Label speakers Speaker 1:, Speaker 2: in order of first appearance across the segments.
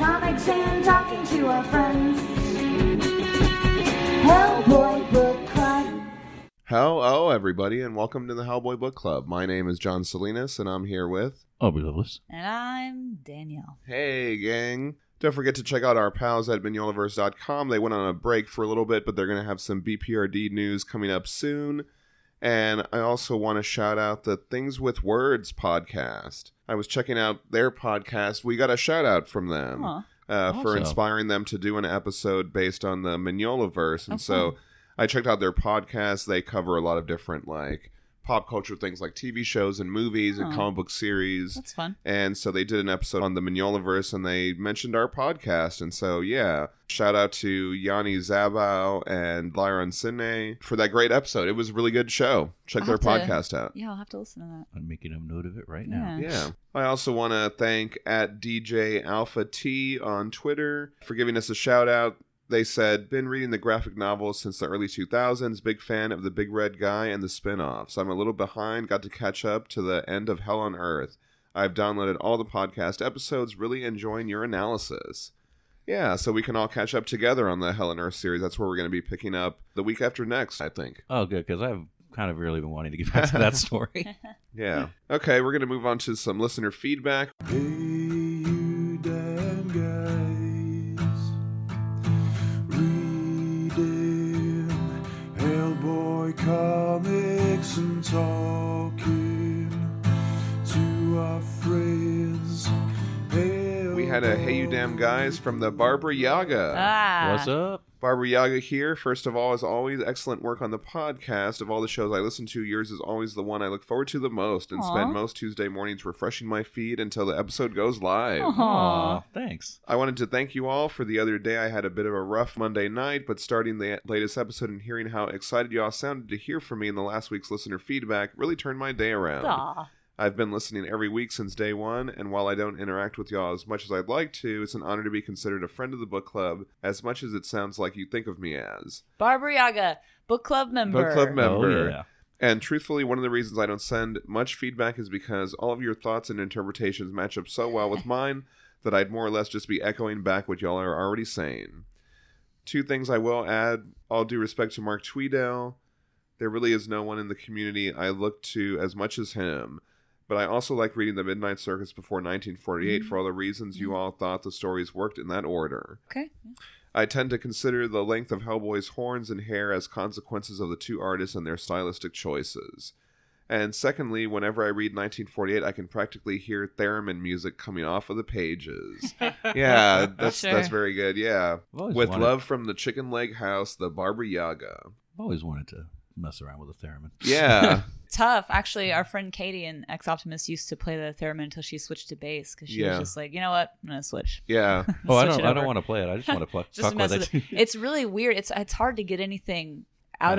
Speaker 1: and talking to our friends. Hellboy Book Club.
Speaker 2: Hello, everybody, and welcome to the Hellboy Book Club. My name is John Salinas, and I'm here with.
Speaker 3: Obi Lovelace.
Speaker 4: And I'm Danielle.
Speaker 2: Hey, gang. Don't forget to check out our pals at Mignoliverse.com. They went on a break for a little bit, but they're going to have some BPRD news coming up soon. And I also want to shout out the Things with Words podcast. I was checking out their podcast. We got a shout out from
Speaker 3: Um,
Speaker 2: them
Speaker 4: Aw.
Speaker 2: uh, for
Speaker 3: Awesome.
Speaker 2: inspiring them to do an episode based on the Mignolaverse. And so I checked out their podcast. They cover a lot of different like pop culture things like TV shows and movies and
Speaker 4: Oh.
Speaker 2: comic book series.
Speaker 4: That's fun.
Speaker 2: And so they did an episode on the Mignolaverse and they mentioned our podcast. And so, yeah, shout out to Yanni Zabao and Lyron Sinne for that great episode. It was a really good show. Check
Speaker 4: I'll
Speaker 2: their
Speaker 4: have to-
Speaker 2: podcast out.
Speaker 4: Yeah, I'll have to listen to that.
Speaker 3: I'm making a note of it right now.
Speaker 4: Yeah.
Speaker 2: Yeah. I also want to thank at DJ Alpha T on Twitter for giving us a shout out. They said, been reading the graphic novels since the early 2000s. Big fan of The Big Red Guy and the spin offs. I'm a little behind, got to catch up to the end of Hell on Earth. I've downloaded all the podcast episodes, really enjoying your analysis. Yeah, so we can all catch up together on the Hell on Earth series. That's where we're going to be picking up the week after next, I think.
Speaker 3: Oh, good, because I've kind of really been wanting to get back to that story.
Speaker 2: Yeah. Okay, we're going to move on to some listener feedback.
Speaker 5: Hey, you damn guys. Reading Hellboy comics and talking to our friends.
Speaker 2: We had a Hey You Damn Guys from the Barbara Yaga.
Speaker 4: ah.
Speaker 3: uh, What's up?
Speaker 2: Barbara Yaga here. First of all, as always, excellent work on the podcast. Of all the shows I listen to, yours is always the one I look forward to the most and
Speaker 4: Aw.
Speaker 2: spend most Tuesday mornings refreshing my feed until the episode goes live.
Speaker 4: Aw.
Speaker 3: Aw, thanks.
Speaker 2: I wanted to thank you all for the other day. I had a bit of a rough Monday night, but starting the latest episode and hearing how excited y'all sounded to hear from me in the last week's listener feedback really turned my day around.
Speaker 4: Aw.
Speaker 2: I've been listening every week since day one, and while I don't interact with y'all as much as I'd like to, it's an honor to be considered a friend of the book club, as much as it sounds like you think of me as.
Speaker 4: Barbara Yaga, book club member.
Speaker 2: Book club member.
Speaker 3: Oh, yeah.
Speaker 2: And truthfully, one of the reasons I don't send much feedback is because all of your thoughts and interpretations match up so well with mine that I'd more or less just be echoing back what y'all are already saying. Two things I will add all due respect to Mark Tweedale, there really is no one in the community I look to as much as him. But I also like reading The Midnight Circus before 1948 for all the reasons you all thought the stories worked in that order.
Speaker 4: Okay.
Speaker 2: I tend to consider the length of Hellboy's horns and hair as consequences of the two artists and their stylistic choices. And secondly, whenever I read 1948, I can practically hear theremin music coming off of the pages. yeah, that's
Speaker 4: Sure.
Speaker 2: that's very good. Yeah.
Speaker 3: I've always
Speaker 2: With
Speaker 3: wanted-
Speaker 2: love from the Chicken Leg House, the Barbara Yaga.
Speaker 3: I've always wanted to mess around with a theremin.
Speaker 2: Yeah.
Speaker 4: Tough. Actually, our friend Katie and Ex Optimist used to play the theremin until she switched to bass because she
Speaker 2: Yeah.
Speaker 4: was just like, you know what? I'm going to switch.
Speaker 2: yeah.
Speaker 3: oh, I
Speaker 4: Switch
Speaker 3: don't.
Speaker 4: it
Speaker 3: I
Speaker 4: over.
Speaker 3: don't want to play it. I just want to pl-
Speaker 4: Just
Speaker 3: talk
Speaker 4: mess
Speaker 3: about
Speaker 4: with
Speaker 3: it.
Speaker 4: It's really weird. It's it's hard to get anything out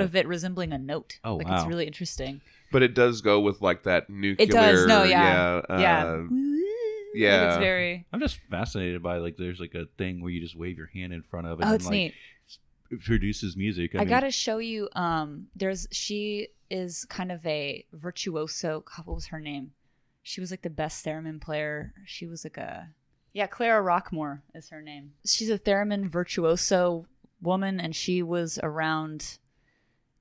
Speaker 3: Right.
Speaker 4: of it resembling a note.
Speaker 3: Oh,
Speaker 4: like
Speaker 3: wow.
Speaker 4: it's really interesting.
Speaker 2: But it does go with like that nuclear
Speaker 4: No, yeah.
Speaker 2: Yeah.
Speaker 4: yeah.
Speaker 2: uh,
Speaker 4: Like,
Speaker 2: yeah.
Speaker 4: it's very
Speaker 3: I'm just fascinated by like there's like a thing where you just wave your hand in front of it.
Speaker 4: Oh,
Speaker 3: and,
Speaker 4: it's
Speaker 3: like,
Speaker 4: neat.
Speaker 3: It produces music. I,
Speaker 4: I,
Speaker 3: mean,
Speaker 4: gotta show you. Um, there's she is kind of a virtuoso. God, what was her name? She was like the best theremin player. She was like a yeah, Clara Rockmore is her name. She's a theremin virtuoso woman, and she was around.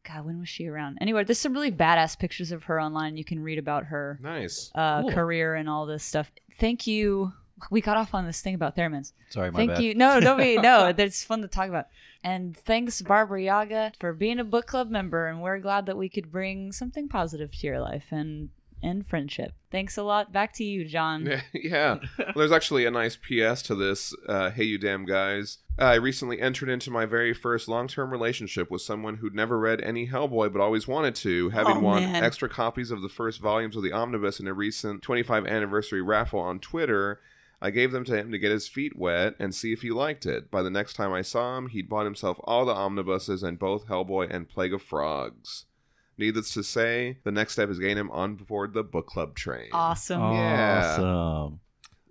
Speaker 4: God, when was she around? Anyway, there's some really badass pictures of her online. You can read about her
Speaker 2: Nice.
Speaker 4: uh,
Speaker 3: Cool.
Speaker 4: career and all this stuff. Thank you. We got off on this thing about theremins.
Speaker 3: Sorry, my
Speaker 4: Thank
Speaker 3: bad.
Speaker 4: you. No, don't be. No, that's fun to talk about. And thanks, Barbara Yaga, for being a book club member. And we're glad that we could bring something positive to your life and and friendship. Thanks a lot. Back to you, John.
Speaker 2: yeah. Well, there's actually a nice PS to this. Uh, hey, you damn guys. I recently entered into my very first long term relationship with someone who'd never read any Hellboy but always wanted to, having
Speaker 4: Oh,
Speaker 2: won
Speaker 4: man.
Speaker 2: extra copies of the first volumes of the Omnibus in a recent 25 anniversary raffle on Twitter. I gave them to him to get his feet wet and see if he liked it. By the next time I saw him, he'd bought himself all the omnibuses and both Hellboy and Plague of Frogs. Needless to say, the next step is getting him on board the book club train.
Speaker 4: Awesome.
Speaker 2: Yeah.
Speaker 3: Awesome.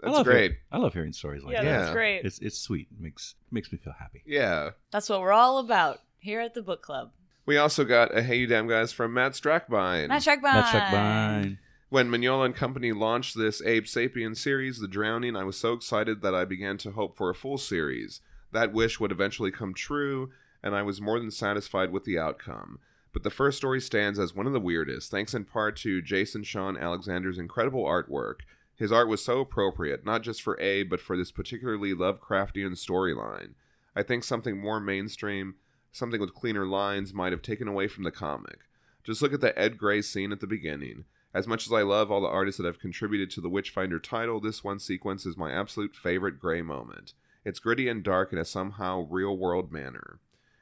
Speaker 3: I
Speaker 2: That's
Speaker 3: love
Speaker 2: great.
Speaker 3: hear- I love hearing stories like
Speaker 2: Yeah,
Speaker 3: that.
Speaker 2: that's
Speaker 4: great.
Speaker 3: It's it's sweet. It makes makes me feel happy.
Speaker 2: Yeah.
Speaker 4: That's what we're all about here at the book club.
Speaker 2: We also got a Hey You Damn Guys from Matt Strackbine.
Speaker 4: Matt Trackbine.
Speaker 3: Matt Strackbine.
Speaker 2: When Mignola and company launched this Abe Sapien series, The Drowning, I was so excited that I began to hope for a full series. That wish would eventually come true, and I was more than satisfied with the outcome. But the first story stands as one of the weirdest, thanks in part to Jason Sean Alexander's incredible artwork. His art was so appropriate, not just for Abe, but for this particularly Lovecraftian storyline. I think something more mainstream, something with cleaner lines, might have taken away from the comic. Just look at the Ed Gray scene at the beginning. As much as I love all the artists that have contributed to the Witchfinder title, this one sequence is my absolute favorite Gray moment. It's gritty and dark in a somehow real world manner.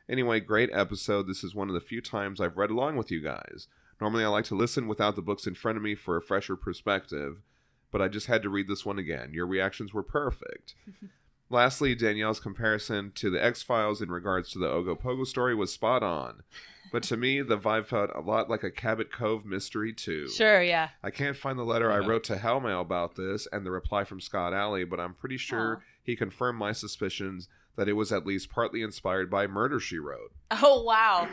Speaker 2: Anyway, great episode. This is one of the few times I've read along with you guys. Normally, I like to listen without the books in front of me for a fresher perspective, but I just had to read this one again. Your reactions were perfect. Lastly, Danielle's comparison to the X Files in regards to the Ogopogo story was spot on. But to me, the vibe felt a lot like a Cabot Cove mystery, too.
Speaker 4: Sure, yeah.
Speaker 2: I can't find the letter I
Speaker 3: Yeah.
Speaker 2: wrote to Hellmail about this and the reply from Scott Alley, but I'm pretty sure
Speaker 4: Aw.
Speaker 2: he confirmed my suspicions that it was at least partly inspired by Murder She Wrote.
Speaker 4: Oh wow,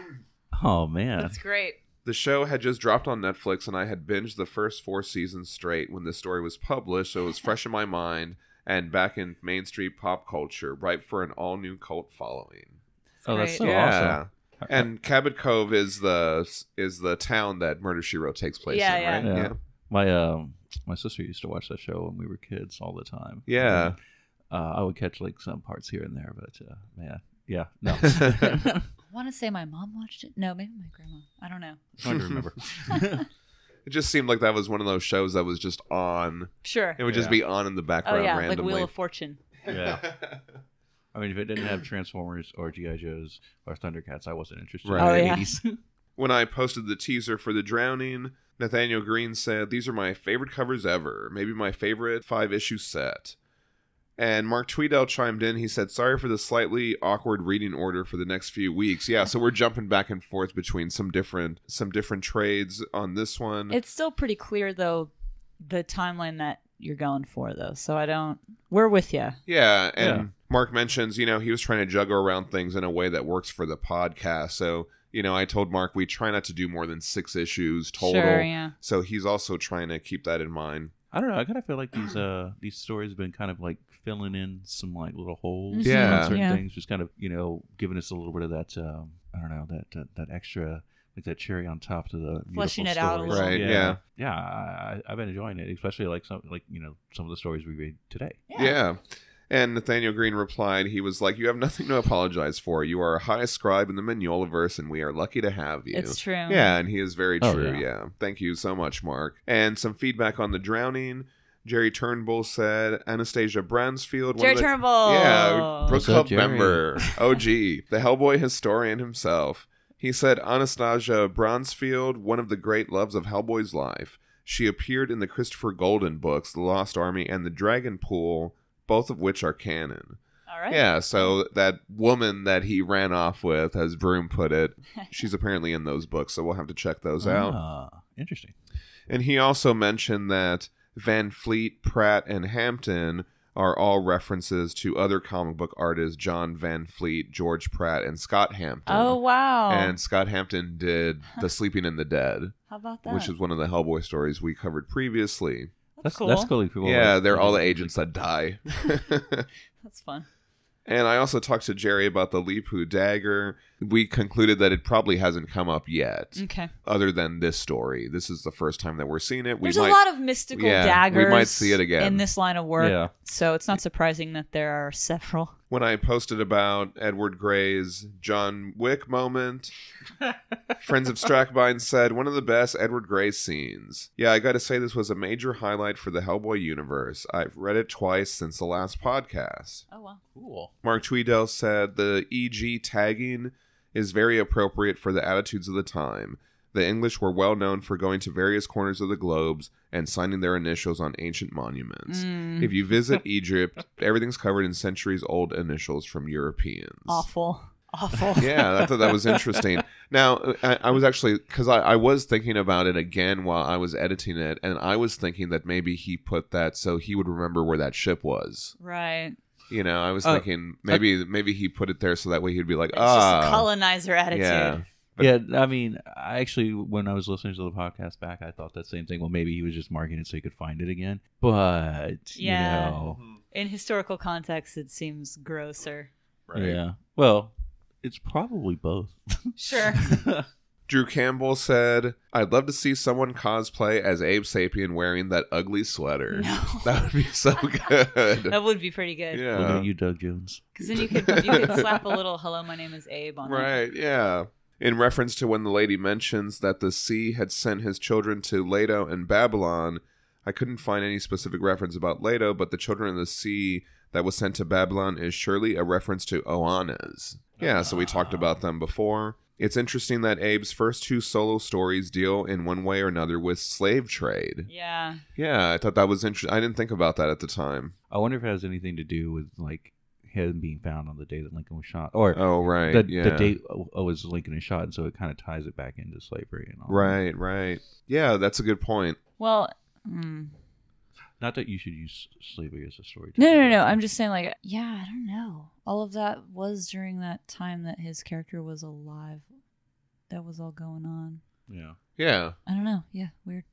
Speaker 3: Oh man,
Speaker 4: that's great.
Speaker 2: The show had just dropped on Netflix, and I had binged the first four seasons straight when this story was published, so it was fresh in my mind and back in mainstream pop culture, ripe for an all new cult following.
Speaker 3: oh that's
Speaker 4: great.
Speaker 3: so awesome.
Speaker 2: And Cabot Cove is the is the town that Murder She Wrote takes place
Speaker 4: Yeah,
Speaker 2: in,
Speaker 4: yeah.
Speaker 2: right?
Speaker 3: Yeah. My um my sister used to watch that show when we were kids all the time.
Speaker 2: Yeah.
Speaker 3: Uh, I would catch like some parts here and there, but uh, man, yeah, no,
Speaker 4: I want to say my mom watched it. No, maybe my grandma. I don't know.
Speaker 3: hard to remember.
Speaker 2: It just seemed like that was one of those shows that was just on.
Speaker 4: Sure.
Speaker 2: It would just
Speaker 3: Yeah.
Speaker 2: be on in the
Speaker 4: Oh
Speaker 2: background
Speaker 4: yeah,
Speaker 2: randomly.
Speaker 4: like Wheel of Fortune.
Speaker 3: yeah, I mean, if it didn't have Transformers or GI Joes or Thundercats, I wasn't interested.
Speaker 2: Right. Oh,
Speaker 3: In the
Speaker 4: yeah.
Speaker 3: 80s.
Speaker 2: when I posted the teaser for The Drowning, Nathaniel Green said, These are my favorite covers ever, maybe my favorite five issue set. And Mark Tweedell chimed in. He said, Sorry for the slightly awkward reading order for the next few weeks. Yeah, so we're jumping back and forth between some different some different trades on this one.
Speaker 4: It's still pretty clear though, the timeline that you're going for though. So I don't. We're with you.
Speaker 2: Yeah, and
Speaker 3: Yeah.
Speaker 2: Mark mentions, you know, he was trying to juggle around things in a way that works for the podcast. So, you know, I told Mark we try not to do more than six issues total.
Speaker 4: Sure. Yeah.
Speaker 2: So he's also trying to keep that in mind.
Speaker 3: I don't know. I kind of feel like these uh these stories have been kind of like filling in some like little holes,
Speaker 2: Mm-hmm. Yeah.
Speaker 3: on certain
Speaker 4: Yeah.
Speaker 3: things, just kind of you know giving us a little bit of that um I don't know that that, that extra like that cherry on top to the
Speaker 4: Fleshing
Speaker 3: beautiful
Speaker 4: it out a
Speaker 3: stories.
Speaker 4: little.
Speaker 2: Right, yeah.
Speaker 3: Yeah. Yeah. I, I- I've been enjoying it, especially like some like you know some of the stories we read today.
Speaker 2: Yeah. And Nathaniel Green replied, he was like, You have nothing to apologize for. You are a high scribe in the Mignola verse, and we are lucky to have you.
Speaker 4: It's true.
Speaker 2: Yeah, and he is very
Speaker 3: Oh,
Speaker 2: true.
Speaker 3: yeah.
Speaker 2: Yeah. Thank you so much, Mark. And some feedback on the drowning. Jerry Turnbull said, Anastasia Bransfield. one
Speaker 4: Jerry
Speaker 2: of the-
Speaker 4: Turnbull.
Speaker 2: Yeah, Brooks
Speaker 3: What's
Speaker 2: Club
Speaker 3: up, Jerry?
Speaker 2: member, OG, the Hellboy historian himself. He said Anastasia Bronsfield, one of the great loves of Hellboy's life. She appeared in the Christopher Golden books, The Lost Army and The Dragon Pool, both of which are canon.
Speaker 4: All right.
Speaker 2: Yeah, so that woman that he ran off with, as Broom put it, she's apparently in those books, so we'll have to check those out.
Speaker 3: Ah, interesting.
Speaker 2: And he also mentioned that Van Fleet, Pratt, and Hampton are all references to other comic book artists John Van Fleet, George Pratt, and Scott Hampton.
Speaker 4: Oh wow.
Speaker 2: And Scott Hampton did The Sleeping in the Dead,
Speaker 4: How about that?
Speaker 2: which is one of the Hellboy stories we covered previously.
Speaker 3: That's cool. That's cool. if people
Speaker 2: yeah,
Speaker 3: like-
Speaker 2: they're all the agents that die.
Speaker 4: That's fun.
Speaker 2: and I also talked to Jerry about the Lipu dagger. We concluded that it probably hasn't come up yet,
Speaker 4: Okay.
Speaker 2: other than this story. This is the first time that we're seeing it. We
Speaker 4: There's
Speaker 2: might
Speaker 4: a lot of mystical
Speaker 2: yeah, we
Speaker 4: daggers.
Speaker 2: might see it again.
Speaker 4: in this line of work.
Speaker 3: Yeah.
Speaker 4: So it's not surprising that there are several.
Speaker 2: when I posted about Edward Gray's John Wick moment. Friends of Strackbine said, one of the best Edward Gray scenes. Yeah, I gotta say, this was a major highlight for the Hellboy universe. I've read it twice since the last podcast.
Speaker 4: Oh wow.
Speaker 3: Cool.
Speaker 2: Mark Tweedell said, the EG tagging is very appropriate for the attitudes of the time. The English were well known for going to various corners of the globes and signing their initials on ancient monuments.
Speaker 4: Mm,
Speaker 2: If you visit Egypt, everything's covered in centuries old initials from Europeans.
Speaker 4: awful. Awful.
Speaker 2: Yeah, I thought that was interesting. Now, I, I was actually, because I, I was thinking about it again while I was editing it, and I was thinking that maybe he put that so he would remember where that ship was.
Speaker 4: Right.
Speaker 2: You know, I was
Speaker 3: Oh,
Speaker 2: thinking maybe maybe he put it there so that way he'd be like,
Speaker 4: It's just a
Speaker 2: ah.
Speaker 4: colonizer attitude.
Speaker 2: Yeah. But-
Speaker 3: yeah, I mean, I actually, when I was listening to the podcast back, I thought that same thing. Well, maybe he was just marking it so he could find it again. But
Speaker 4: Yeah.
Speaker 3: you know,
Speaker 4: In historical context, it seems grosser.
Speaker 3: yeah. Well, it's probably both.
Speaker 4: Sure.
Speaker 2: Drew Campbell said, I'd love to see someone cosplay as Abe Sapien wearing that ugly sweater.
Speaker 4: No.
Speaker 2: That would be so good.
Speaker 4: That would be pretty good.
Speaker 3: What
Speaker 2: yeah.
Speaker 3: about you, Doug Jones?
Speaker 4: Because then you could you could slap a little "Hello, my name is Abe" on it.
Speaker 2: Right, yeah. In reference to when the lady mentions that the sea had sent his children to Leto and Babylon, I couldn't find any specific reference about Leto, but the children of the sea that was sent to Babylon is surely a reference to Oanas. Yeah, so we talked about them before. It's interesting that Abe's first two solo stories deal in one way or another with slave trade.
Speaker 4: Yeah.
Speaker 2: Yeah, I thought that was interesting. I didn't think about that at the time.
Speaker 3: I wonder if it has anything to do with like him being found on the day that Lincoln was shot, or
Speaker 2: Oh, right.
Speaker 3: the,
Speaker 2: yeah.
Speaker 3: the date oh, was Lincoln is shot, and so it kind of ties it back into slavery and all. that.
Speaker 2: Right, right. Yeah, that's a good point.
Speaker 4: Well. mm.
Speaker 3: Not that you should use slavery as a story.
Speaker 4: No, no, no. I'm just saying, like, yeah, I don't know. All of that was during that time that his character was alive. That was all going on.
Speaker 3: Yeah.
Speaker 2: Yeah.
Speaker 4: I don't know. Yeah, weird.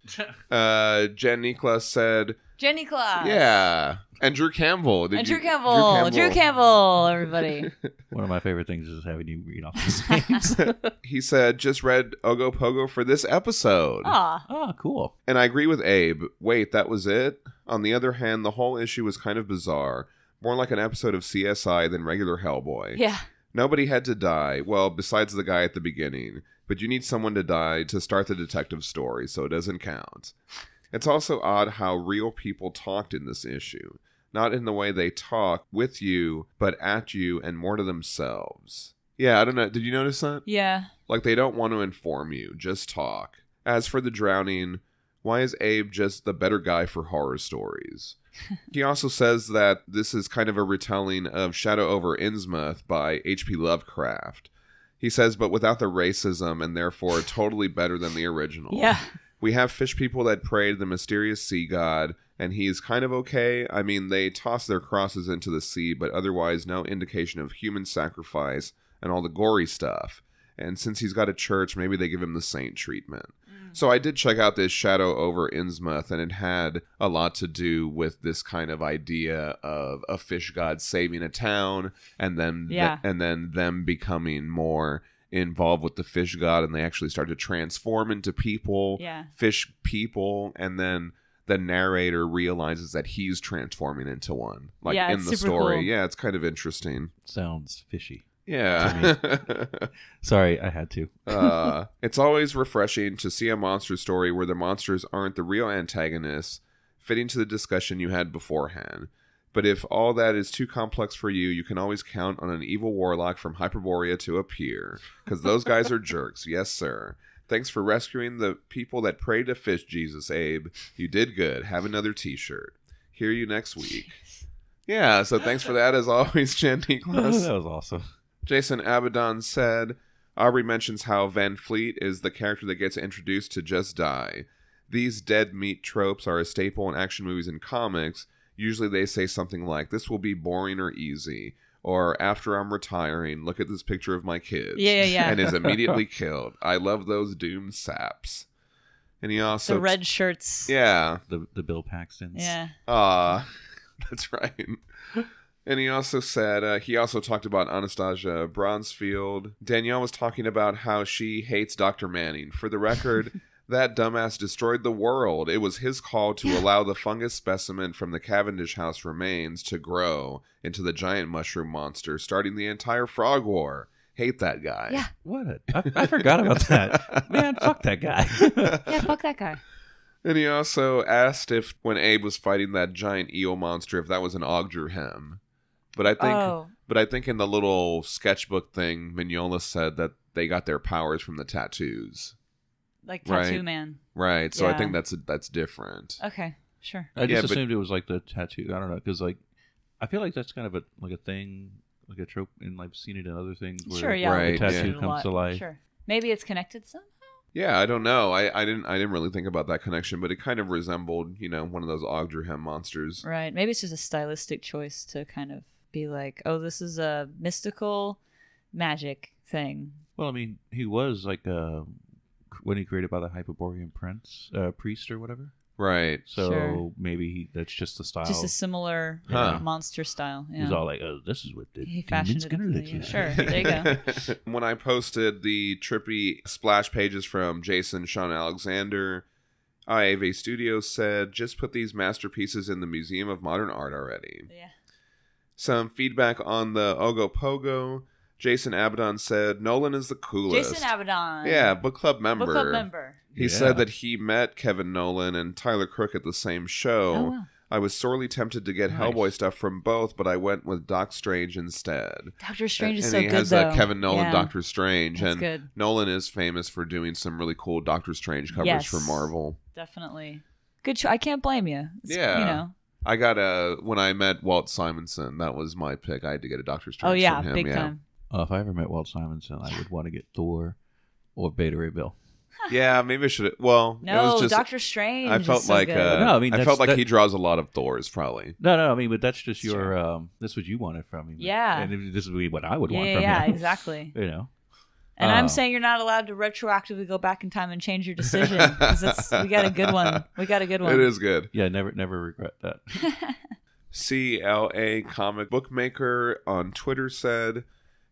Speaker 2: Uh, Jen Niklas said,
Speaker 4: Jenny Claus.
Speaker 2: "Yeah." And Drew Campbell. Did
Speaker 4: Uh, And
Speaker 2: you-
Speaker 4: Drew Campbell. Drew Campbell, everybody.
Speaker 3: One of my favorite things is having you read off the names.
Speaker 2: He said, "Just read Ogopogo for this episode."
Speaker 4: Aw.
Speaker 3: oh, cool.
Speaker 2: And I agree with Abe. Wait, that was it? On the other hand, the whole issue was kind of bizarre. More like an episode of CSI than regular Hellboy.
Speaker 4: Yeah.
Speaker 2: Nobody had to die. Well, besides the guy at the beginning. But you need someone to die to start the detective story, so it doesn't count. It's also odd how real people talked in this issue. Not in the way they talk with you, but at you and more to themselves. Yeah, I don't know. Did you notice that?
Speaker 4: Yeah.
Speaker 2: Like they don't want to inform you, just talk. As for the drowning, why is Abe just the better guy for horror stories? he also says that this is kind of a retelling of Shadow over Innsmouth by H.P. Lovecraft. He says, but without the racism and therefore totally better than the original.
Speaker 4: Yeah.
Speaker 2: We have fish people that pray to the mysterious sea god, and he is kind of okay. I mean, they toss their crosses into the sea, but otherwise, no indication of human sacrifice and all the gory stuff. And since he's got a church, maybe they give him the saint treatment. So I did check out this Shadow over Innsmouth, and it had a lot to do with this kind of idea of a fish god saving a town, and then
Speaker 4: Yeah.
Speaker 2: and then them becoming more involved with the fish god, and they actually start to transform into people
Speaker 4: Yeah.
Speaker 2: fish people and then the narrator realizes that he's transforming into one like
Speaker 4: Yeah,
Speaker 2: in
Speaker 4: it's
Speaker 2: the
Speaker 4: super
Speaker 2: story
Speaker 4: cool.
Speaker 2: yeah it's kind of interesting
Speaker 3: Sounds fishy.
Speaker 2: yeah
Speaker 3: Sorry, I had to.
Speaker 2: uh, it's always refreshing to see a monster story where the monsters aren't the real antagonists fitting to the discussion you had beforehand but if all that is too complex for you you can always count on an evil warlock from hyperborea to appear because those guys are jerks yes sir Thanks for rescuing the people that prayed to fish, Jesus, Abe. You did good. Have another t shirt. Hear you next week. Yeah, so thanks for that, as always, Jen Nicholas.
Speaker 3: that was awesome.
Speaker 2: Jason Abaddon said Aubrey mentions how Van Fleet is the character that gets introduced to just die. These dead meat tropes are a staple in action movies and comics. Usually they say something like, This will be boring or easy, or After I'm retiring, look at this picture of my kids.
Speaker 4: Yeah, yeah, yeah.
Speaker 2: And is immediately killed. I love those doomed saps. And he also.
Speaker 4: the red shirts.
Speaker 2: Yeah.
Speaker 3: The the Bill Paxtons.
Speaker 4: Yeah.
Speaker 2: Ah, that's right. And he also said uh, he also talked about Anastasia Bronsfield. Danielle was talking about how she hates Dr. Manning. For the record, that dumbass destroyed the world. It was his call to allow the fungus specimen from the Cavendish House remains to grow into the giant mushroom monster, starting the entire frog war. Hate that guy.
Speaker 4: Yeah.
Speaker 3: What? A, I, I forgot about that. Man, fuck that guy.
Speaker 4: Yeah. Fuck that guy.
Speaker 2: And he also asked if when Abe was fighting that giant eel monster, if that was an Ogdurhem. But I think
Speaker 4: Oh.
Speaker 2: But I think in the little sketchbook thing, Mignola said that they got their powers from the tattoos.
Speaker 4: Like
Speaker 2: Right.
Speaker 4: Tattoo Man.
Speaker 2: Right. So I
Speaker 4: Yeah.
Speaker 2: think that's that's different.
Speaker 4: Okay. Sure.
Speaker 3: I
Speaker 2: Yeah,
Speaker 3: just
Speaker 2: but-
Speaker 3: assumed it was like the tattoo. I don't know because like I feel like that's kind of a like a thing, like a trope, and I've seen it in other things. Where
Speaker 4: Sure. Yeah.
Speaker 2: Right,
Speaker 4: we
Speaker 2: yeah.
Speaker 4: see it a
Speaker 3: Tattoo comes
Speaker 4: lot.
Speaker 3: to life.
Speaker 4: Sure. Maybe it's connected somehow.
Speaker 2: Yeah, I don't know. I, I didn't I didn't really think about that connection, but it kind of resembled, you know, one of those Ogdurhem monsters.
Speaker 4: Right. Maybe it's just a stylistic choice to kind of be like, oh, this is a mystical magic thing.
Speaker 3: Well, I mean, he was like uh, when he created by the Hyperborean prince, uh, priest or whatever.
Speaker 2: Right.
Speaker 3: So
Speaker 4: Sure.
Speaker 3: maybe he, that's just the style.
Speaker 4: Just a similar
Speaker 2: Huh.
Speaker 4: monster style. Yeah.
Speaker 3: He's all like, "Oh, this is what the
Speaker 4: He
Speaker 3: demon's
Speaker 4: fashioned it
Speaker 3: gonna
Speaker 4: into
Speaker 3: look
Speaker 4: the- yeah,
Speaker 3: like."
Speaker 4: sure. There you go.
Speaker 2: when I posted the trippy splash pages from Jason Sean Alexander, IAV Studios said, just put these masterpieces in the Museum of Modern Art already.
Speaker 4: yeah.
Speaker 2: Some feedback on the Ogopogo. Jason Abaddon said, Nolan is the coolest.
Speaker 4: Jason Abaddon.
Speaker 2: Yeah, book club member.
Speaker 4: Book club member.
Speaker 2: He
Speaker 3: Yeah.
Speaker 2: said that he met Kevin Nolan and Tyler Crook at the same show.
Speaker 4: Oh, wow.
Speaker 2: I was sorely tempted to get
Speaker 3: Nice.
Speaker 2: Hellboy stuff from both, but I went with Doc Strange instead.
Speaker 4: Doctor Strange
Speaker 2: and
Speaker 4: is so
Speaker 2: he
Speaker 4: good
Speaker 2: has
Speaker 4: though.
Speaker 2: that Kevin Nolan
Speaker 4: yeah.
Speaker 2: Doctor Strange,
Speaker 4: That's
Speaker 2: and
Speaker 4: good.
Speaker 2: Nolan is famous for doing some really cool Doctor Strange covers
Speaker 4: Yes.
Speaker 2: for Marvel.
Speaker 4: Definitely. Good. Cho- I can't blame you. It's,
Speaker 2: Yeah.
Speaker 4: You know.
Speaker 2: I got a when I met Walt Simonson, that was my pick. I had to get a Doctor Strange.
Speaker 4: Oh yeah,
Speaker 2: from him,
Speaker 4: big
Speaker 2: yeah.
Speaker 4: time.
Speaker 3: Uh, if I ever met Walt Simonson, I would want to get Thor or Beta Ray Bill.
Speaker 2: Yeah, maybe I should. Well, it
Speaker 4: No,
Speaker 2: was just
Speaker 4: Doctor Strange.
Speaker 2: I
Speaker 4: is
Speaker 2: felt
Speaker 4: so
Speaker 2: like
Speaker 4: good.
Speaker 2: uh,
Speaker 3: No, I
Speaker 2: I,
Speaker 3: mean, that's-
Speaker 2: felt like
Speaker 3: that-
Speaker 2: he draws a lot of Thors, probably.
Speaker 3: No, no, I mean, but that's just
Speaker 4: Sure.
Speaker 3: your. Um, that's what you wanted from him.
Speaker 4: Yeah.
Speaker 3: and if- this would be what I would
Speaker 4: yeah,
Speaker 3: want
Speaker 4: yeah,
Speaker 3: from
Speaker 4: yeah,
Speaker 3: him.
Speaker 4: exactly.
Speaker 3: you know,
Speaker 4: And
Speaker 3: Oh.
Speaker 2: Uh.
Speaker 4: I'm saying you're not allowed to retroactively go back in time and change your decision 'cause it's- we got a good one. We got a good one.
Speaker 2: It is good.
Speaker 3: yeah, never, never regret that.
Speaker 2: CLA comic bookmaker on Twitter said,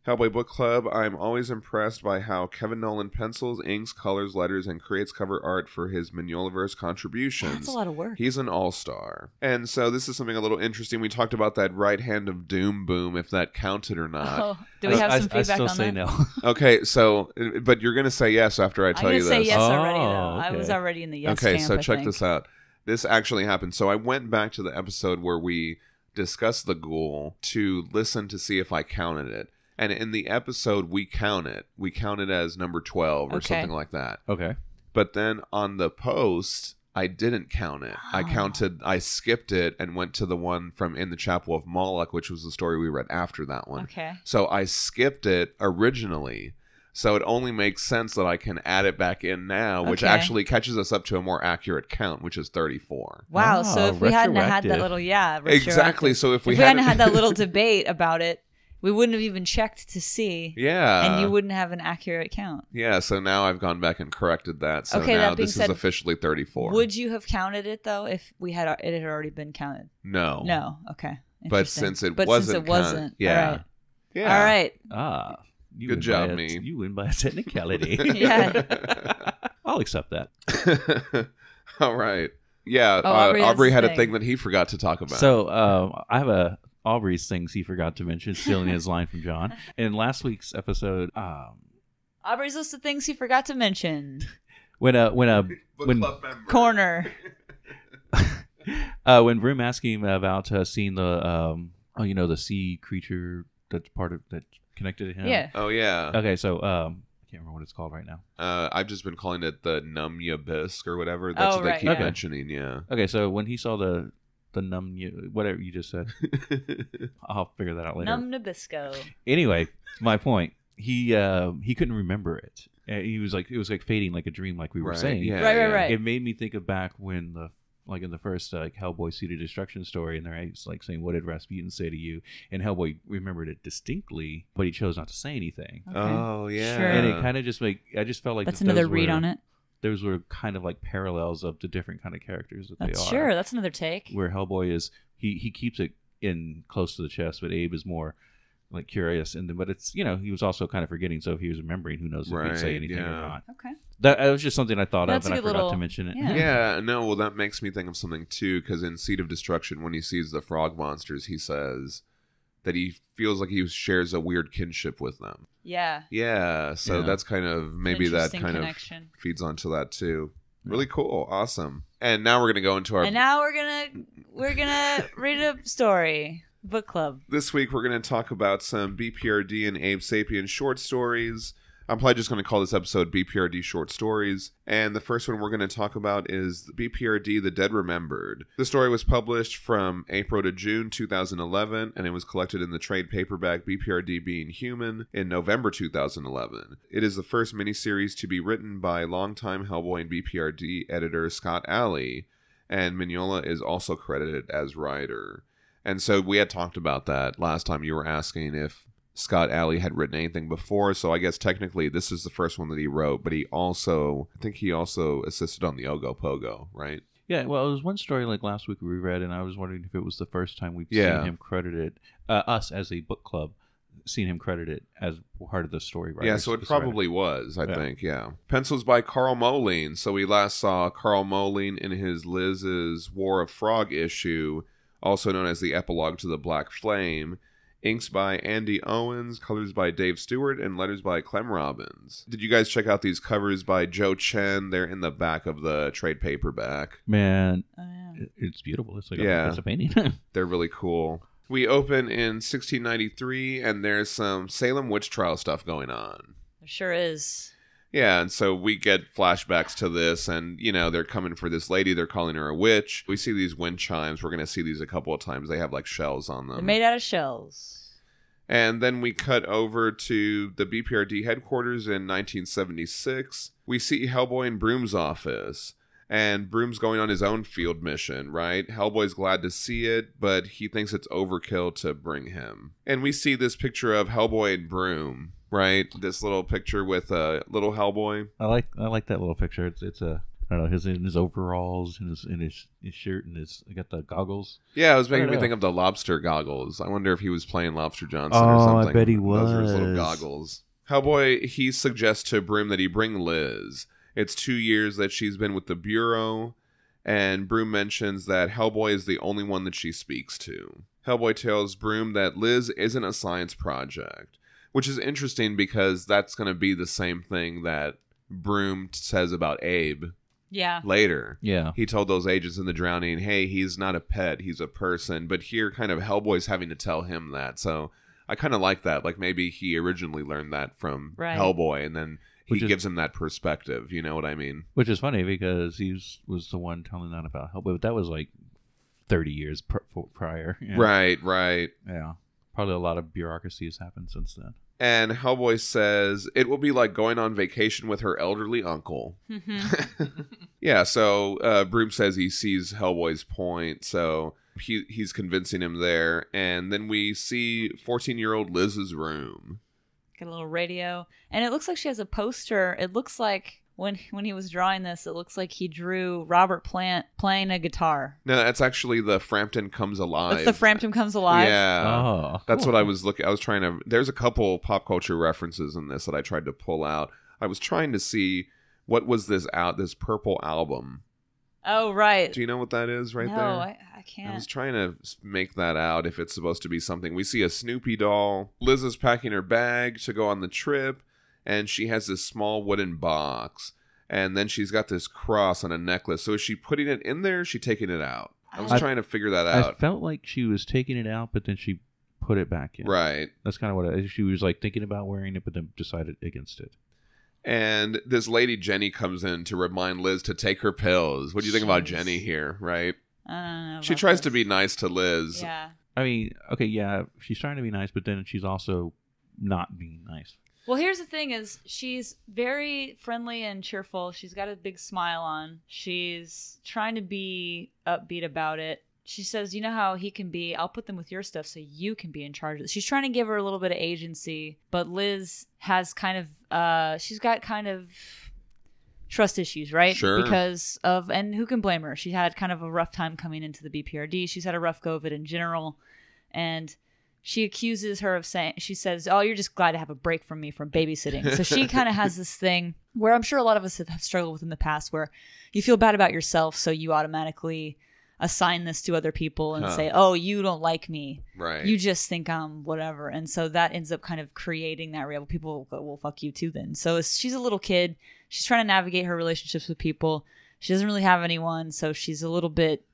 Speaker 2: Hellboy Book Club, I'm always impressed by how Kevin Nolan pencils, inks, colors, letters, and creates cover art for his Mignoliverse
Speaker 4: That's
Speaker 2: contributions.
Speaker 4: a lot of work.
Speaker 2: He's an all star. And so this is something a little interesting. We talked about that right hand of Doom Boom, if that counted or not.
Speaker 4: Oh, do we
Speaker 3: I-
Speaker 4: have
Speaker 3: I,
Speaker 4: some
Speaker 3: I
Speaker 4: feedback
Speaker 3: still
Speaker 4: on
Speaker 3: say
Speaker 4: that?
Speaker 3: no.
Speaker 2: Okay, so, but you're going to say yes after I
Speaker 4: I'm
Speaker 2: tell
Speaker 4: gonna
Speaker 2: you this.
Speaker 4: say yes
Speaker 3: Oh,
Speaker 4: already. Though I was
Speaker 3: okay.
Speaker 4: already in the yes
Speaker 2: okay,
Speaker 4: camp,
Speaker 2: so
Speaker 4: I
Speaker 2: check
Speaker 4: think.
Speaker 2: this out. This actually happened. So I went back to the episode where we discussed the ghoul to listen to see if I counted it. And in the episode, we count it. We count it as number 12 or
Speaker 4: Okay.
Speaker 2: something like that.
Speaker 3: okay,
Speaker 2: But then on the post, I didn't count it. I
Speaker 4: Oh.
Speaker 2: counted, I skipped it and went to the one from In the Chapel of Moloch, which was the story we read after that one.
Speaker 4: Okay.
Speaker 2: So I skipped it originally. So it only makes sense that I can add it back in now, which
Speaker 4: Okay.
Speaker 2: actually catches us up to a more accurate count, which is 34.
Speaker 4: Wow. so
Speaker 3: Oh,
Speaker 4: if we hadn't had that
Speaker 3: retroactive.
Speaker 4: little yeah,
Speaker 2: Exactly.
Speaker 4: retroactive.
Speaker 2: So if
Speaker 4: if
Speaker 2: we,
Speaker 4: we, hadn't
Speaker 2: hadn't-
Speaker 4: had that little debate about it, we wouldn't have even checked to see,
Speaker 2: yeah,
Speaker 4: and you wouldn't have an accurate count.
Speaker 2: yeah. So now I've gone back and corrected that. So
Speaker 4: Okay, that
Speaker 2: now
Speaker 4: being
Speaker 2: this is
Speaker 4: said,
Speaker 2: officially 34.
Speaker 4: Would you have counted it though if we had it had already been counted?
Speaker 2: no,
Speaker 4: No. Okay.
Speaker 2: But
Speaker 4: Interesting.
Speaker 2: since it
Speaker 4: but
Speaker 2: wasn't,
Speaker 4: since it
Speaker 2: counted-
Speaker 4: wasn't,
Speaker 2: yeah,
Speaker 4: All right.
Speaker 2: yeah.
Speaker 4: All right.
Speaker 3: ah, you
Speaker 2: Good
Speaker 3: win by
Speaker 2: job,
Speaker 3: a-
Speaker 2: me.
Speaker 3: You win by a technicality.
Speaker 4: Yeah.
Speaker 3: I'll accept that.
Speaker 2: All right. Yeah.
Speaker 4: Oh,
Speaker 2: uh, Aubrey,
Speaker 4: Aubrey has
Speaker 2: had
Speaker 4: his
Speaker 2: a
Speaker 4: thing.
Speaker 2: thing that he forgot to talk about.
Speaker 3: So um, I have a Aubrey's things he forgot to mention, stealing his line from John in last week's episode. Um,
Speaker 4: Aubrey's list of things he forgot to mention.
Speaker 3: when a when a
Speaker 2: Book
Speaker 3: when
Speaker 2: club member.
Speaker 4: Corner.
Speaker 3: uh, when Vroom asked him about uh, seeing the um, oh, you know, the sea creature that's part of that's connected to him.
Speaker 4: Yeah.
Speaker 2: Oh yeah.
Speaker 3: Okay, so um, I can't remember what it's called right now.
Speaker 2: Uh, I've just been calling it the Numya Bisque or whatever. That's
Speaker 4: Oh,
Speaker 2: what they
Speaker 4: right,
Speaker 2: keep
Speaker 3: yeah.
Speaker 2: mentioning. Yeah.
Speaker 3: Okay, so when he saw the the numb, whatever you just said, I'll figure that out later.
Speaker 4: Num Nabisco.
Speaker 3: anyway, my point. He uh, he couldn't remember it. Uh, He was like it was like fading like a dream, like we were
Speaker 2: right.
Speaker 3: saying.
Speaker 2: Yeah,
Speaker 4: Right,
Speaker 2: yeah.
Speaker 4: right, right.
Speaker 3: It made me think of back when the like in the first uh, like Hellboy Seed of Destruction story, and they're always, like saying, "What did Rasputin say to you?" And Hellboy remembered it distinctly, but he chose not to say anything.
Speaker 4: Okay.
Speaker 2: Oh yeah.
Speaker 4: Sure.
Speaker 3: And it kind of just make I just felt like
Speaker 4: that's
Speaker 3: that those
Speaker 4: another read
Speaker 3: were-
Speaker 4: on it.
Speaker 3: Those were kind of like parallels of the different kind of characters that
Speaker 4: That's
Speaker 3: they are
Speaker 4: sure. That's another take.
Speaker 3: where Hellboy is he he keeps it in close to the chest, but Abe is more like curious and then but it's you know he was also kind of forgetting so if he was remembering who knows if he'd
Speaker 2: Right,
Speaker 3: say anything
Speaker 2: yeah.
Speaker 3: or not
Speaker 4: Okay.
Speaker 3: that, that was just something i thought
Speaker 4: That's a
Speaker 3: of and i
Speaker 4: good
Speaker 3: forgot to
Speaker 4: little-
Speaker 3: mention it
Speaker 4: yeah.
Speaker 2: Yeah, no, well, that makes me think of something too, because in Seed of Destruction, when he sees the frog monsters, he says that he feels like he shares a weird kinship with them.
Speaker 4: Yeah.
Speaker 2: Yeah, so
Speaker 3: Yeah.
Speaker 2: that's kind of maybe that
Speaker 4: Interesting
Speaker 2: kind
Speaker 4: connection.
Speaker 2: of feeds onto that too. Really cool, awesome. And now we're gonna go into our
Speaker 4: And now we're gonna we're gonna read a story book club.
Speaker 2: This week we're going to talk about some BPRD and Abe Sapien short stories. I'm probably just going to call this episode BPRD Short Stories. And the first one we're going to talk about is BPRD The Dead Remembered. The story was published from April to June 2011, and it was collected in the trade paperback BPRD Being Human in November 2011. It is the first miniseries to be written by longtime Hellboy and BPRD editor Scott Alley, and Mignola is also credited as writer. And so we had talked about that last time you were asking if Scott Alley had written anything before. So I guess technically this is the first one that he wrote, but he also, I think he also assisted on the Ogopogo, right?
Speaker 3: Yeah, well, it was one story like last week we read, and I was wondering if it was the first time we've
Speaker 2: Yeah.
Speaker 3: seen him credited, uh, us as a book club, seen him credited as part of the story. Writers,
Speaker 2: yeah, so it
Speaker 3: this writer.
Speaker 2: probably was, I
Speaker 3: Yeah.
Speaker 2: think, yeah. Pencils by Carl Moline. So we last saw Carl Moline in his Liz's War of Frog issue, also known as the epilogue to the Black Flame. Inks by Andy Owens, colors by Dave Stewart, and letters by Clem Robbins. Did you guys check out these covers by Joe Chen? They're in the back of the trade paperback.
Speaker 3: Man,
Speaker 4: Oh, yeah.
Speaker 3: it- it's beautiful. It's like
Speaker 2: Yeah.
Speaker 3: a, it's a painting.
Speaker 2: They're really cool. We open in 1693, and there's some Salem witch trial stuff going on.
Speaker 4: There sure is.
Speaker 2: Yeah, and so we get flashbacks to this, and you know they're coming for this lady. They're calling her a witch. We see these wind chimes. We're gonna see these a couple of times. They have like shells on
Speaker 4: They're
Speaker 2: them.
Speaker 4: made out of shells.
Speaker 2: and then we cut over to the BPRD headquarters in 1976. We see Hellboy in Broom's office, and Broom's going on his own field mission. Right? Hellboy's glad to see it, but he thinks it's overkill to bring him. And we see this picture of Hellboy and Broom. Right? This little picture with a uh, little Hellboy.
Speaker 3: I like I like that little picture. It's it's a I don't know his in his overalls and his in his, his shirt and his I got the goggles.
Speaker 2: Yeah, it was
Speaker 3: I
Speaker 2: making
Speaker 3: don't
Speaker 2: me
Speaker 3: know.
Speaker 2: think of the lobster goggles. I wonder if he was playing Lobster Johnson or
Speaker 3: Oh, I
Speaker 2: something.
Speaker 3: bet he
Speaker 2: Those are his little
Speaker 3: was.
Speaker 2: goggles. Hellboy, he suggests to Broom that he bring Liz. It's two years that she's been with the Bureau, and Broom mentions that Hellboy is the only one that she speaks to. Hellboy tells Broom that Liz isn't a science project, which is interesting because that's going to be the same thing that Broom says about Abe
Speaker 4: Yeah.
Speaker 2: later
Speaker 3: Yeah,
Speaker 2: he told those agents in the drowning, hey, he's not a pet, he's a person. But here, kind of Hellboy's having to tell him that. So I kind of like that. Like maybe he originally learned that from
Speaker 4: Right.
Speaker 2: Hellboy, and then he
Speaker 3: Which is-
Speaker 2: gives him that perspective. You know what I mean?
Speaker 3: which is funny because he was, was the one telling that about Hellboy, but that was like thirty years pr- for- prior. Yeah.
Speaker 2: Right, right.
Speaker 3: Yeah, probably a lot of bureaucracy has happened since then.
Speaker 2: And Hellboy says, it will be like going on vacation with her elderly uncle.
Speaker 4: Mm-hmm.
Speaker 2: Yeah, so uh, Broom says he sees Hellboy's point, so he he's convincing him there. And then we see 14 year old Liz's room.
Speaker 4: Got a little radio, and it looks like she has a poster. It looks like when when he was drawing this, it looks like he drew Robert Plant playing a guitar.
Speaker 2: No, that's actually the Frampton Comes Alive.
Speaker 4: That's the Frampton Comes Alive.
Speaker 2: Yeah.
Speaker 3: oh,
Speaker 2: Uh, That's
Speaker 3: cool.
Speaker 2: what I was looking. I was trying to. There's a couple pop culture references in this that I tried to pull out. I was trying to see what was this out this purple album.
Speaker 4: Oh right.
Speaker 2: Do you know what that is right
Speaker 4: no,
Speaker 2: there?
Speaker 4: I, I
Speaker 2: I was
Speaker 4: can't.
Speaker 2: trying to s- make that out if it's supposed to be something. We see a Snoopy doll. Liz is packing her bag to go on the trip, and she has this small wooden box. And then she's got this cross on a necklace. So is she putting it in there? Or is she taking it out? I was
Speaker 4: I-
Speaker 2: trying to figure that
Speaker 3: I
Speaker 2: out.
Speaker 3: felt like she was taking it out, but then she put it back in.
Speaker 2: Right.
Speaker 3: That's kind of what I, she was like thinking about wearing it, but then decided against it.
Speaker 2: And this lady Jenny comes in to remind Liz to take her pills. What do you think about
Speaker 4: Jeez.
Speaker 2: Jenny here, right?
Speaker 4: I don't know
Speaker 2: She
Speaker 4: about
Speaker 2: tries
Speaker 4: this.
Speaker 2: to be nice to Liz.
Speaker 4: Yeah.
Speaker 3: I mean, okay, yeah, she's trying to be nice, but then she's also not being nice.
Speaker 4: Well, here's the thing: is she's very friendly and cheerful. She's got a big smile on. She's trying to be upbeat about it. She says, "You know how he can be. I'll put them with your stuff, so you can be in charge." of it." She's trying to give her a little bit of agency, but Liz has kind of, uh, she's got kind of trust issues, right?
Speaker 2: Sure.
Speaker 4: Because of and who can blame her? She had kind of a rough time coming into the BPRD. She's had a rough go of it in general, and she accuses her of saying she says oh you're just glad to have a break from me from babysitting so she kind of has this thing where i'm sure a lot of us have have struggled with in the past where you feel bad about yourself so you automatically assign this to other people and
Speaker 2: Huh.
Speaker 4: say oh you don't like me
Speaker 2: Right.
Speaker 4: you just think i'm whatever and so that ends up kind of creating that real people will go well fuck you too then so it's, she's a little kid she's trying to navigate her relationships with people she doesn't really have anyone so she's a little bit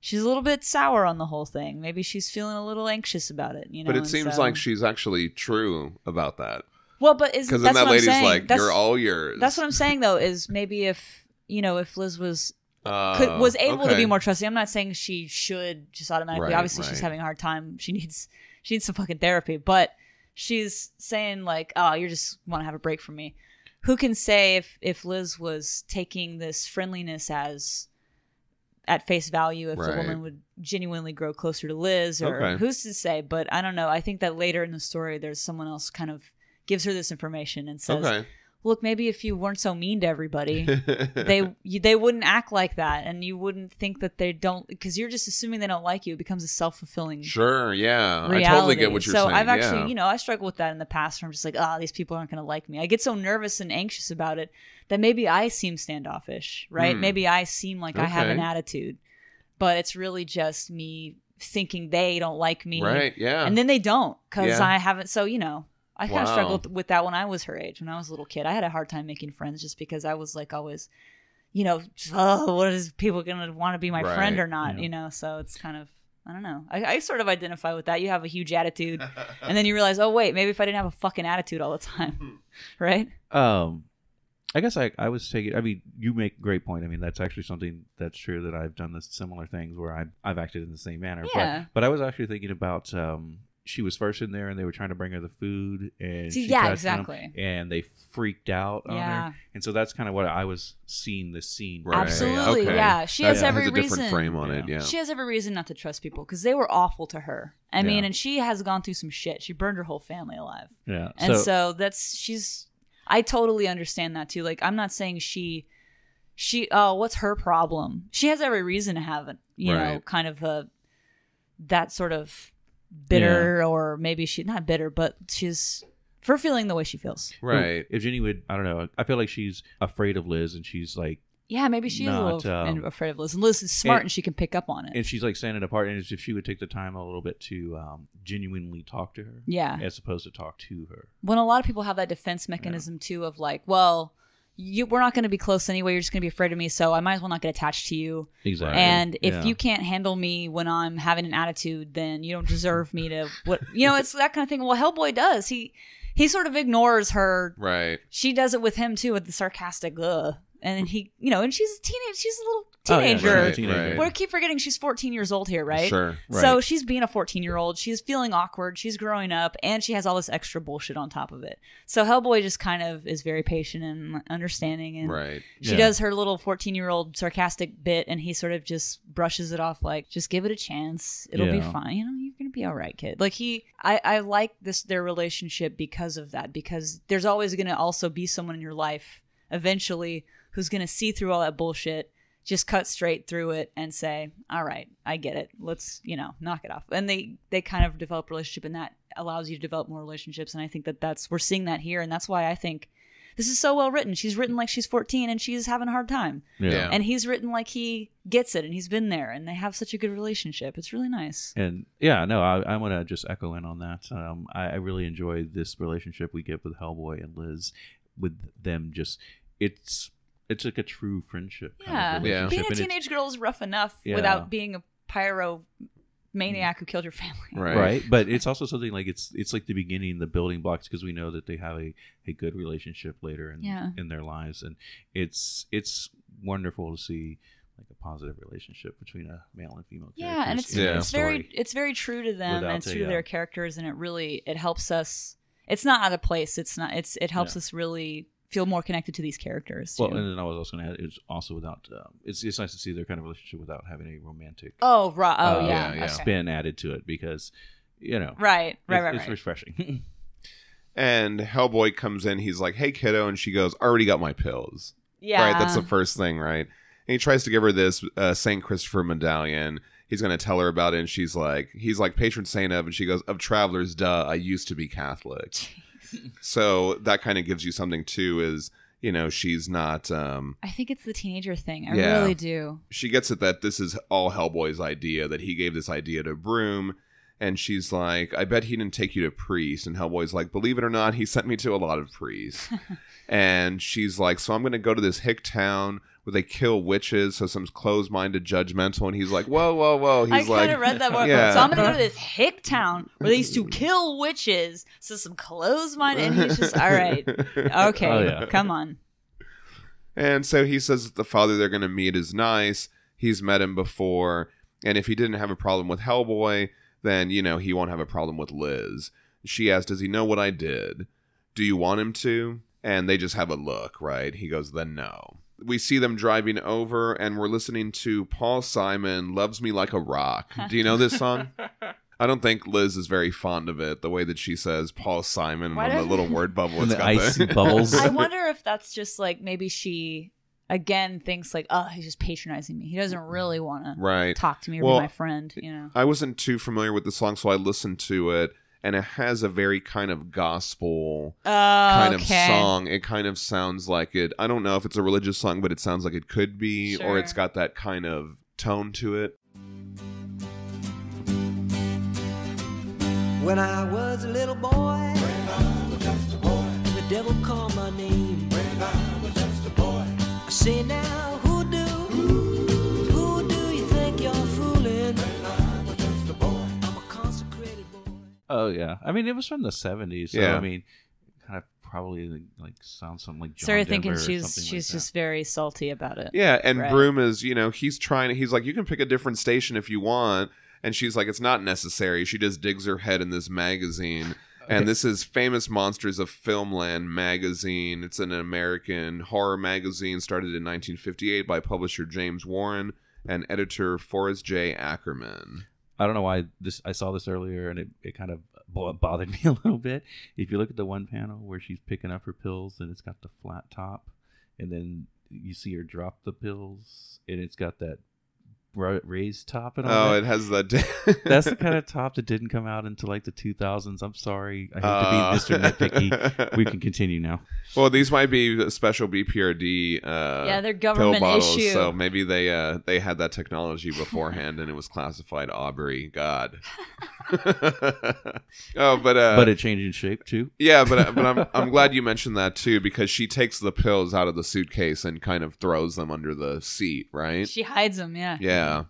Speaker 4: she's a little bit sour on the whole thing maybe she's feeling a little anxious about it you know
Speaker 2: but it
Speaker 4: and
Speaker 2: seems
Speaker 4: so-
Speaker 2: like she's actually true about that.
Speaker 4: well but is
Speaker 2: Because
Speaker 4: that's
Speaker 2: then that
Speaker 4: what
Speaker 2: lady's
Speaker 4: I'm saying.
Speaker 2: like,
Speaker 4: that's,
Speaker 2: you're all yours.
Speaker 4: that's what i'm saying though is maybe if you know if liz was
Speaker 2: Uh,
Speaker 4: could, was able to
Speaker 2: okay.
Speaker 4: be more trusting i'm not saying she should just automatically
Speaker 2: Right,
Speaker 4: obviously she's
Speaker 2: right.
Speaker 4: having a hard time she needs she needs some fucking therapy but she's saying like oh you just want to have a break from me who can say if if liz was taking this friendliness as at face value if
Speaker 2: Right.
Speaker 4: the woman would genuinely grow closer to Liz or
Speaker 2: Okay.
Speaker 4: who's to say. But I don't know. I think that later in the story, there's someone else kind of gives her this information and says,
Speaker 2: okay.
Speaker 4: "Look, maybe if you weren't so mean to everybody." they you, they wouldn't act like that and you wouldn't think that they don't because you're just assuming they don't like you it becomes a self-fulfilling
Speaker 2: sure, yeah.
Speaker 4: reality
Speaker 2: I totally get what you're
Speaker 4: so
Speaker 2: saying.
Speaker 4: i've actually
Speaker 2: yeah.
Speaker 4: you know i struggle with that in the past where i'm just like ah these people aren't going to like me i get so nervous and anxious about it that maybe i seem standoffish right
Speaker 2: Hmm.
Speaker 4: maybe i seem like i have an
Speaker 2: Okay.
Speaker 4: attitude but it's really just me thinking they don't like me
Speaker 2: right, yeah.
Speaker 4: and then they don't because
Speaker 2: Yeah.
Speaker 4: I haven't. So you know, I kind
Speaker 2: Wow.
Speaker 4: of struggled with that when I was her age. When I was a little kid, I had a hard time making friends just because I was like always, you know, oh, what is people gonna want to be my friend
Speaker 2: Right.
Speaker 4: or not?
Speaker 3: Yeah.
Speaker 4: You know, so it's kind of I don't know. I, I sort of identify with that. You have a huge attitude, and then you realize, oh wait, maybe if I didn't have a fucking attitude all the
Speaker 3: Hmm.
Speaker 4: time, right?
Speaker 3: Um, I guess I I was taking. I mean, you make a great point. I mean, that's actually something that's true that I've done this similar things where I I've acted in the same manner.
Speaker 4: Yeah.
Speaker 3: But, but I was actually thinking about um, she was first in there and they were trying to bring her the food and
Speaker 4: See,
Speaker 3: she
Speaker 4: yeah,
Speaker 3: passed out,
Speaker 4: exactly.
Speaker 3: and they freaked out on
Speaker 4: Yeah,
Speaker 3: her, and so that's kind of what I was seeing this scene.
Speaker 2: Right.
Speaker 4: absolutely.
Speaker 2: okay.
Speaker 4: Yeah, she
Speaker 2: That
Speaker 4: has every
Speaker 2: has a
Speaker 4: reason.
Speaker 2: different frame on it,
Speaker 3: Yeah.
Speaker 2: yeah.
Speaker 4: She has every reason not to trust people because they were awful to her. I mean,
Speaker 3: Yeah.
Speaker 4: and she has gone through some shit. She burned her whole family alive.
Speaker 3: Yeah.
Speaker 4: And so, that's she's I totally understand that too. Like I'm not saying she she oh, what's her problem? She has every reason to have it, you know,
Speaker 2: Right.
Speaker 4: kind of a that sort of bitter or maybe she not bitter, but she's for feeling the way she feels.
Speaker 2: right.
Speaker 3: If Jenny would, I don't know. I feel like she's afraid of Liz, and she's like,
Speaker 4: Yeah, maybe she is a
Speaker 3: Not,
Speaker 4: little f-
Speaker 3: um,
Speaker 4: afraid of Liz. And Liz is smart
Speaker 3: and-
Speaker 4: and, she can pick up on it.
Speaker 3: and she's like standing apart. And it's if she would take the time a little bit to um, genuinely talk to her,
Speaker 4: yeah.
Speaker 3: as opposed to talk to her.
Speaker 4: When a lot of people have that defense mechanism too of like, well, you, we're not going to be close anyway. You're just going to be afraid of me, so I might as well not get attached to you.
Speaker 3: Exactly.
Speaker 4: And if
Speaker 3: Yeah.
Speaker 4: you can't handle me when I'm having an attitude, then you don't deserve me to what you know, it's that kind of thing. Well, Hellboy does. He he sort of ignores her.
Speaker 2: Right.
Speaker 4: She does it with him too, with the sarcastic ugh. And then he you know, and she's a teenage she's a little
Speaker 3: Oh, yeah,
Speaker 4: teenager.
Speaker 3: right,
Speaker 2: Right,
Speaker 3: teenager.
Speaker 2: right.
Speaker 4: We're I keep forgetting she's 14 years old here, right?
Speaker 2: Sure.
Speaker 4: So
Speaker 3: Right.
Speaker 4: she's being a 14 year old. She's feeling awkward. She's growing up and she has all this extra bullshit on top of it. So Hellboy just kind of is very patient and understanding and
Speaker 2: Right.
Speaker 4: she
Speaker 3: Yeah.
Speaker 4: does her little 14 year old sarcastic bit, and he sort of just brushes it off like, just give it a chance. It'll be
Speaker 3: Yeah.
Speaker 4: fine. You know, you're going to be all right, kid. Like, he, I, I like this, their relationship because of that, because there's always going to also be someone in your life eventually who's going to see through all that bullshit, just cut straight through it and say, all right, I get it. Let's, you know, knock it off. And they, they kind of develop a relationship, and that allows you to develop more relationships. And I think that that's, we're seeing that here. And that's why I think this is so well written. She's written like she's 14 and she's having a hard time.
Speaker 2: Yeah.
Speaker 4: And he's written like he gets it and he's been there and they have such a good relationship. It's really nice.
Speaker 3: And yeah, no, I, I want to just echo in on that. Um, I, I really enjoy this relationship we get with Hellboy and Liz, with them just it's it's like a true friendship.
Speaker 4: Yeah.
Speaker 3: Kind of
Speaker 2: Yeah.
Speaker 3: relationship.
Speaker 4: Being a
Speaker 3: and it's-
Speaker 4: teenage girl is rough enough
Speaker 3: Yeah.
Speaker 4: without being a pyro maniac who killed your family.
Speaker 2: Right.
Speaker 3: Right. but it's also something like it's it's like the beginning, the building blocks, because we know that they have a, a good relationship later in
Speaker 4: Yeah.
Speaker 3: in their lives, and it's it's wonderful to see like a positive relationship between a male and female.
Speaker 4: Yeah, and
Speaker 3: characters
Speaker 4: it's
Speaker 3: in that
Speaker 4: it's very
Speaker 3: story.
Speaker 4: it's very true to them
Speaker 3: Without
Speaker 4: and it's
Speaker 3: the,
Speaker 4: true to
Speaker 3: uh,
Speaker 4: their characters and it really it helps us it's not out of place. It's not it's it helps
Speaker 3: Yeah.
Speaker 4: us really feel more connected to these characters.
Speaker 3: Well,
Speaker 4: too.
Speaker 3: and then I was also going to add, it's also without, um, it's, it's nice to see their kind of relationship without having any romantic
Speaker 4: oh, right. Oh,
Speaker 3: uh,
Speaker 4: yeah.
Speaker 2: yeah, yeah.
Speaker 4: okay.
Speaker 3: spin added to it because, you know,
Speaker 4: Right, right,
Speaker 3: it's,
Speaker 4: right,
Speaker 3: it's
Speaker 4: right.
Speaker 3: refreshing.
Speaker 2: And Hellboy comes in. He's like, "Hey, kiddo," and she goes, "I already got my pills."
Speaker 4: yeah.
Speaker 2: Right. That's the first thing. Right. And he tries to give her this uh, Saint Christopher medallion. He's gonna tell her about it, and she's like, "He's like patron saint of," and she goes, "Of travelers, duh. I used to be Catholic." so that kind of gives you something too. Is you know she's not. um
Speaker 4: I think it's the teenager thing. I
Speaker 2: Yeah.
Speaker 4: really do.
Speaker 2: she gets it that this is all Hellboy's idea, that he gave this idea to Broom. And she's like, I bet he didn't take you to priest. And Hellboy's like, believe it or not, he sent me to a lot of priests. and she's like, so I'm going to go to this hick town where they kill witches. So some closed minded judgmental. And he's like, whoa, whoa, whoa. He's
Speaker 4: I
Speaker 2: like,
Speaker 4: kind of read that one.
Speaker 2: Yeah.
Speaker 4: So I'm gonna go to this hick town where they used to kill witches. So some clothes mine, and he's just all right. Okay,
Speaker 3: Oh, yeah.
Speaker 4: come on.
Speaker 2: And so he says that the father they're going to meet is nice. He's met him before. And if he didn't have a problem with Hellboy, then, you know, he won't have a problem with Liz. She asks, Does he know what I did? Do you want him to? And they just have a look, right? He goes, Then no. we see them driving over and we're listening to Paul Simon Loves Me Like a Rock. Do you know this song? I don't think Liz is very fond of it, the way that she says Paul Simon
Speaker 4: Why
Speaker 2: and the
Speaker 4: don't-
Speaker 2: little word bubble. it's
Speaker 3: And the
Speaker 2: got
Speaker 3: icy bubbles.
Speaker 4: I wonder if that's just like maybe she again thinks like, oh, he's just patronizing me. He doesn't really want to
Speaker 2: right.
Speaker 4: talk to me or
Speaker 2: Well,
Speaker 4: be my friend. You know,
Speaker 2: I wasn't too familiar with the song, so I listened to it, and it has a very kind of gospel kind
Speaker 4: okay.
Speaker 2: of song. It kind of sounds like it. I don't know if it's a religious song, but it sounds like it could be, or
Speaker 4: Sure.
Speaker 2: it's got that kind of tone to it.
Speaker 6: When I was a little boy, the devil called my name. I say now, who do? Who do you think you're fooling? I'm a consecrated boy.
Speaker 3: Oh yeah, I mean it was from the seventies. So,
Speaker 2: Yeah.
Speaker 3: I mean, kind of probably like sounds something like John.
Speaker 4: Sarah thinking
Speaker 3: Denver or
Speaker 4: she's
Speaker 3: something like
Speaker 4: she's
Speaker 3: that.
Speaker 4: just very salty about it.
Speaker 2: Yeah, and
Speaker 4: Right.
Speaker 2: Broom is, you know, he's trying. He's like, you can pick a different station if you want, and she's like, it's not necessary. She just digs her head in this magazine.
Speaker 3: Okay.
Speaker 2: And this is Famous Monsters of Filmland magazine. It's an American horror magazine started in 1958 by publisher James Warren and editor Forrest J. Ackerman.
Speaker 3: I don't know why this. I saw this earlier and it, it kind of bo- bothered me a little bit. If you look at the one panel where she's picking up her pills and it's got the flat top, and then you see her drop the pills and it's got that ra- raised top and all
Speaker 2: Oh,
Speaker 3: that.
Speaker 2: it has the.
Speaker 3: uh, That's the kind of top that didn't come out until like the 2000s. I'm sorry. I hate to
Speaker 2: Oh.
Speaker 3: be Mr. Nitpicky. We can continue now.
Speaker 2: Well, these might be special BPRD. Uh,
Speaker 4: yeah, they're
Speaker 2: pill
Speaker 4: government
Speaker 2: bottles.
Speaker 4: issue.
Speaker 2: So maybe they uh, they had that technology beforehand, and it was classified Aubrey. God. oh, but uh,
Speaker 3: but it changed in shape too.
Speaker 2: yeah, but but I'm I'm glad you mentioned that too because she takes the pills out of the suitcase and kind of throws them under the seat, right?
Speaker 4: She hides them. Yeah.
Speaker 2: yeah.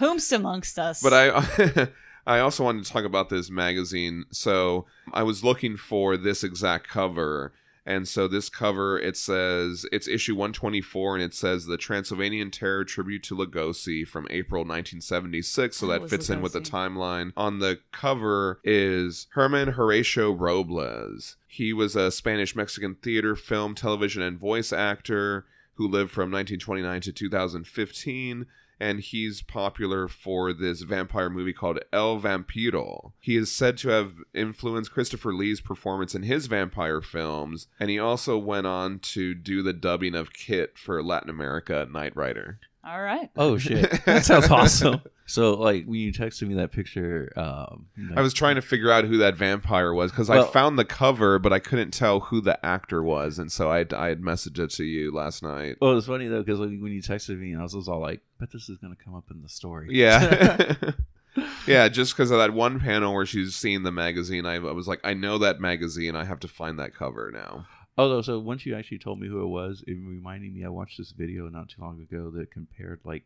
Speaker 4: Whomst amongst us?
Speaker 2: But I I also wanted to talk about this magazine. So I was looking for this exact cover. And so this cover, it says it's issue 124, and it says the Transylvanian Terror tribute to Lugosi from April 1976. So
Speaker 4: Who
Speaker 2: that
Speaker 4: was
Speaker 2: fits in with the
Speaker 4: Lugosi?
Speaker 2: timeline. On the cover is Herman Horatio Robles. He was a Spanish Mexican theater, film, television, and voice actor who lived from 1929 to 2015 and he's popular for this vampire movie called El Vampiro. He is said to have influenced Christopher Lee's performance in his vampire films, and he also went on to do the dubbing of Kit for Latin America at Knight Rider.
Speaker 4: All right.
Speaker 3: Oh shit, that sounds awesome. So like when you texted me that picture, um,
Speaker 2: I was trying to figure out who that vampire was because
Speaker 3: Well-
Speaker 2: I found the cover, but I couldn't tell who the actor was, and so I I had messaged it to you last night.
Speaker 3: Well, it's funny though because when when you texted me, I was, was all like, "Bet this is gonna come up in the story."
Speaker 2: Yeah. yeah, just because of that one panel where she's seeing the magazine, I, I was like, I know that magazine. I have to find that cover now.
Speaker 3: Although, so once you actually told me who it was, it reminded me. I watched this video not too long ago that compared like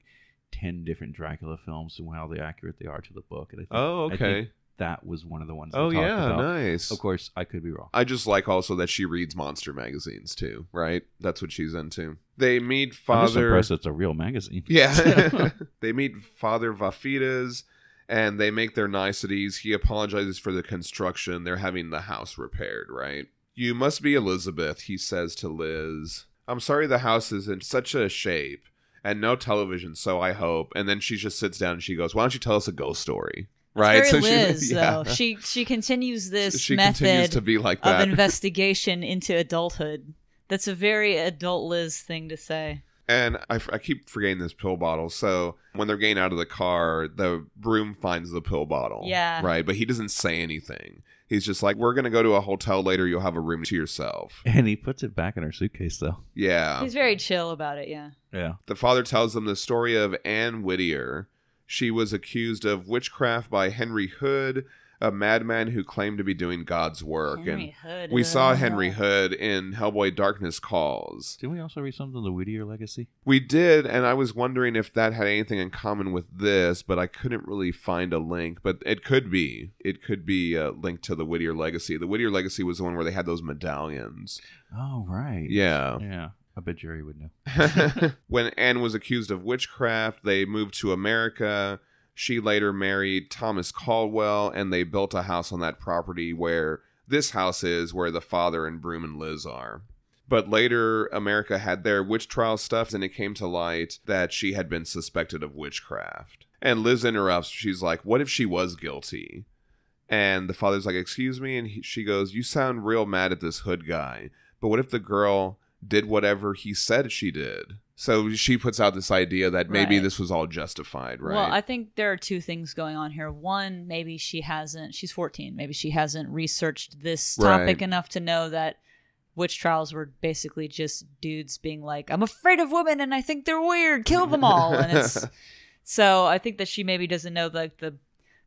Speaker 3: ten different Dracula films and how they accurate they are to the book. And I think,
Speaker 2: Oh,
Speaker 3: I
Speaker 2: okay.
Speaker 3: think that was one of the ones.
Speaker 2: Oh,
Speaker 3: I talked
Speaker 2: yeah.
Speaker 3: about.
Speaker 2: Nice.
Speaker 3: Of course, I could be wrong.
Speaker 2: I just like also that she reads monster magazines too, right? That's what she's into. They meet
Speaker 3: I'm just
Speaker 2: Father.
Speaker 3: impressed it's a real magazine.
Speaker 2: Yeah. they meet Father Vafitas and they make their niceties. He apologizes for the construction. They're having the house repaired, right? You must be Elizabeth, he says to Liz. I'm sorry the house is in such a shape and no television, so I hope. And then she just sits down and she goes, Why don't you tell us a ghost story? Right?
Speaker 4: Very
Speaker 2: So
Speaker 4: Liz,
Speaker 2: she, yeah.
Speaker 4: though. She she continues this
Speaker 2: She continues
Speaker 4: method
Speaker 2: to be like
Speaker 4: of
Speaker 2: that.
Speaker 4: investigation into adulthood. That's a very adult Liz thing to say.
Speaker 2: And I, f- I keep forgetting this pill bottle. So when they're getting out of the car, the broom finds the pill bottle.
Speaker 4: Yeah.
Speaker 2: Right. But he doesn't say anything. He's just like, we're going to go to a hotel later. You'll have a room to yourself.
Speaker 3: and he puts it back in her suitcase though.
Speaker 2: Yeah.
Speaker 4: He's very chill about it. Yeah.
Speaker 3: Yeah.
Speaker 2: The father tells them the story of Anne Whittier. She was accused of witchcraft by Henry Hood, a madman who claimed to be doing God's work.
Speaker 4: Henry Hood.
Speaker 2: and we saw
Speaker 4: uh,
Speaker 2: Henry Hood in Hellboy Darkness Calls.
Speaker 3: Didn't we also read something on the Whittier legacy?
Speaker 2: We did, and I was wondering if that had anything in common with this, but I couldn't really find a link. But it could be. It could be uh, linked to the Whittier Legacy. The Whittier Legacy was the one where they had those medallions.
Speaker 3: Oh right.
Speaker 2: Yeah.
Speaker 3: Yeah. I bet Jerry would know.
Speaker 2: when Anne was accused of witchcraft, they moved to America. She later married Thomas Caldwell, and they built a house on that property where this house is, where the father and Broom and Liz are. But later, America had their witch trial stuff, and it came to light that she had been suspected of witchcraft. And Liz interrupts. She's like, What if she was guilty? And the father's like, Excuse me. And he, she goes, You sound real mad at this hood guy. But what if the girl did whatever he said she did? So she puts out this idea that maybe
Speaker 4: Right.
Speaker 2: this was all justified, right?
Speaker 4: Well, I think there are two things going on here. One, maybe she hasn't, she's 14, maybe she hasn't researched this topic
Speaker 2: Right.
Speaker 4: enough to know that witch trials were basically just dudes being like, I'm afraid of women and I think they're weird, kill them all. And it's so I think that she maybe doesn't know like the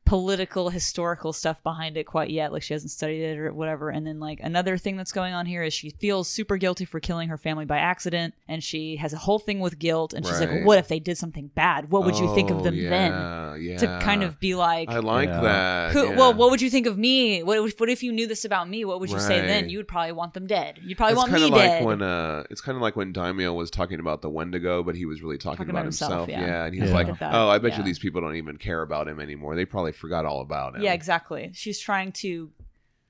Speaker 4: political historical stuff behind it quite yet like she hasn't studied it or whatever and then like another thing that's going on here is she feels super guilty for killing her family by accident and she has a whole thing with guilt and she's
Speaker 2: Right.
Speaker 4: like what if they did something bad what would you think of
Speaker 2: Oh,
Speaker 4: them then
Speaker 2: yeah, Yeah.
Speaker 4: to kind of be like
Speaker 2: I like
Speaker 3: Yeah.
Speaker 2: that.
Speaker 4: who,
Speaker 2: yeah.
Speaker 4: well what would you think of me what if, what if you knew this about me what would you say then
Speaker 2: Right.
Speaker 4: you would probably want them dead you'd probably
Speaker 2: it's
Speaker 4: want
Speaker 2: kind
Speaker 4: me
Speaker 2: of like
Speaker 4: dead
Speaker 2: when uh, it's kind of like when Daimyo was talking about the Wendigo, but he was really talking, about, himself. Yeah. and he's
Speaker 3: Yeah.
Speaker 2: like,
Speaker 4: Look at that.
Speaker 2: "Oh, I bet you
Speaker 4: Yeah.
Speaker 2: these people don't even care about him anymore. They probably forgot all about him."
Speaker 4: yeah exactly she's trying to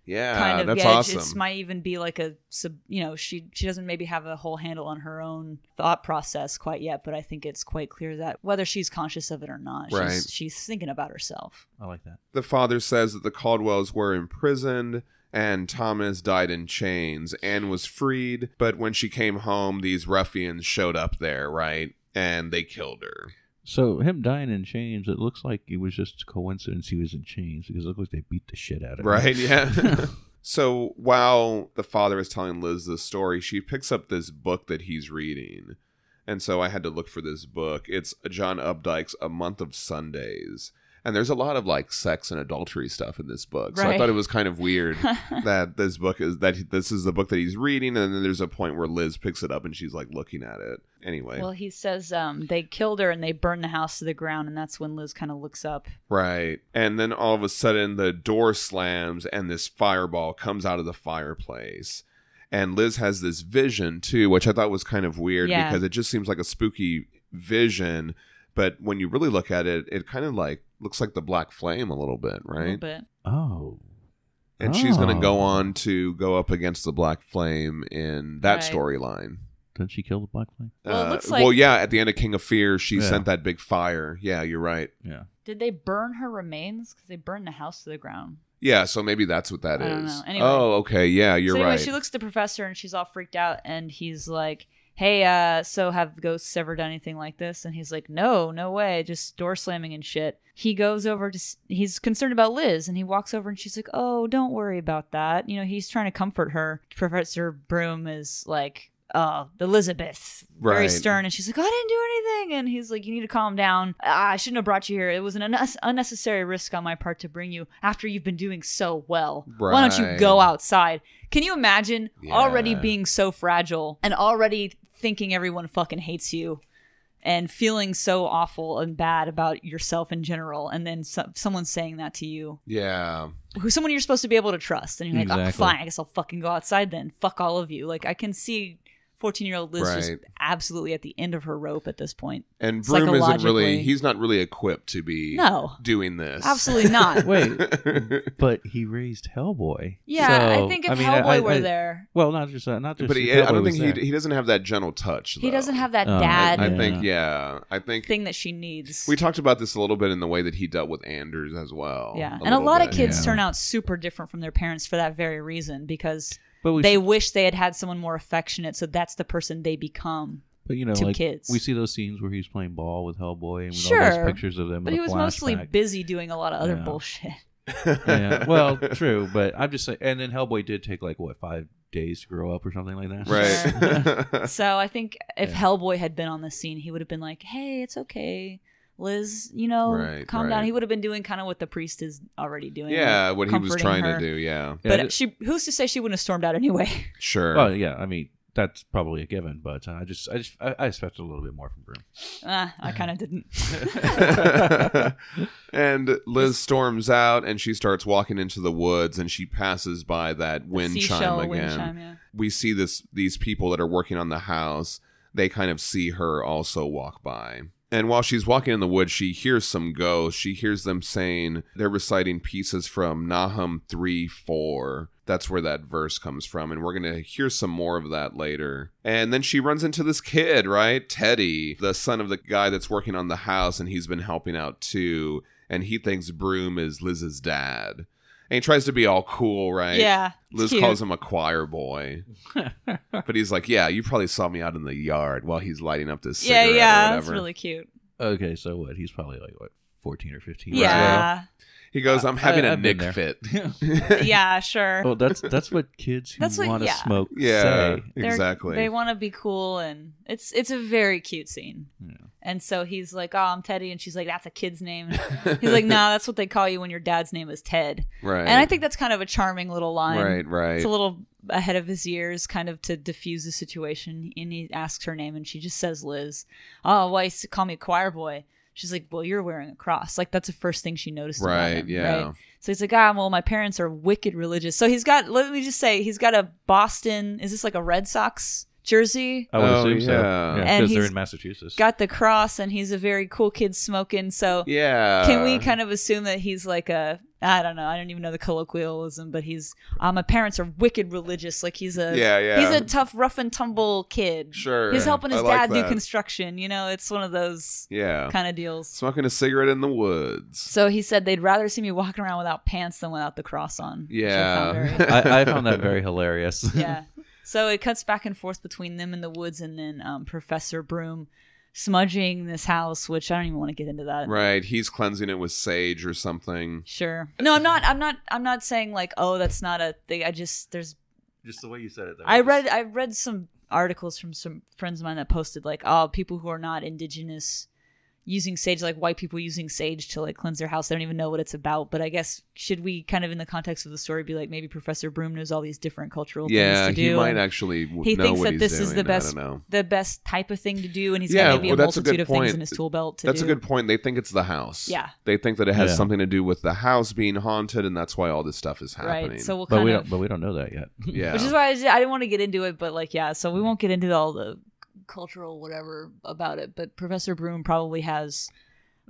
Speaker 2: yeah,
Speaker 4: kind of
Speaker 2: that's
Speaker 4: yeah, it's-
Speaker 2: awesome.
Speaker 4: it's might even be like a sub you know she she doesn't maybe have a whole handle on her own thought process quite yet but i think it's quite clear that whether she's conscious of it or not
Speaker 2: Right.
Speaker 4: she's, she's thinking about herself
Speaker 3: I like that.
Speaker 2: the father says that the Caldwells were imprisoned and Thomas died in chains. Anne was freed, but when she came home, these ruffians showed up there, right, and they killed her.
Speaker 3: So him dying in chains, it looks like it was just coincidence he was in chains because it looks like they beat the shit out of him.
Speaker 2: Right, yeah. so while the father is telling Liz this story, she picks up this book that he's reading. And so I had to look for this book. It's John Updike's A Month of Sundays. And there's a lot of like sex and adultery stuff in this book. So I
Speaker 4: Right.
Speaker 2: thought it was kind of weird that this book is that this is the book that he's reading and then there's a point where Liz picks it up and she's like looking at it. Anyway.
Speaker 4: well he says um they killed her and they burned the house to the ground and that's when liz kind of looks up
Speaker 2: Right. And then all of a sudden the door slams and this fireball comes out of the fireplace. And Liz has this vision too, which I thought was kind of weird
Speaker 4: Yeah.
Speaker 2: because it just seems like a spooky vision. But when you really look at it, it kind of like looks like the black flame a little bit,
Speaker 4: a little
Speaker 2: right?
Speaker 4: bit
Speaker 3: Oh.
Speaker 2: And she's going to go
Speaker 3: Oh.
Speaker 2: on to go up against the black flame in that
Speaker 4: Right.
Speaker 2: storyline.
Speaker 3: Didn't she kill the black flame?
Speaker 4: Well, it
Speaker 2: Uh,
Speaker 4: looks like-
Speaker 2: well, yeah, at the end of King of Fear, she
Speaker 3: Yeah.
Speaker 2: sent that big fire. Yeah, you're right.
Speaker 3: Yeah.
Speaker 4: did they burn her remains because they burned the house to the ground
Speaker 2: Yeah, so maybe that's what that is.
Speaker 4: I don't know. Anyway.
Speaker 2: Oh, okay. Yeah, you're
Speaker 4: so anyway,
Speaker 2: right.
Speaker 4: She looks at the professor and she's all freaked out, and he's like, "Hey, uh, so have ghosts ever done anything like this?" And he's like, "No, no way, just door slamming and shit." He goes over to, s- he's concerned about Liz, and he walks over and she's like, "Oh, don't worry about that." You know, he's trying to comfort her. Professor Broom is like. Uh, Elizabeth, very
Speaker 2: Right.
Speaker 4: stern, and she's like, "I didn't do anything," and he's like, "You need to calm down. Ah, I shouldn't have brought you here. It was an unnes- unnecessary risk on my part to bring you after you've been doing so well. Why don't you
Speaker 2: Right.
Speaker 4: go outside? Can you imagine already
Speaker 2: Yeah.
Speaker 4: being so fragile and already thinking everyone fucking hates you and feeling so awful and bad about yourself in general and then so- someone saying that to you
Speaker 2: Yeah.
Speaker 4: who someone you're supposed to be able to trust and you're like oh,
Speaker 3: Exactly.
Speaker 4: fine i guess i'll fucking go outside then fuck all of you like i can see 14 year old liz just
Speaker 2: Right.
Speaker 4: absolutely at the end of her rope at this point
Speaker 2: And Broom isn't really
Speaker 4: Psychologically.
Speaker 2: he's not really equipped to be
Speaker 4: no
Speaker 2: doing this.
Speaker 4: absolutely not
Speaker 3: Wait, but he raised Hellboy.
Speaker 4: yeah
Speaker 3: So,
Speaker 4: i think if
Speaker 3: mean, I-
Speaker 4: Hellboy
Speaker 3: I-
Speaker 4: were
Speaker 3: I-
Speaker 4: there
Speaker 3: Well, not just that. Not just.
Speaker 2: but he,
Speaker 3: if
Speaker 2: I don't
Speaker 3: Hellboy
Speaker 2: think
Speaker 3: was
Speaker 2: he,
Speaker 3: there.
Speaker 2: he doesn't have that gentle touch.
Speaker 4: he
Speaker 2: though.
Speaker 4: doesn't have that
Speaker 3: Oh, I-
Speaker 4: dad
Speaker 2: I
Speaker 3: Yeah.
Speaker 2: think yeah. I think
Speaker 4: thing that she needs
Speaker 2: we talked about this a little bit in the way that he dealt with Anders as well.
Speaker 4: Yeah. and a lot of kids
Speaker 3: yeah.
Speaker 4: turn out super different from their parents for that very reason because
Speaker 3: But we,
Speaker 4: they wish they had had someone more affectionate. So that's the person they become.
Speaker 3: but you know,
Speaker 4: to
Speaker 3: like
Speaker 4: kids.
Speaker 3: we see those scenes where he's playing ball with Hellboy and with all
Speaker 4: Sure.
Speaker 3: those pictures of them.
Speaker 4: But
Speaker 3: in
Speaker 4: he
Speaker 3: a
Speaker 4: was mostly
Speaker 3: flashback.
Speaker 4: busy doing a lot of other
Speaker 3: Yeah.
Speaker 4: bullshit.
Speaker 3: yeah. Well, true, but I'm just saying. And then Hellboy did take like what five days to grow up or something like that.
Speaker 2: Right.
Speaker 4: So I think if
Speaker 3: Yeah.
Speaker 4: Hellboy had been on the scene, he would have been like, hey, it's okay. Liz, you know,
Speaker 2: Right,
Speaker 4: calm
Speaker 2: right.
Speaker 4: down. He would have been doing kind of what the priest is already doing.
Speaker 2: yeah,
Speaker 4: like
Speaker 2: what he was
Speaker 4: comforting
Speaker 2: trying
Speaker 4: her.
Speaker 2: to do, yeah.
Speaker 3: Yeah,
Speaker 4: But
Speaker 3: it-
Speaker 4: she, who's to say she wouldn't have stormed out anyway?
Speaker 2: Sure.
Speaker 3: well, yeah. I mean, that's probably a given. But uh, I just, I just, I, I expected a little bit more from Broom.
Speaker 4: Ah, I kind of didn't.
Speaker 2: and Liz storms out and she starts walking into the woods and she passes by that wind chime
Speaker 4: Seashell
Speaker 2: again.
Speaker 4: wind chime, yeah.
Speaker 2: we see this these people that are working on the house they kind of see her also walk by And while she's walking in the woods, she hears some ghosts. She hears them saying they're reciting pieces from Nahum 3 4. That's where that verse comes from. And we're going to hear some more of that later. And then she runs into this kid, right? Teddy, the son of the guy that's working on the house, and he's been helping out too. And he thinks Broom is Liz's dad. And he tries to be all cool, right?
Speaker 4: Yeah. it's
Speaker 2: Liz
Speaker 4: cute.
Speaker 2: calls him a choir boy. But he's like, Yeah, you probably saw me out in the yard while he's lighting up this
Speaker 4: Yeah,
Speaker 2: cigarette or
Speaker 4: yeah. That's
Speaker 2: whatever.
Speaker 4: really cute.
Speaker 3: okay, so what? He's probably like what, fourteen or fifteen? as well.
Speaker 4: Yeah.
Speaker 2: He goes,
Speaker 4: Uh,
Speaker 2: I'm
Speaker 3: I-
Speaker 2: having a
Speaker 3: I've been
Speaker 2: Nick
Speaker 3: there."
Speaker 2: fit.
Speaker 4: yeah, sure.
Speaker 3: Well, that's that's what kids who
Speaker 4: That's what-
Speaker 3: want to
Speaker 4: yeah.
Speaker 3: smoke
Speaker 2: yeah,
Speaker 3: say.
Speaker 4: They're-
Speaker 2: exactly.
Speaker 4: They want to be cool, and it's it's a very cute scene.
Speaker 3: Yeah.
Speaker 4: And so he's like, "Oh, I'm Teddy," and she's like, "That's a kid's name." He's like, "No, that's what they call you when your dad's name is Ted."
Speaker 2: right.
Speaker 4: And I think that's kind of a charming little line.
Speaker 2: right, right.
Speaker 4: It's a little ahead of his years, kind of to diffuse the situation. And he asks her name, and she just says Liz. Oh, why s- call me a choir boy? She's like, well, you're wearing a cross. Like that's the first thing she noticed. about
Speaker 2: Right,
Speaker 4: him,
Speaker 2: yeah.
Speaker 4: right? So he's like, ah, well, my parents are wicked religious. So he's got. Let me just say, he's got a Boston. Is this like a Red Sox jersey?
Speaker 3: I would
Speaker 2: Oh,
Speaker 3: assume so.
Speaker 2: yeah.
Speaker 3: Yeah,
Speaker 4: And
Speaker 3: because they're
Speaker 4: he's
Speaker 3: in Massachusetts.
Speaker 4: Got the cross, and he's a very cool kid smoking. So
Speaker 2: yeah.
Speaker 4: can we kind of assume that he's like a I don't know, I don't even know the colloquialism, but he's uh my parents are wicked religious. Like he's a
Speaker 2: Yeah, yeah.
Speaker 4: he's a tough rough and tumble kid.
Speaker 2: Sure.
Speaker 4: He's helping
Speaker 2: I
Speaker 4: his
Speaker 2: like
Speaker 4: dad do
Speaker 2: that.
Speaker 4: construction, you know, it's one of those
Speaker 2: Yeah.
Speaker 4: kind of deals.
Speaker 2: Smoking a cigarette in the woods.
Speaker 4: So he said they'd rather see me walking around without pants than without the cross on. which I found
Speaker 2: Yeah.
Speaker 4: very-
Speaker 3: I, I found that very hilarious.
Speaker 4: yeah. So it cuts back and forth between them in the woods and then um, Professor Broom smudging this house, which I don't even want to get into that.
Speaker 2: Right. He's cleansing it with sage or something.
Speaker 4: Sure. No, I'm not. I'm not. I'm not saying like, oh, that's not a thing. I just there's.
Speaker 3: Just the way you said it.
Speaker 4: I read. I read some articles from some friends of mine that posted like, oh, people who are not indigenous using sage, like white people using sage to like cleanse their house. They don't even know what it's about. But I guess should we kind of in the context of the story be like, maybe Professor Broom knows all these different cultural
Speaker 2: Yeah,
Speaker 4: things to
Speaker 2: he
Speaker 4: do.
Speaker 2: might
Speaker 4: and
Speaker 2: actually w-
Speaker 4: he
Speaker 2: know
Speaker 4: thinks
Speaker 2: what
Speaker 4: that
Speaker 2: he's
Speaker 4: this is
Speaker 2: doing.
Speaker 4: the best-
Speaker 2: I don't know.
Speaker 4: the best type of thing to do, and he's
Speaker 2: Yeah,
Speaker 4: got maybe
Speaker 2: well,
Speaker 4: a
Speaker 2: that's a
Speaker 4: multitude
Speaker 2: good
Speaker 4: of
Speaker 2: point.
Speaker 4: things in his tool belt to
Speaker 2: That's
Speaker 4: do.
Speaker 2: a good point. They think it's the house.
Speaker 4: Yeah.
Speaker 2: They think that it has
Speaker 3: Yeah.
Speaker 2: something to do with the house being haunted, and that's why all this stuff is happening.
Speaker 4: Right. So we'll kind
Speaker 3: but we
Speaker 4: of
Speaker 3: don't. But we don't know that yet.
Speaker 2: yeah.
Speaker 4: which is why I, just, I didn't want to get into it. But like, yeah, so we won't get into all the cultural whatever about it. But Professor Broom probably has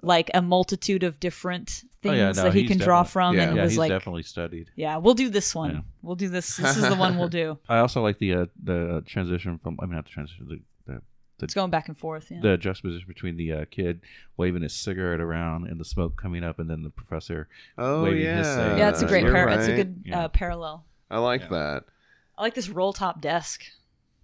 Speaker 4: like a multitude of different
Speaker 3: Oh,
Speaker 4: things
Speaker 3: yeah, no,
Speaker 4: that he
Speaker 3: he's
Speaker 4: can draw
Speaker 3: definitely-
Speaker 4: from,
Speaker 2: yeah.
Speaker 4: and it
Speaker 3: yeah,
Speaker 4: was
Speaker 3: he's
Speaker 4: like,
Speaker 3: definitely studied.
Speaker 4: yeah, we'll do this one.
Speaker 3: Yeah.
Speaker 4: We'll do this. This is the one we'll do.
Speaker 3: I also like the uh, the transition from. I mean, not the transition. The, the
Speaker 4: It's going back and forth. Yeah.
Speaker 3: the juxtaposition between the uh, kid waving his cigarette around and the smoke coming up, and then the professor.
Speaker 2: oh,
Speaker 3: waving
Speaker 2: yeah.
Speaker 3: his sage.
Speaker 4: yeah, it's a
Speaker 3: Uh,
Speaker 4: great
Speaker 2: You're
Speaker 4: par- It's a
Speaker 2: right.
Speaker 4: good
Speaker 3: Yeah.
Speaker 4: uh, parallel.
Speaker 2: I like
Speaker 3: Yeah.
Speaker 2: that.
Speaker 4: I like this roll top desk.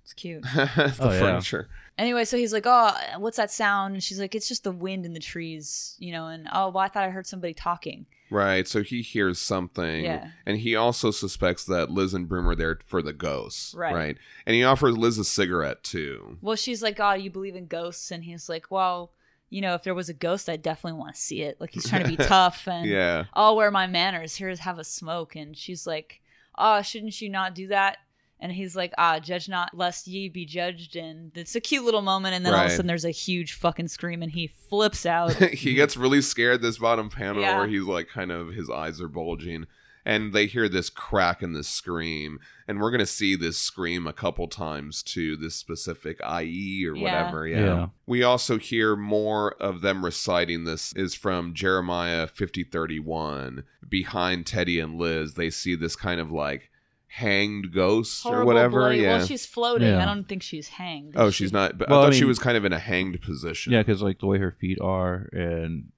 Speaker 4: It's cute.
Speaker 2: the
Speaker 3: Oh, yeah.
Speaker 2: furniture.
Speaker 4: Anyway, so he's like, "Oh, what's that sound?" And she's like, "It's just the wind in the trees, you know." And oh, well, I thought I heard somebody talking.
Speaker 2: Right. So he hears something.
Speaker 4: Yeah.
Speaker 2: And he also suspects that Liz and Broom are there for the ghosts.
Speaker 4: Right.
Speaker 2: Right. And he offers Liz a cigarette too.
Speaker 4: Well, she's like, "Oh, you believe in ghosts?" And he's like, "Well, you know, if there was a ghost, I definitely want to see it." Like he's trying to be tough and
Speaker 2: Yeah.
Speaker 4: I'll wear my manners. Here's have a smoke, and she's like, "Oh, shouldn't you not do that?" And he's like, "Ah, judge not, lest ye be judged." And it's a cute little moment, and then all of
Speaker 2: Right.
Speaker 4: a sudden there's a huge fucking scream, and he flips out.
Speaker 2: he gets really scared this bottom panel
Speaker 4: Yeah.
Speaker 2: where he's like kind of his eyes are bulging and they hear this crack and this scream and we're going to see this scream a couple times to this specific IE or
Speaker 4: Yeah.
Speaker 2: whatever yeah.
Speaker 3: Yeah.
Speaker 2: we also hear more of them reciting this is from Jeremiah 5031 behind Teddy and Liz they see this kind of like hanged ghost or
Speaker 4: Horrible
Speaker 2: whatever
Speaker 4: bloody-
Speaker 2: yeah
Speaker 4: Well, she's floating.
Speaker 3: Yeah.
Speaker 4: I don't think she's hanged.
Speaker 2: oh
Speaker 4: is
Speaker 2: she's
Speaker 4: she?
Speaker 2: not but
Speaker 3: Well,
Speaker 2: I
Speaker 3: I
Speaker 2: thought she
Speaker 3: mean-
Speaker 2: was kind of in a hanged position
Speaker 3: Yeah, because like the way her feet are, and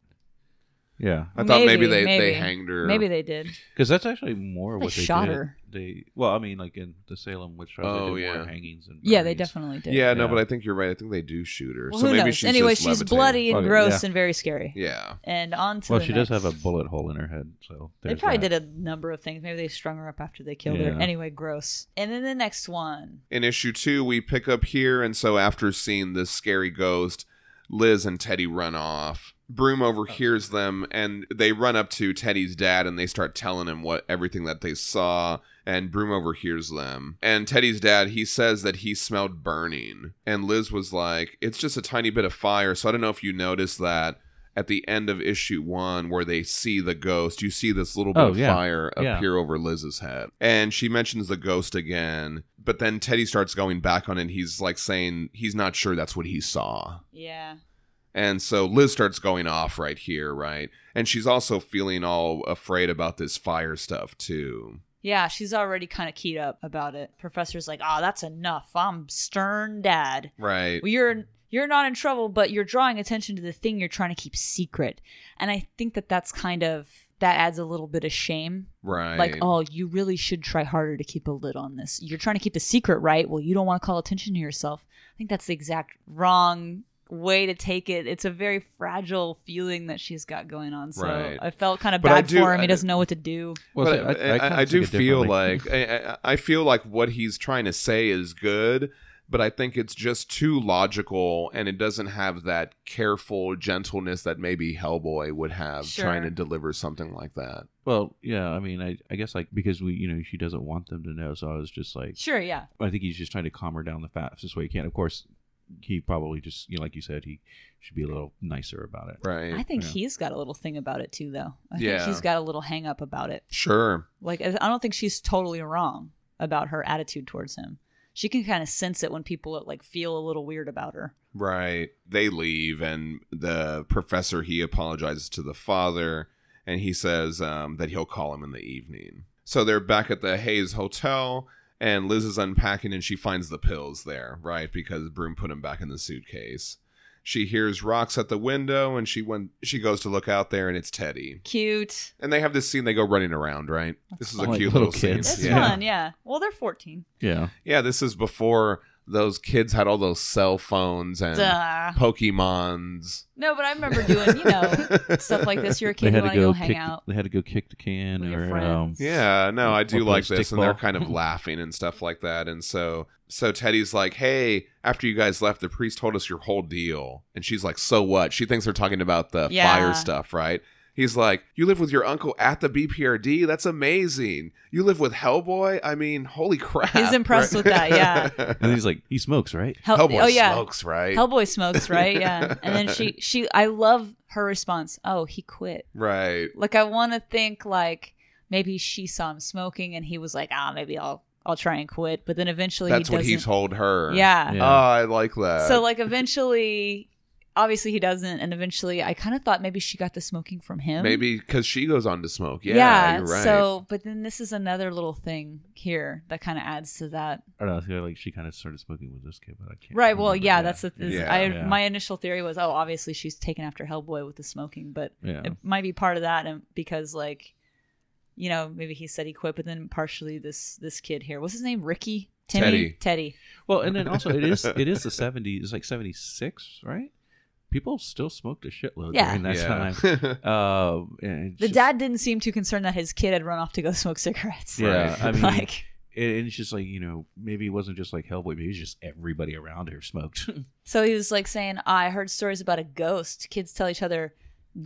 Speaker 3: yeah,
Speaker 2: I thought maybe,
Speaker 4: Maybe,
Speaker 2: they, they
Speaker 4: maybe.
Speaker 2: hanged her
Speaker 4: Maybe they did.
Speaker 3: because that's actually more
Speaker 4: They
Speaker 3: what they
Speaker 4: shot
Speaker 3: did.
Speaker 4: her.
Speaker 3: They well, I mean, like in the Salem witch trials,
Speaker 2: Oh,
Speaker 3: they did
Speaker 2: yeah.
Speaker 3: more hangings and
Speaker 4: Yeah, they
Speaker 3: burnings.
Speaker 4: definitely did.
Speaker 2: Yeah, no,
Speaker 3: Yeah.
Speaker 2: but I think you're right. I think they do shoot her.
Speaker 4: Well,
Speaker 2: so
Speaker 4: who
Speaker 2: maybe
Speaker 4: knows?
Speaker 2: she's
Speaker 4: anyway,
Speaker 2: just
Speaker 4: she's
Speaker 2: levitating.
Speaker 4: bloody and
Speaker 3: Okay,
Speaker 4: gross
Speaker 3: yeah.
Speaker 4: and very scary.
Speaker 2: Yeah.
Speaker 4: And on to
Speaker 3: Well,
Speaker 4: the
Speaker 3: she does
Speaker 4: next.
Speaker 3: have a bullet hole in her head, so
Speaker 4: They
Speaker 3: there's
Speaker 4: probably
Speaker 3: that.
Speaker 4: did a number of things. Maybe they strung her up after they killed her.
Speaker 3: Yeah.
Speaker 4: Anyway, gross. And then the next one.
Speaker 2: In issue two, we pick up here, and so after seeing this scary ghost, Liz and Teddy run off. Broom overhears them, and they run up to Teddy's dad, and they start telling him what everything that they saw. And Broom overhears them, and Teddy's dad he says that he smelled burning, and Liz was like, "It's just a tiny bit of fire." So I don't know if you noticed that at the end of issue one, where they see the ghost, you see this little bit
Speaker 3: Oh,
Speaker 2: of
Speaker 3: yeah.
Speaker 2: fire
Speaker 3: Yeah.
Speaker 2: appear over Liz's head. And she mentions the ghost again, but then Teddy starts going back on it. He's like saying he's not sure that's what he saw.
Speaker 4: Yeah.
Speaker 2: And so Liz starts going off right here, right? And she's also feeling all afraid about this fire stuff too.
Speaker 4: Yeah, she's already kind of keyed up about it. Professor's like, "Oh, that's enough. I'm stern, Dad.
Speaker 2: Right.
Speaker 4: Well, you're you're not in trouble, but you're drawing attention to the thing you're trying to keep secret." And I think that that's kind of that adds a little bit of shame.
Speaker 2: right.
Speaker 4: Like, oh, you really should try harder to keep a lid on this. You're trying to keep the secret, right? Well, you don't want to call attention to yourself. I think that's the exact wrong way to take it. It's a very fragile feeling that she's got going on. So
Speaker 2: Right.
Speaker 4: I felt kind of
Speaker 2: But I
Speaker 4: bad
Speaker 2: do-
Speaker 4: for him.
Speaker 2: I-
Speaker 4: He doesn't know what to do.
Speaker 2: But
Speaker 3: so
Speaker 2: I, I,
Speaker 3: kinda
Speaker 2: I do
Speaker 3: took it
Speaker 2: feel
Speaker 3: differently.
Speaker 2: like I, I I feel like what he's trying to say is good, but I think it's just too logical and it doesn't have that careful gentleness that maybe Hellboy would have trying to
Speaker 4: Sure.
Speaker 2: deliver something like that.
Speaker 3: well, yeah. I mean, I, I guess like because we, you know, she doesn't want them to know. So I was just like,
Speaker 4: Sure, yeah.
Speaker 3: I think he's just trying to calm her down the fastest way he can. Of course, he probably just, you know, like you said, he should be a little nicer about it.
Speaker 2: Right.
Speaker 4: I think
Speaker 3: yeah.
Speaker 4: he's got a little thing about it too, though. I
Speaker 2: Yeah.
Speaker 4: think she's got a little hang up about it.
Speaker 2: Sure.
Speaker 4: Like, I I don't think she's totally wrong about her attitude towards him. She can kind of sense it when people like feel a little weird about her.
Speaker 2: Right. They leave, and the professor he apologizes to the father, and he says um, that he'll call him in the evening. So they're back at the Hayes Hotel, and Liz is unpacking, and she finds the pills there, right? Because Broom put them back in the suitcase. She hears rocks at the window, and she went. She goes to look out there, and it's Teddy.
Speaker 4: Cute.
Speaker 2: And they have this scene. They go running around, right? This is a
Speaker 3: Like
Speaker 2: cute
Speaker 3: little
Speaker 2: little scene.
Speaker 3: kids.
Speaker 4: It's
Speaker 3: Yeah.
Speaker 4: fun, yeah. Well, they're 14.
Speaker 3: Yeah.
Speaker 2: Yeah, this is before those kids had all those cell phones and
Speaker 4: Duh.
Speaker 2: Pokemons.
Speaker 4: No, but I remember doing, you know, stuff like this. You're a kid,
Speaker 3: They
Speaker 4: you
Speaker 3: had
Speaker 4: want
Speaker 3: to
Speaker 4: to go
Speaker 3: go
Speaker 4: hang
Speaker 3: kick.
Speaker 4: out.
Speaker 3: They had to go kick the can
Speaker 4: With your
Speaker 3: or um,
Speaker 4: friends.
Speaker 2: Yeah, no, I do
Speaker 3: Or
Speaker 2: like
Speaker 3: play
Speaker 2: this, and they're
Speaker 3: stickball.
Speaker 2: kind of laughing and stuff like that. And so, so Teddy's like, "Hey, after you guys left, the priest told us your whole deal," and she's like, "So what?" She thinks they're talking about the
Speaker 4: Yeah.
Speaker 2: fire stuff, right? He's like, "You live with your uncle at the BPRD? That's amazing. You live with Hellboy? I mean, holy crap!"
Speaker 4: He's impressed with that, yeah.
Speaker 3: and he's like, he smokes, right?
Speaker 4: Hell-
Speaker 2: Hellboy
Speaker 4: oh yeah,
Speaker 2: smokes, right?
Speaker 4: Hellboy smokes, right? Yeah. And then she, she, I love her response. Oh, he quit.
Speaker 2: right.
Speaker 4: Like I want to think like maybe she saw him smoking and he was like, ah, maybe I'll I'll try and quit. But then eventually
Speaker 2: That's
Speaker 4: he
Speaker 2: what he
Speaker 4: doesn't.
Speaker 2: told her.
Speaker 4: yeah.
Speaker 2: Oh, I like that.
Speaker 4: So like eventually, obviously he doesn't, and eventually I kind of thought maybe she got the smoking from him.
Speaker 2: maybe because she goes on to smoke. Yeah, you're right.
Speaker 4: So, but then this is another little thing here that kind of adds to that.
Speaker 3: I don't know. I feel like she kind of started smoking with this kid, but I can't.
Speaker 4: Right. Well,
Speaker 3: remember.
Speaker 4: yeah, that's the. Is,
Speaker 2: Yeah.
Speaker 4: I
Speaker 3: Yeah.
Speaker 4: my initial theory was, oh, obviously she's taken after Hellboy with the smoking, but
Speaker 3: Yeah.
Speaker 4: it might be part of that, and because like, you know, maybe he said he quit, but then partially this this kid here, what's his name, Ricky,
Speaker 2: Teddy.
Speaker 4: Timmy, Teddy.
Speaker 3: Well, and then also it is it is the seventies. It's like seventy six, right? People still smoked a shitload
Speaker 4: Yeah.
Speaker 3: during that time.
Speaker 2: yeah.
Speaker 3: Um, and it's
Speaker 4: The
Speaker 3: just-
Speaker 4: dad didn't seem too concerned that his kid had run off to go smoke cigarettes.
Speaker 3: Yeah,
Speaker 2: Right.
Speaker 3: I mean,
Speaker 4: like,
Speaker 3: and and it's just like you know, maybe it wasn't just like Hellboy. Maybe it was just everybody around her smoked.
Speaker 4: so he was like saying, I heard stories about a ghost. Kids tell each other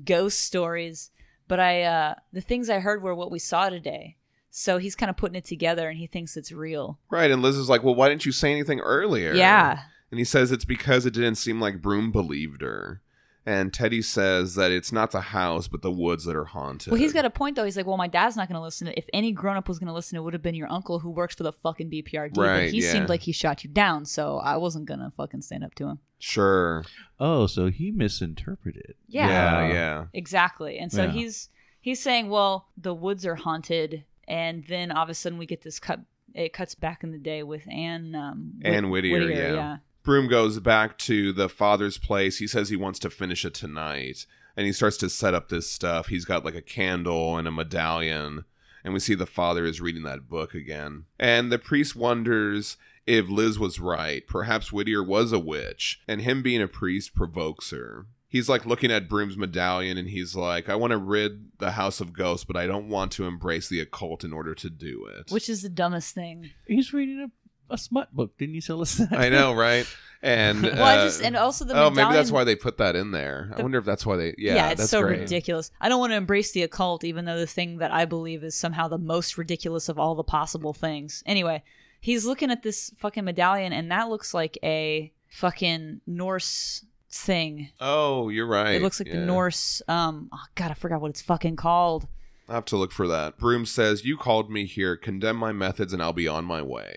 Speaker 4: ghost stories, but I uh the things I heard were what we saw today. So he's kind of putting it together, and he thinks it's real.
Speaker 2: Right, and Liz is like, "Well, why didn't you say anything earlier?"
Speaker 4: Yeah.
Speaker 2: and he says it's because it didn't seem like Broom believed her. And Teddy says that it's not the house, but the woods that are haunted.
Speaker 4: Well, he's got a point though. He's like, well, my dad's not going to listen. If any grown up was going to listen, it would have been your uncle who works for the fucking
Speaker 2: Right,
Speaker 4: BPRD. but he
Speaker 2: yeah.
Speaker 4: seemed like he shot you down, so I wasn't going to fucking stand up to him.
Speaker 2: sure.
Speaker 3: oh, so he misinterpreted.
Speaker 4: Yeah.
Speaker 2: yeah, yeah.
Speaker 4: Exactly. And so
Speaker 3: Yeah.
Speaker 4: he's he's saying, well, the woods are haunted, and then all of a sudden we get this cut. It cuts back in the day with Anne. Um, Whit-
Speaker 2: Ann Whittier, yeah. Broom goes back to the father's place. He says he wants to finish it tonight. And he starts to set up this stuff. He's got like a candle and a medallion. And we see the father is reading that book again. And the priest wonders if Liz was right. Perhaps Whittier was a witch. And him being a priest provokes her. He's like looking at Broom's medallion and he's like, I want to rid the house of ghosts, but I don't want to embrace the occult in order to do it.
Speaker 4: Which is the dumbest thing.
Speaker 3: He's reading a, a smut book. Didn't you tell us that?
Speaker 2: I know, right? And
Speaker 4: Well, I
Speaker 2: uh,
Speaker 4: just and also the
Speaker 2: oh,
Speaker 4: medallion,
Speaker 2: maybe that's why they put that in there. I
Speaker 4: The-
Speaker 2: wonder if that's why they. Yeah,
Speaker 4: Yeah, it's
Speaker 2: that's
Speaker 4: so
Speaker 2: great.
Speaker 4: ridiculous. I don't want to embrace the occult, even though the thing that I believe is somehow the most ridiculous of all the possible things. Anyway, he's looking at this fucking medallion, and that looks like a fucking Norse thing.
Speaker 2: Oh, you're right.
Speaker 4: It looks like
Speaker 2: Yeah.
Speaker 4: the Norse. Um, oh god, I forgot what it's fucking called.
Speaker 2: I have to look for that. Broom says, "You called me here. Condemn my methods, and I'll be on my way."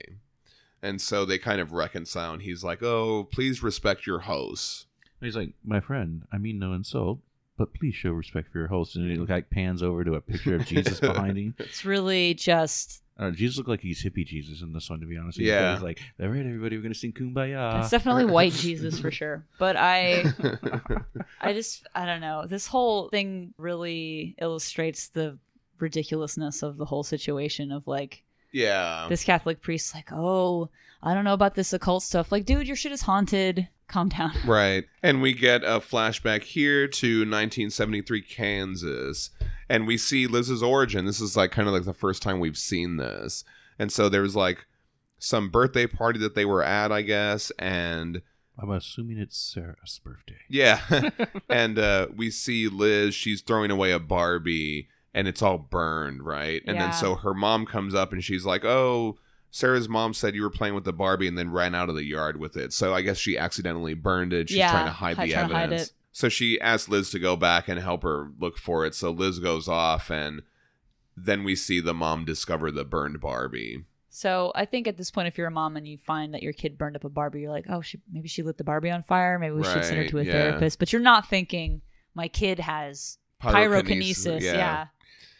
Speaker 2: And so they kind of reconcile. And he's like, "Oh, please respect your hosts."
Speaker 3: And he's like, my friend, I mean no insult, but please show respect for your host. And it like pans over to a picture of Jesus behind him.
Speaker 4: It's really just
Speaker 3: I don't know, Jesus looked like he's hippie Jesus in this one, to be honest. with you.
Speaker 2: Yeah.
Speaker 3: he's like, all right, everybody, we're gonna sing
Speaker 2: Uh,
Speaker 4: it's
Speaker 3: Kumbaya.
Speaker 4: definitely white Jesus for sure. But I
Speaker 2: yeah.
Speaker 4: I just I don't know. This whole thing really illustrates the ridiculousness of the whole situation of like
Speaker 2: Um,
Speaker 4: this Catholic priest like, "Oh, I don't know about this occult stuff." Like, "Dude, your shit is haunted. Calm down."
Speaker 2: Right. And we get a flashback here to 1973 Kansas. And we see Liz's origin. This is like kind of like the first time we've seen this. And so there was like some birthday party that they were at, I guess. And
Speaker 3: I'm assuming it's Sarah's birthday.
Speaker 2: yeah. and uh, we see Liz, she's throwing away a Barbie and it's all burned, right? And
Speaker 4: Yeah.
Speaker 2: then so her mom comes up and she's like, oh, Sarah's mom said you were playing with the Barbie and then ran out of the yard with it. So I guess she accidentally burned it. She's
Speaker 4: Yeah,
Speaker 2: trying to hide
Speaker 4: hi-
Speaker 2: the
Speaker 4: trying to hide
Speaker 2: evidence.
Speaker 4: it.
Speaker 2: so she asks Liz to go back and help her look for it. So Liz goes off and then we see the mom discover the burned Barbie.
Speaker 4: So, I think at this point if you're a mom and you find that your kid burned up a Barbie, you're like, "Oh, she, maybe she lit the Barbie on fire. Maybe we should send her
Speaker 2: Right,
Speaker 4: to a
Speaker 2: yeah.
Speaker 4: therapist." But you're not thinking, "My kid has pyrokinesis." yeah.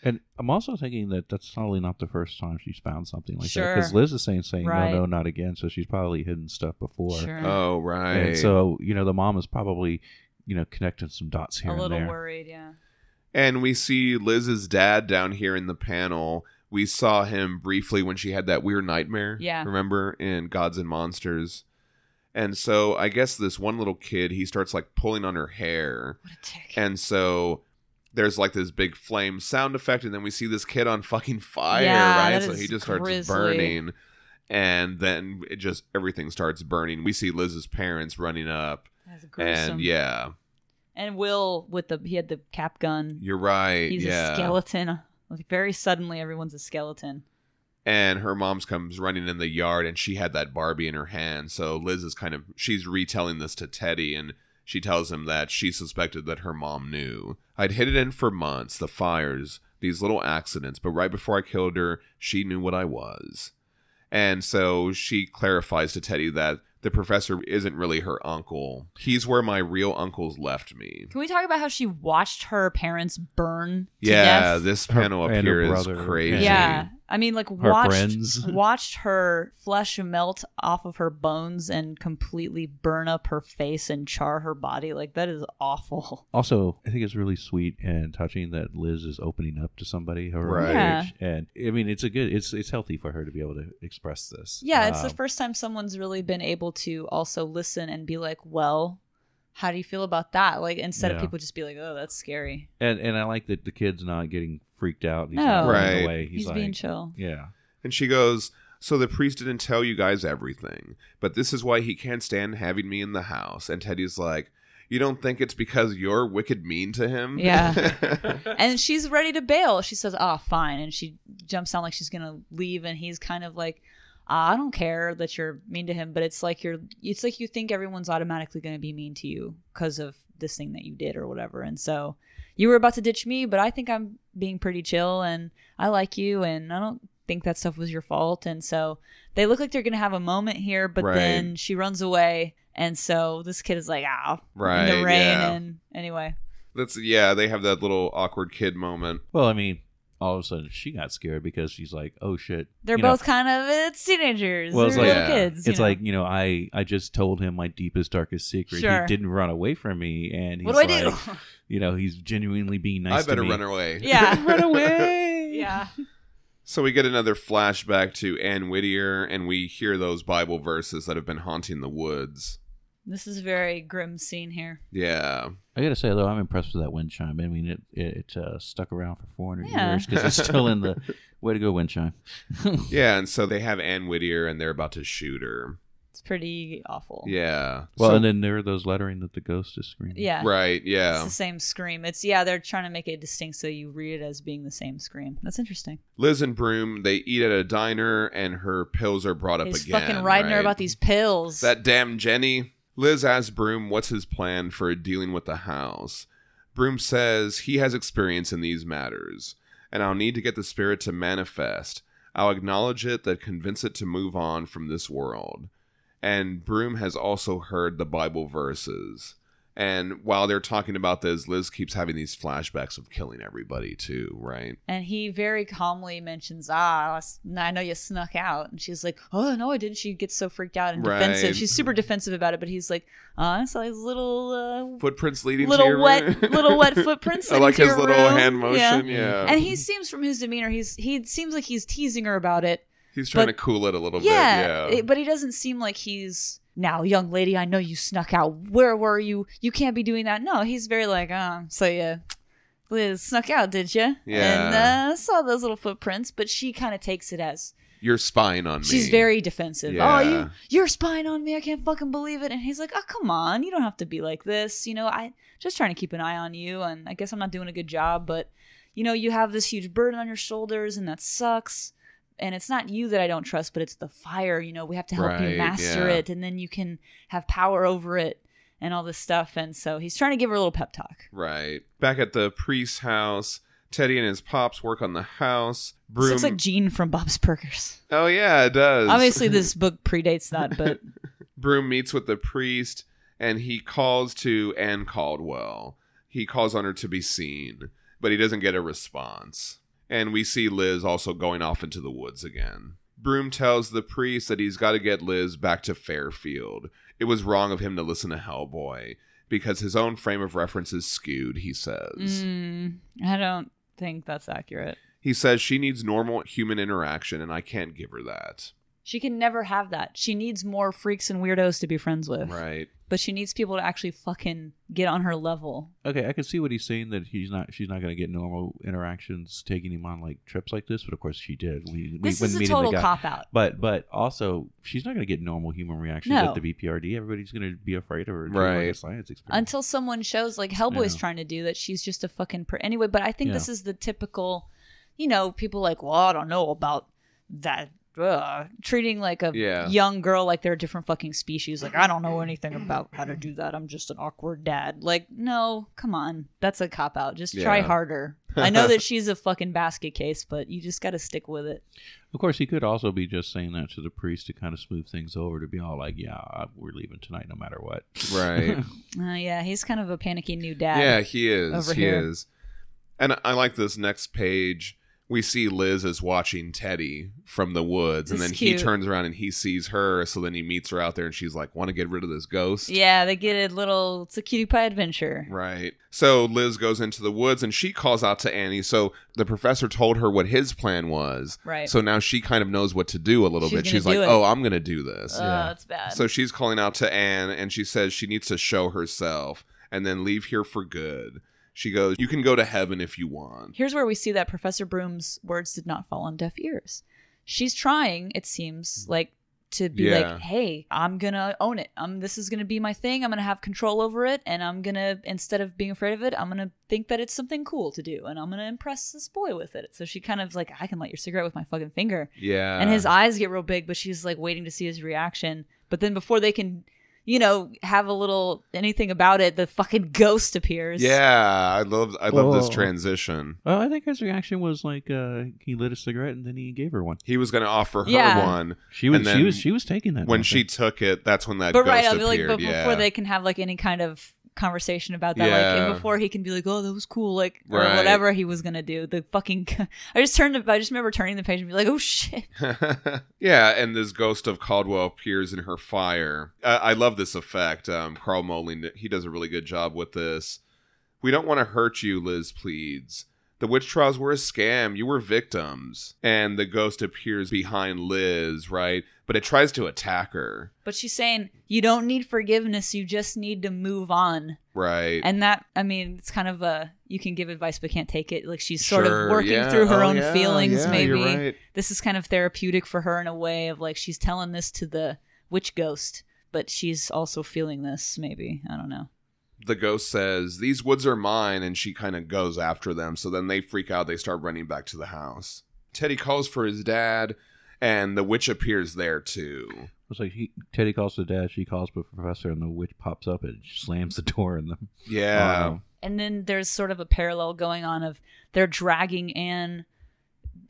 Speaker 3: And I'm also thinking that that's probably not the first time she's found something like that. Because
Speaker 4: Sure.
Speaker 3: Liz is saying, saying
Speaker 4: Right.
Speaker 3: no, no, not again. So she's probably hidden stuff before.
Speaker 4: Sure.
Speaker 2: Oh, right.
Speaker 3: And so, you know, the mom is probably, you know, connecting some dots here
Speaker 4: a
Speaker 3: and
Speaker 4: little
Speaker 3: there.
Speaker 4: worried, yeah.
Speaker 2: And we see Liz's dad down here in the panel. We saw him briefly when she had that weird nightmare.
Speaker 4: Yeah.
Speaker 2: Remember in Gods and Monsters? And so I guess this one little kid, he starts like pulling on her hair.
Speaker 4: What a dick.
Speaker 2: And so there's like this big flame sound effect. And then we see this kid on fucking fire,
Speaker 4: Yeah,
Speaker 2: right?
Speaker 4: that
Speaker 2: So
Speaker 4: is
Speaker 2: he just starts
Speaker 4: grisly.
Speaker 2: burning. And then it just everything starts burning. We see Liz's parents running up.
Speaker 4: That's gruesome.
Speaker 2: And yeah,
Speaker 4: And Will with the he had the cap gun.
Speaker 2: you're right.
Speaker 4: He's
Speaker 2: yeah.
Speaker 4: a skeleton. Like very suddenly, everyone's a skeleton.
Speaker 2: and her mom's comes running in the yard and she had that barbie in her hand so liz is kind of she's retelling this to teddy and she tells him that she suspected that her mom knew i'd hid it in for months the fires these little accidents but right before i killed her she knew what i was and so she clarifies to teddy that the professor isn't really her uncle he's where my real uncles left me
Speaker 4: Can we talk about how she watched her parents burn? To
Speaker 2: yeah
Speaker 4: death?
Speaker 2: this
Speaker 3: Her-
Speaker 2: panel up
Speaker 3: and her
Speaker 2: here is
Speaker 3: brother,
Speaker 2: crazy
Speaker 4: yeah. I mean, like
Speaker 3: Her
Speaker 4: watched
Speaker 3: friends.
Speaker 4: watched her flesh melt off of her bones and completely burn up her face and char her body. Like that is awful.
Speaker 3: Also, I think it's really sweet and touching that Liz is opening up to somebody her own
Speaker 2: Right.
Speaker 4: Yeah.
Speaker 3: age, and I mean, it's a good, it's it's healthy for her to be able to express this.
Speaker 4: Yeah, it's the
Speaker 3: Um,
Speaker 4: first time someone's really been able to also listen and be like, "Well, how do you feel about that?" Like instead
Speaker 3: Yeah.
Speaker 4: of people just be like, "Oh, that's scary."
Speaker 3: and and I like that the kid's not getting freaked out. He's
Speaker 4: No.
Speaker 3: not running
Speaker 2: Right.
Speaker 3: away. He's,
Speaker 4: He's,
Speaker 3: like,
Speaker 4: being chill.
Speaker 3: yeah,
Speaker 2: And she goes, So the priest didn't tell you guys everything, but this is why he can't stand having me in the house. And Teddy's like, You don't think it's because you're wicked mean to him?
Speaker 4: Yeah. and she's ready to bail. She says, "Ah, fine," and she jumps down like she's gonna leave, and he's kind of like, ah, "I don't care that you're mean to him, but it's like you're, it's like you think everyone's automatically gonna be mean to you because of this thing that you did or whatever." And so you were about to ditch me, but I think I'm being pretty chill, and I like you, and I don't think that stuff was your fault. And so they look like they're gonna have a moment here, but
Speaker 2: Right.
Speaker 4: then she runs away. And so this kid is like, ah, in
Speaker 2: Right,
Speaker 4: the rain.
Speaker 2: yeah.
Speaker 4: And anyway,
Speaker 2: That's, yeah, they have that little awkward kid moment.
Speaker 3: Well, I mean, all of a sudden she got scared because she's like, "Oh shit!"
Speaker 4: They're
Speaker 3: You know,
Speaker 4: both kind of it's teenagers.
Speaker 3: Well,
Speaker 4: Well,
Speaker 3: it's
Speaker 4: They're
Speaker 2: like-
Speaker 4: little
Speaker 2: Yeah.
Speaker 4: kids. you
Speaker 3: It's
Speaker 4: know.
Speaker 3: like you know, I I just told him my deepest darkest secret.
Speaker 4: Sure.
Speaker 3: He didn't run away from me, and he's
Speaker 4: what do I
Speaker 3: like,
Speaker 4: do?
Speaker 3: You know, he's genuinely being nice.
Speaker 2: I better
Speaker 3: to me.
Speaker 2: run away.
Speaker 4: yeah,
Speaker 3: run away.
Speaker 4: yeah.
Speaker 2: So we get another flashback to Ann Whittier, and we hear those Bible verses that have been haunting the woods.
Speaker 4: This is a very grim scene here.
Speaker 2: Yeah.
Speaker 3: I gotta say though, I'm impressed with that wind chime. I mean, it it, it uh, stuck around for 400
Speaker 4: Yeah.
Speaker 3: years because it's still in the way to go wind chime.
Speaker 2: Yeah, and so they have Ann Whittier, and they're about to shoot her.
Speaker 4: It's pretty awful.
Speaker 2: Yeah.
Speaker 3: Well,
Speaker 2: So-
Speaker 3: and then there are those lettering that the ghost is screaming.
Speaker 4: yeah.
Speaker 2: right,
Speaker 4: It's
Speaker 2: yeah.
Speaker 4: the same scream. It's yeah. They're trying to make it distinct so you read it as being the same scream. That's interesting.
Speaker 2: Liz and Broom, they eat at a diner and her pills are brought up
Speaker 4: He's
Speaker 2: again.
Speaker 4: fucking riding her
Speaker 2: right?
Speaker 4: about these pills.
Speaker 2: That damn Jenny. Liz asks Broom what's his plan for dealing with the house. Broom says he has experience in these matters, and I'll need to get the spirit to manifest. I'll acknowledge it, then convince it to move on from this world. And Broom has also heard the Bible verses. And while they're talking about this, Liz keeps having these flashbacks of killing everybody too, right?
Speaker 4: And he very calmly mentions, "Ah, I s- I know you snuck out." And she's like, "Oh no, I didn't." She gets so freaked out and
Speaker 2: Right.
Speaker 4: defensive. She's super defensive about it, but he's like, "Ah, I saw his little, uh,
Speaker 2: Footprints leading
Speaker 4: Little
Speaker 2: to your
Speaker 4: wet- little wet footprints
Speaker 2: I like
Speaker 4: into
Speaker 2: his
Speaker 4: your
Speaker 2: little
Speaker 4: room.
Speaker 2: hand
Speaker 4: Yeah.
Speaker 2: motion. Yeah,
Speaker 4: and he seems from his demeanor, he's he seems like he's teasing her about it,
Speaker 2: he's trying
Speaker 4: but-
Speaker 2: to cool it a little
Speaker 4: yeah,
Speaker 2: bit. Yeah,
Speaker 4: it- but he doesn't seem like he's now, young lady. I know you snuck out. Where were you? You can't be doing that. No, he's very like, um, so yeah, Liz snuck out, did you? and
Speaker 2: Yeah.
Speaker 4: uh, I saw those little footprints, but she kind of takes it as
Speaker 2: you're spying on me.
Speaker 4: she's very defensive. Oh,
Speaker 2: Yeah.
Speaker 4: you you're spying on me. I can't fucking believe it. And he's like, oh come on, you don't have to be like this. You know, I just trying to keep an eye on you, and I guess I'm not doing a good job, but you know, you have this huge burden on your shoulders, and that sucks. And it's not you that I don't trust, but it's the fire. You know, we have to help
Speaker 2: Right,
Speaker 4: you master
Speaker 2: yeah.
Speaker 4: it, and then you can have power over it and all this stuff. And so he's trying to give her a little pep talk.
Speaker 2: right. Back at the priest's house, Teddy and his pops work on the house.
Speaker 4: This
Speaker 2: Broom.
Speaker 4: looks like Gene from Bob's Burgers.
Speaker 2: oh yeah, it does.
Speaker 4: Obviously, this book predates that, but
Speaker 2: Broom meets with the priest and he calls to Anne Caldwell. He calls on her to be seen, but he doesn't get a response. And we see Liz also going off into the woods again. Broom tells the priest that he's got to get Liz back to Fairfield. It was wrong of him to listen to Hellboy because his own frame of reference is skewed, he says.
Speaker 4: mm, I don't think that's accurate.
Speaker 2: He says she needs normal human interaction and I can't give her that.
Speaker 4: She can never have that. She needs more freaks and weirdos to be friends with.
Speaker 2: Right.
Speaker 4: But she needs people to actually fucking get on her level.
Speaker 3: Okay, I can see what he's saying that he's not she's not gonna get normal interactions taking him on like trips like this, but of course she did. We, we
Speaker 4: this
Speaker 3: when
Speaker 4: is a
Speaker 3: meeting
Speaker 4: total
Speaker 3: the guy.
Speaker 4: cop out.
Speaker 3: But but also she's not gonna get normal human reactions
Speaker 4: No.
Speaker 3: at the BPRD. Everybody's gonna be afraid of her just like
Speaker 2: Right.
Speaker 3: a science experiment.
Speaker 4: Until someone shows like Hellboy's
Speaker 3: Yeah.
Speaker 4: trying to do that, she's just a fucking per- anyway. But I think
Speaker 3: Yeah.
Speaker 4: this is the typical, you know, people like, well, I don't know about that. Uh, treating like a
Speaker 2: Yeah.
Speaker 4: young girl like they're a different fucking species. Like I don't know anything about how to do that. I'm just an awkward dad. Like no, come on, that's a cop out. Just try
Speaker 2: Yeah.
Speaker 4: harder. I know that she's a fucking basket case, but you just got to stick with it.
Speaker 3: Of course, he could also be just saying that to the priest to kind of smooth things over, to be all like, "Yeah, I- we're leaving tonight, no matter what."
Speaker 2: Right.
Speaker 4: Uh, yeah, he's kind of a panicky new dad.
Speaker 2: Yeah, he is.
Speaker 4: over
Speaker 2: he
Speaker 4: here.
Speaker 2: is. And I like this next page. We see Liz is watching Teddy from the woods, and
Speaker 4: This
Speaker 2: then
Speaker 4: is
Speaker 2: he
Speaker 4: cute.
Speaker 2: turns around and he sees her. So then he meets her out there, and she's like, "Want to get rid of this ghost?"
Speaker 4: Yeah, they get a little. It's a cutie pie adventure.
Speaker 2: Right. So Liz goes into the woods, and she calls out to Annie. So the professor told her what his plan was.
Speaker 4: Right.
Speaker 2: So now she kind of knows what to do a little
Speaker 4: She's
Speaker 2: bit.
Speaker 4: gonna
Speaker 2: She's like,
Speaker 4: do it.
Speaker 2: "Oh, I'm gonna do this."
Speaker 4: Oh,
Speaker 3: Yeah.
Speaker 4: that's bad.
Speaker 2: So she's calling out to Anne and she says she needs to show herself and then leave here for good. She goes, You can go to heaven if you want.
Speaker 4: Here's where we see that Professor Broom's words did not fall on deaf ears. She's trying, it seems, like to be
Speaker 2: Mm. Yeah.
Speaker 4: like, "Hey, I'm going to own it. I'm this is going to be my thing. I'm going to have control over it and I'm going to instead of being afraid of it, I'm going to think that it's something cool to do and I'm going to impress this boy with it." So she kind of like, "I can light your cigarette with my fucking finger."
Speaker 2: Yeah.
Speaker 4: and his eyes get real big, but she's like waiting to see his reaction. But then before they can, you know, have a little anything about it, the fucking ghost appears.
Speaker 2: Yeah, I love I love this
Speaker 3: Whoa.
Speaker 2: transition.
Speaker 3: Well, I think his reaction was like uh, he lit a cigarette and then he gave her one.
Speaker 2: He was going to offer her
Speaker 4: Yeah.
Speaker 2: one
Speaker 3: She was
Speaker 2: And
Speaker 3: she
Speaker 2: then
Speaker 3: was she was taking that
Speaker 2: when
Speaker 3: note.
Speaker 2: she took it. That's when that
Speaker 4: but
Speaker 2: ghost
Speaker 4: right, I'll be like,
Speaker 2: appeared.
Speaker 4: but
Speaker 2: yeah.
Speaker 4: before they can have like any kind of conversation about that, like
Speaker 2: Yeah.
Speaker 4: and before he can be like, oh, that was cool, like or
Speaker 2: Right.
Speaker 4: whatever he was gonna do. The fucking, I just turned, I just remember turning the page and be like, oh shit.
Speaker 2: yeah, and this ghost of Caldwell appears in her fire. I, I love this effect. Um, Carl Moline, he does a really good job with this. We don't want to hurt you, Liz pleads. The witch trials were a scam. You were victims. And the ghost appears behind Liz, right? But it tries to attack her,
Speaker 4: But she's saying you don't need forgiveness, you just need to move on.
Speaker 2: right?
Speaker 4: and that i mean it's kind of a you can give advice but can't take it like she's sort
Speaker 2: Sure,
Speaker 4: of working
Speaker 2: yeah.
Speaker 4: through her
Speaker 2: Oh,
Speaker 4: own
Speaker 2: yeah,
Speaker 4: feelings
Speaker 2: yeah,
Speaker 4: maybe
Speaker 2: You're right.
Speaker 4: this is kind of therapeutic for her in a way of like she's telling this to the witch ghost but she's also feeling this maybe i don't know
Speaker 2: the ghost says, These woods are mine, and she kind of goes after them. So then they freak out. They start running back to the house. Teddy calls for his dad, and the witch appears there too.
Speaker 3: It's like he, Teddy calls the dad, she calls the professor, and the witch pops up and slams the door in them.
Speaker 2: Yeah.
Speaker 4: and then there's sort of a parallel going on of they're dragging Anne.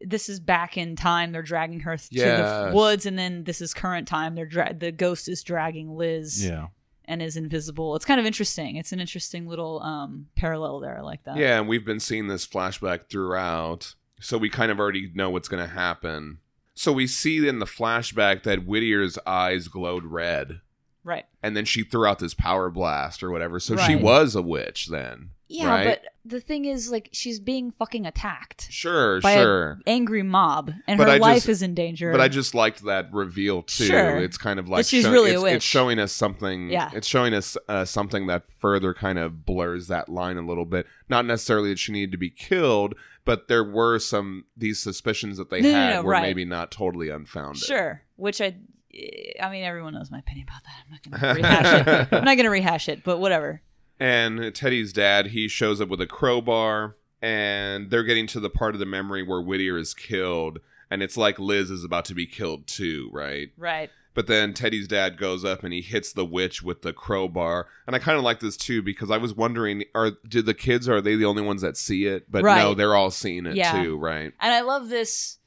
Speaker 4: This is back in time. They're dragging her th- to the
Speaker 2: Yes.
Speaker 4: f- woods, and then this is current time. They're dra- the ghost is dragging Liz.
Speaker 3: yeah,
Speaker 4: and is invisible. It's kind of interesting. It's an interesting little um, parallel there. I like that.
Speaker 2: Yeah, and we've been seeing this flashback throughout, so we kind of already know what's going to happen. So we see in the flashback that Whittier's eyes glowed red,
Speaker 4: Right.
Speaker 2: and then she threw out this power blast or whatever. So she
Speaker 4: Right.
Speaker 2: was a witch then.
Speaker 4: Yeah,
Speaker 2: right?
Speaker 4: but the thing is, like, she's being fucking attacked
Speaker 2: sure,
Speaker 4: by
Speaker 2: sure.
Speaker 4: an angry mob, and
Speaker 2: But
Speaker 4: her
Speaker 2: I
Speaker 4: life
Speaker 2: just-
Speaker 4: is in danger.
Speaker 2: But I just liked that reveal too.
Speaker 4: Sure.
Speaker 2: It's kind of like
Speaker 4: she's really a
Speaker 2: it's,
Speaker 4: witch.
Speaker 2: it's showing us something.
Speaker 4: Yeah.
Speaker 2: It's showing us uh, something that further kind of blurs that line a little bit. Not necessarily that she needed to be killed, but there were some these suspicions that they
Speaker 4: No, no,
Speaker 2: had
Speaker 4: no,
Speaker 2: were
Speaker 4: right.
Speaker 2: maybe not totally unfounded.
Speaker 4: sure, which I, eh, I mean, everyone knows my opinion about that. I'm not gonna rehash it. I'm not gonna rehash it, but whatever.
Speaker 2: And Teddy's dad, he shows up with a crowbar, and they're getting to the part of the memory where Whittier is killed, and it's like Liz is about to be killed too, right?
Speaker 4: Right.
Speaker 2: But then Teddy's dad goes up and he hits the witch with the crowbar. And I kind of like this too because I was wondering are did the kids are they the only ones that see it? But no,
Speaker 4: Right.
Speaker 2: they're all seeing it
Speaker 4: Yeah.
Speaker 2: too, right?
Speaker 4: And I love this.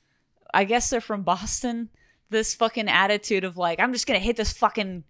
Speaker 4: I guess they're from Boston. This fucking attitude of like, I'm just gonna hit this fucking.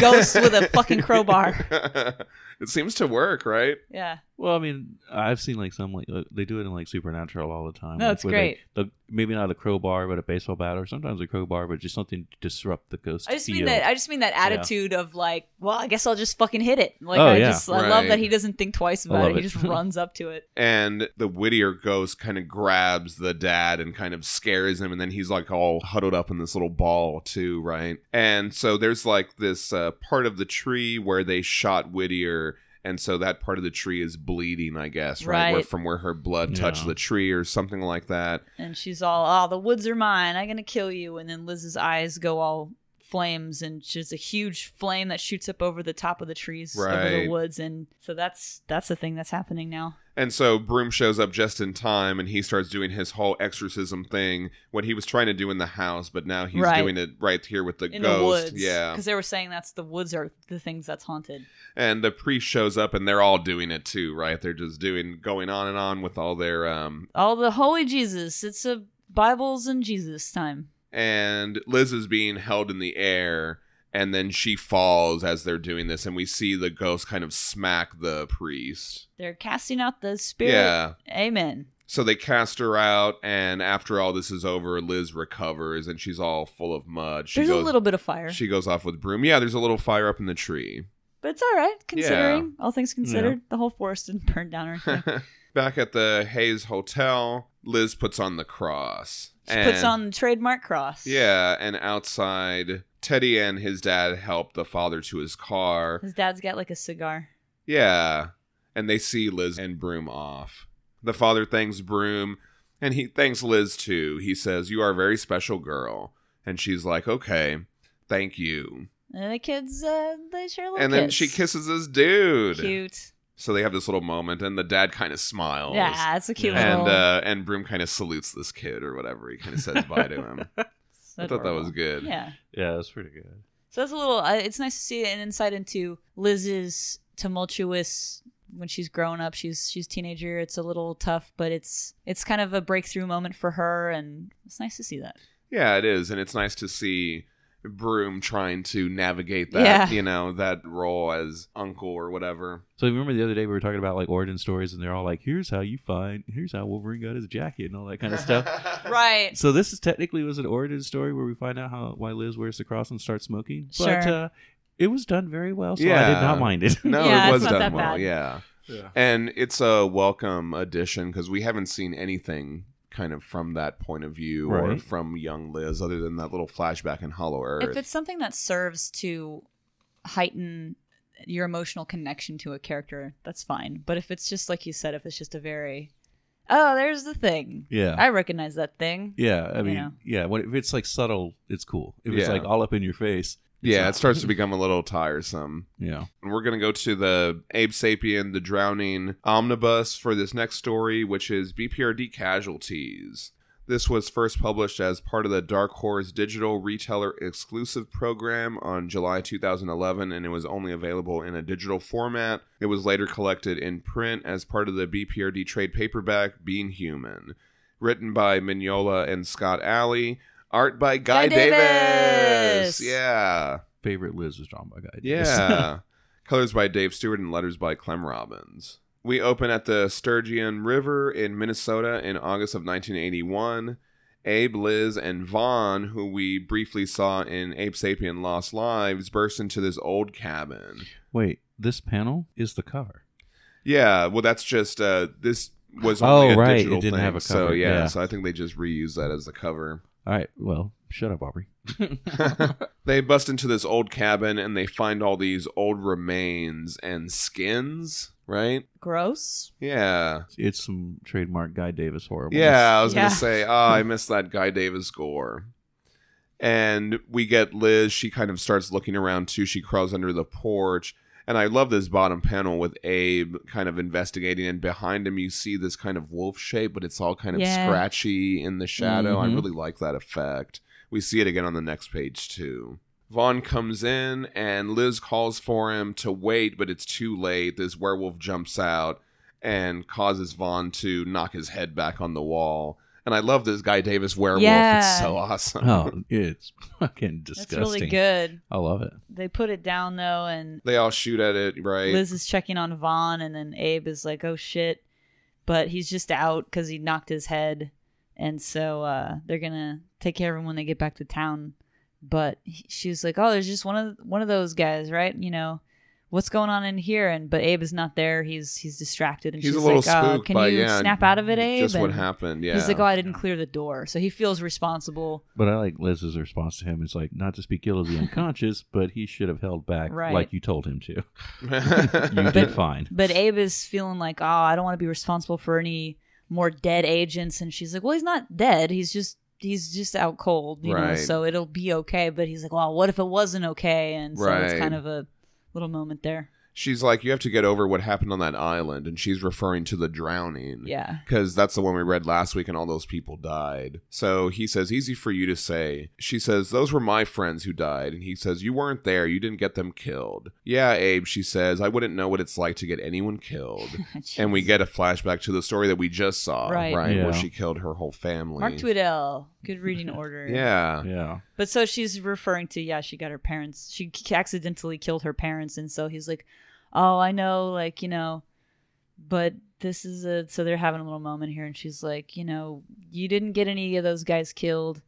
Speaker 4: Ghost with a fucking crowbar.
Speaker 2: it seems to work, right?
Speaker 4: Yeah.
Speaker 3: Well, I mean, I've seen like some like uh, they do it in like Supernatural all the time.
Speaker 4: No,
Speaker 3: like,
Speaker 4: it's
Speaker 3: where
Speaker 4: great.
Speaker 3: They, the, maybe not a crowbar, but a baseball bat, or sometimes a crowbar, but just something to disrupt the ghost.
Speaker 4: I just mean
Speaker 3: field.
Speaker 4: that. I just mean that attitude of like, well, I guess I'll just fucking hit it. Like,
Speaker 3: Oh,
Speaker 4: I
Speaker 3: yeah.
Speaker 4: just I love
Speaker 2: Right.
Speaker 4: that he doesn't think twice about
Speaker 3: love
Speaker 4: it. He
Speaker 3: it.
Speaker 4: just runs up to it.
Speaker 2: And the Whittier ghost kind of grabs the dad and kind of scares him. And then he's like all huddled up in this little ball, too, right? And so there's like this uh, part of the tree where they shot Whittier. And so that part of the tree is bleeding, I guess, right? Where,
Speaker 4: Right.
Speaker 2: from where her blood touched
Speaker 3: Yeah.
Speaker 2: the tree or something like that.
Speaker 4: And she's all, "Oh, the woods are mine. I'm gonna kill you." And then Liz's eyes go all flames, and she's a huge flame that shoots up over the top of the trees over the
Speaker 2: Right.
Speaker 4: woods. And so that's that's the thing that's happening now.
Speaker 2: And so Broom shows up just in time and he starts doing his whole exorcism thing, what he was trying to do in the house, but now he's
Speaker 4: Right.
Speaker 2: doing it right here with the
Speaker 4: in
Speaker 2: ghost.
Speaker 4: the woods.
Speaker 2: Yeah.
Speaker 4: Because they were saying that's the woods are the things that's haunted.
Speaker 2: and the priest shows up and they're all doing it too right they're just doing going on and on with all their um
Speaker 4: All the holy Jesus. It's a Bibles and Jesus time.
Speaker 2: and liz is being held in the air and then she falls as they're doing this and we see the ghost kind of smack the priest
Speaker 4: They're casting out the spirit.
Speaker 2: yeah
Speaker 4: Amen.
Speaker 2: so they cast her out and after all this is over liz recovers and she's all full of mud she
Speaker 4: There's
Speaker 2: goes
Speaker 4: a little bit of fire,
Speaker 2: she goes off with broom yeah there's a little fire up in the tree
Speaker 4: but it's all right considering all things considered, the whole forest didn't burn down or anything.
Speaker 2: back at the hayes hotel liz puts on the cross
Speaker 4: She puts
Speaker 2: and-
Speaker 4: on the trademark cross.
Speaker 2: Yeah, and outside, Teddy and his dad help the father to his car.
Speaker 4: His dad's got like a cigar.
Speaker 2: Yeah, and they see Liz and Broom off. The father thanks Broom, and he thanks Liz too. He says, You are a very special girl. And she's like, Okay, thank you.
Speaker 4: And the kids, uh, they sure look
Speaker 2: and then she kisses this dude.
Speaker 4: Cute.
Speaker 2: So they have this little moment, and the dad kind of smiles.
Speaker 4: Yeah, it's a cute
Speaker 2: Oh, And
Speaker 4: little.
Speaker 2: uh, and Broom kind of salutes this kid or whatever. He kind of says bye to him.
Speaker 4: it's
Speaker 2: I thought that
Speaker 4: adorable.
Speaker 2: was good.
Speaker 4: Yeah.
Speaker 3: yeah, that's pretty good.
Speaker 4: So that's a little. Uh, it's nice to see an insight into Liz's tumultuous when she's grown up. She's she's teenager. It's a little tough, but it's it's kind of a breakthrough moment for her, and it's nice to see that.
Speaker 2: Yeah, it is, and it's nice to see Broom trying to navigate that,
Speaker 4: Yeah.
Speaker 2: you know, that role as uncle or whatever.
Speaker 3: So remember the other day we were talking about like origin stories, and they're all like, "Here's how you find, here's how Wolverine got his jacket, and all that kind of stuff."
Speaker 4: Right.
Speaker 3: so this is technically was an origin story where we find out how why Liz wears the cross and starts smoking, but
Speaker 4: Sure.
Speaker 3: uh, it was done very well, so I
Speaker 2: Yeah.
Speaker 3: did not mind it.
Speaker 2: No,
Speaker 4: Yeah,
Speaker 2: it
Speaker 4: it's
Speaker 2: was
Speaker 4: not
Speaker 2: done
Speaker 4: that
Speaker 2: well.
Speaker 4: bad.
Speaker 2: Yeah,
Speaker 3: yeah.
Speaker 2: and it's a welcome addition because we haven't seen anything kind of from that point of view or
Speaker 3: Right.
Speaker 2: from young Liz, other than that little flashback in Hollow Earth.
Speaker 4: If it's something that serves to heighten your emotional connection to a character, that's fine. But if it's just like you said, if it's just a very, oh, there's the thing.
Speaker 3: Yeah.
Speaker 4: I recognize that thing.
Speaker 3: Yeah, I mean,
Speaker 4: know.
Speaker 3: yeah. When if it's like subtle, it's cool. If it's
Speaker 2: Yeah.
Speaker 3: like all up in your face, it's
Speaker 2: yeah,
Speaker 3: not.
Speaker 2: it starts to become a little tiresome.
Speaker 3: yeah.
Speaker 2: And we're going to go to the Abe Sapien, the drowning omnibus for this next story, which is BPRD Casualties. This was first published as part of the Dark Horse Digital Retailer Exclusive Program on July 2011, and it was only available in a digital format. It was later collected in print as part of the BPRD trade paperback, Being Human. Written by Mignola and Scott Alley. Art by Guy,
Speaker 4: Guy Davis!
Speaker 2: Davis! Yeah.
Speaker 3: Favorite Liz was drawn by Guy. Davis.
Speaker 2: Yeah. Colors by Dave Stewart and letters by Clem Robbins. We open at the Sturgeon River in Minnesota in August of 1981. Abe, Liz, and Vaughn, who we briefly saw in Ape Sapien Lost Lives, burst into this old cabin.
Speaker 3: Wait, this panel is the cover.
Speaker 2: Yeah, well, that's just uh, this was
Speaker 3: Oh,
Speaker 2: only a
Speaker 3: right,
Speaker 2: digital
Speaker 3: it didn't
Speaker 2: thing,
Speaker 3: have a
Speaker 2: so
Speaker 3: cover,
Speaker 2: yeah,
Speaker 3: yeah.
Speaker 2: so I think they just reused that as the cover.
Speaker 3: All right, well, shut up, Aubrey.
Speaker 2: they bust into this old cabin and they find all these old remains and skins, right?
Speaker 4: Gross.
Speaker 2: Yeah.
Speaker 3: It's some trademark Guy Davis horrible.
Speaker 2: Yeah, I was
Speaker 4: Yeah.
Speaker 2: gonna say, oh, I miss that Guy Davis gore. And we get Liz. She kind of starts looking around too. She crawls under the porch, and I love this bottom panel with Abe kind of investigating. And behind him, you see this kind of wolf shape, but it's all kind of
Speaker 4: Yeah.
Speaker 2: scratchy in the shadow. I
Speaker 3: Mhm.
Speaker 2: really like that effect. We see it again on the next page too. Vaughn comes in, and Liz calls for him to wait, but it's too late. This werewolf jumps out and causes Vaughn to knock his head back on the wall. And I love this Guy Davis werewolf. It's
Speaker 4: Yeah.
Speaker 2: so awesome.
Speaker 3: Oh, it's fucking
Speaker 4: That's
Speaker 3: disgusting.
Speaker 4: really good.
Speaker 3: I love it.
Speaker 4: They put it down though, and
Speaker 2: They all shoot at it, right?
Speaker 4: Liz is checking on Vaughn, and then Abe is like, "Oh shit," but he's just out because he knocked his head, and so uh, they're gonna take care of him when they get back to town. But he- she's like, "Oh, there's just one of one of those guys, right? You know, what's going on in here?" And but Abe is not there. He's he's distracted, and
Speaker 2: He's a
Speaker 4: she's
Speaker 2: little
Speaker 4: like, uh,
Speaker 2: spooked
Speaker 4: "Can
Speaker 2: by
Speaker 4: you
Speaker 2: yeah,
Speaker 4: snap out of it, Abe?"
Speaker 2: Just what
Speaker 4: And
Speaker 2: happened, yeah.
Speaker 4: He's like, "Oh, I didn't clear the door," so he feels responsible.
Speaker 3: But I like Liz's response to him is like, not to speak ill of the unconscious, but he should have held back
Speaker 4: Right.
Speaker 3: like you told him to. You did fine.
Speaker 4: But Abe is feeling like, oh, I don't want to be responsible for any more dead agents. And she's like, well, he's not dead. He's just he's just out cold, you know.
Speaker 2: Right.
Speaker 4: So it'll be okay. But he's like, well, what if it wasn't okay? And so
Speaker 2: Right.
Speaker 4: it's kind of a little moment there.
Speaker 2: she's like, you have to get over what happened on that island. And she's referring to the drowning.
Speaker 4: Yeah.
Speaker 2: because that's the one we read last week and all those people died. So he says, Easy for you to say. She says, Those were my friends who died. And he says, You weren't there. You didn't get them killed. Yeah, Abe, she says, I wouldn't know what it's like to get anyone killed. and we get a flashback to the story that we just saw, right?
Speaker 4: Right.
Speaker 2: Where
Speaker 3: Yeah.
Speaker 2: she killed her whole family.
Speaker 4: Mark Twiddell, good reading order.
Speaker 2: Yeah.
Speaker 3: Yeah.
Speaker 4: But so she's referring to, yeah, she got her parents, she k- accidentally killed her parents. And so he's like, oh, I know, like, you know, but this is a, so they're having a little moment here. And she's like, you know, you didn't get any of those guys killed.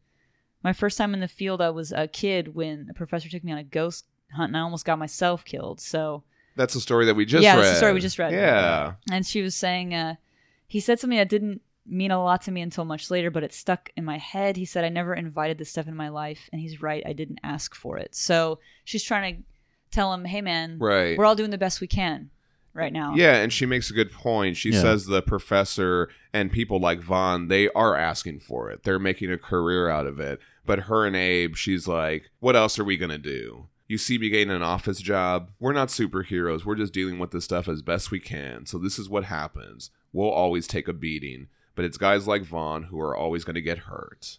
Speaker 4: My first time in the field, I was a kid when a professor took me on a ghost hunt and I almost got myself killed. So,
Speaker 2: That's the story that we just
Speaker 4: Yeah,
Speaker 2: read.
Speaker 4: that's the story we just read.
Speaker 2: Yeah.
Speaker 4: and she was saying, uh, he said something that didn't mean a lot to me until much later, but it stuck in my head. He said, I never invited this stuff in my life. And he's right. I didn't ask for it. So she's trying to tell him, hey, man,
Speaker 2: Right.
Speaker 4: we're all doing the best we can right now.
Speaker 2: Yeah, and she makes a good point. She
Speaker 3: Yeah.
Speaker 2: says the professor and people like Vaughn, they are asking for it. They're making a career out of it. But her and Abe, she's like, what else are we going to do? You see me getting an office job. We're not superheroes. We're just dealing with this stuff as best we can. So this is what happens. We'll always take a beating, but it's guys like Vaughn who are always going to get hurt.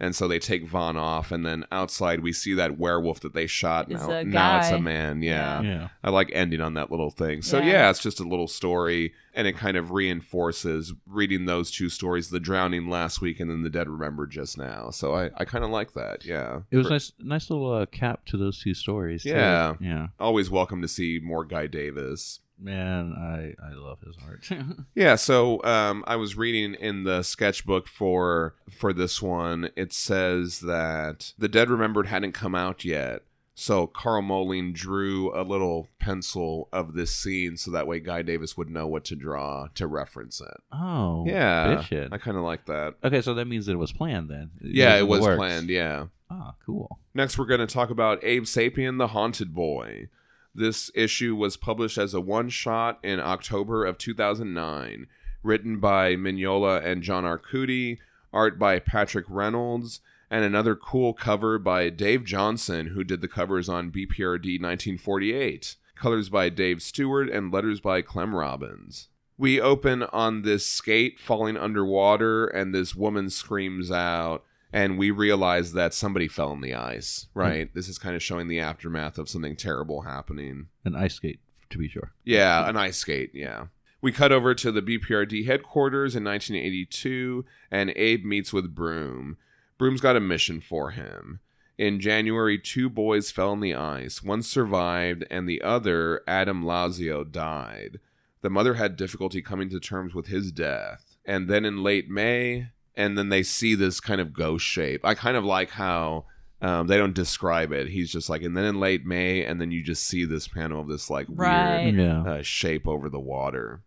Speaker 2: And so they take Vaughn off, and then outside we see that werewolf that they shot.
Speaker 4: Is
Speaker 2: Now,
Speaker 4: a
Speaker 2: now it's
Speaker 4: guy.
Speaker 2: a man. yeah.
Speaker 3: Yeah.
Speaker 2: I like ending on that little thing. So yeah.
Speaker 4: Yeah.
Speaker 2: it's just a little story, and it kind of reinforces reading those two stories: the drowning last week, and then the dead remembered just now. So I, I kind of like that. Yeah,
Speaker 3: It was
Speaker 2: For-
Speaker 3: nice nice little uh, cap to those two stories. too.
Speaker 2: Yeah.
Speaker 3: Yeah.
Speaker 2: always welcome to see more Guy Davis.
Speaker 3: Man, I, I love his art.
Speaker 2: Yeah, so um, I was reading in the sketchbook for for this one. It says that the Dead Remembered hadn't come out yet, so Carl Moline drew a little pencil of this scene, so that way Guy Davis would know what to draw to reference it.
Speaker 3: oh.
Speaker 2: Yeah,
Speaker 3: Bitchin'.
Speaker 2: I kind of like that.
Speaker 3: Okay, so that means that it was planned then.
Speaker 2: Yeah,
Speaker 3: in
Speaker 2: it
Speaker 3: the
Speaker 2: was
Speaker 3: works.
Speaker 2: planned. Yeah.
Speaker 3: Ah, cool.
Speaker 2: Next, we're going to talk about Abe Sapien, the Haunted Boy. This issue was published as a one shot in October of 2009, written by Mignola and John Arcudi, art by Patrick Reynolds, and another cool cover by Dave Johnson, who did the covers on BPRD 1948. Colors by Dave Stewart and letters by Clem Robbins. We open on this skate falling underwater, and this woman screams out, and we realize that somebody fell in the ice, right? This is kind of showing the aftermath of something terrible happening.
Speaker 3: An ice skate, to be sure.
Speaker 2: Yeah, an ice skate, yeah. We cut over to the BPRD headquarters in 1982, and Abe meets with Broom. Broom's got a mission for him. In January, two boys fell in the ice. One survived, and the other, Adam Lazio, died. The mother had difficulty coming to terms with his death. And then in late May, and then they see this kind of ghost shape. I kind of like how um, they don't describe it. He's just like, and then in late May, and then you just see this panel of this like
Speaker 4: Right.
Speaker 2: weird
Speaker 3: Yeah.
Speaker 2: uh, shape over the water.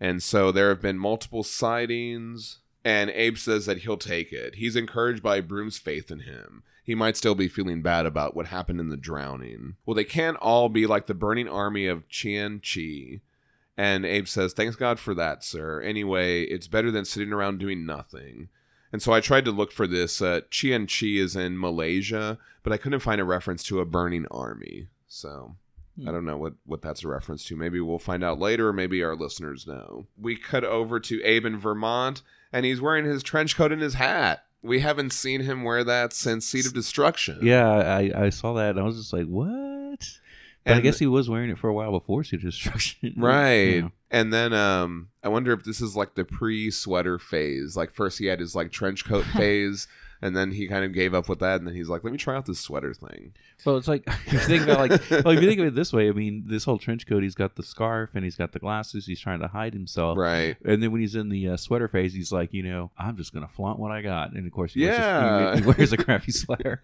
Speaker 2: And so there have been multiple sightings, and Abe says that he'll take it. He's encouraged by Broom's faith in him. He might still be feeling bad about what happened in the drowning. Well, they can't all be like the burning army of Chien Chi. And Abe says, Thanks God for that, sir. Anyway, it's better than sitting around doing nothing. And so I tried to look for this. Uh, Chien Chi is in Malaysia, but I couldn't find a reference to a burning army. So
Speaker 3: Hmm.
Speaker 2: I don't know what, what that's a reference to. Maybe we'll find out later, or maybe our listeners know. We cut over to Abe in Vermont, and he's wearing his trench coat and his hat. We haven't seen him wear that since Seed of Destruction.
Speaker 3: Yeah, I, I saw that and I was just like, what? But I
Speaker 2: And-
Speaker 3: guess he was wearing it for a while before Seed of Destruction.
Speaker 2: Right.
Speaker 3: Yeah.
Speaker 2: And then um I wonder if this is like the pre-sweater phase. Like first he had his like trench coat phase and then he kind of gave up with that and then he's like let me try out this sweater thing.
Speaker 3: Well, it's like if you think about like well, if you think of it this way, I mean, this whole trench coat, he's got the scarf and he's got the glasses. He's trying to hide himself.
Speaker 2: Right.
Speaker 3: And then when he's in the uh, sweater phase, he's like, you know, I'm just gonna flaunt what I got. And of course, he wears,
Speaker 2: Yeah.
Speaker 3: a, he wears a crappy sweater.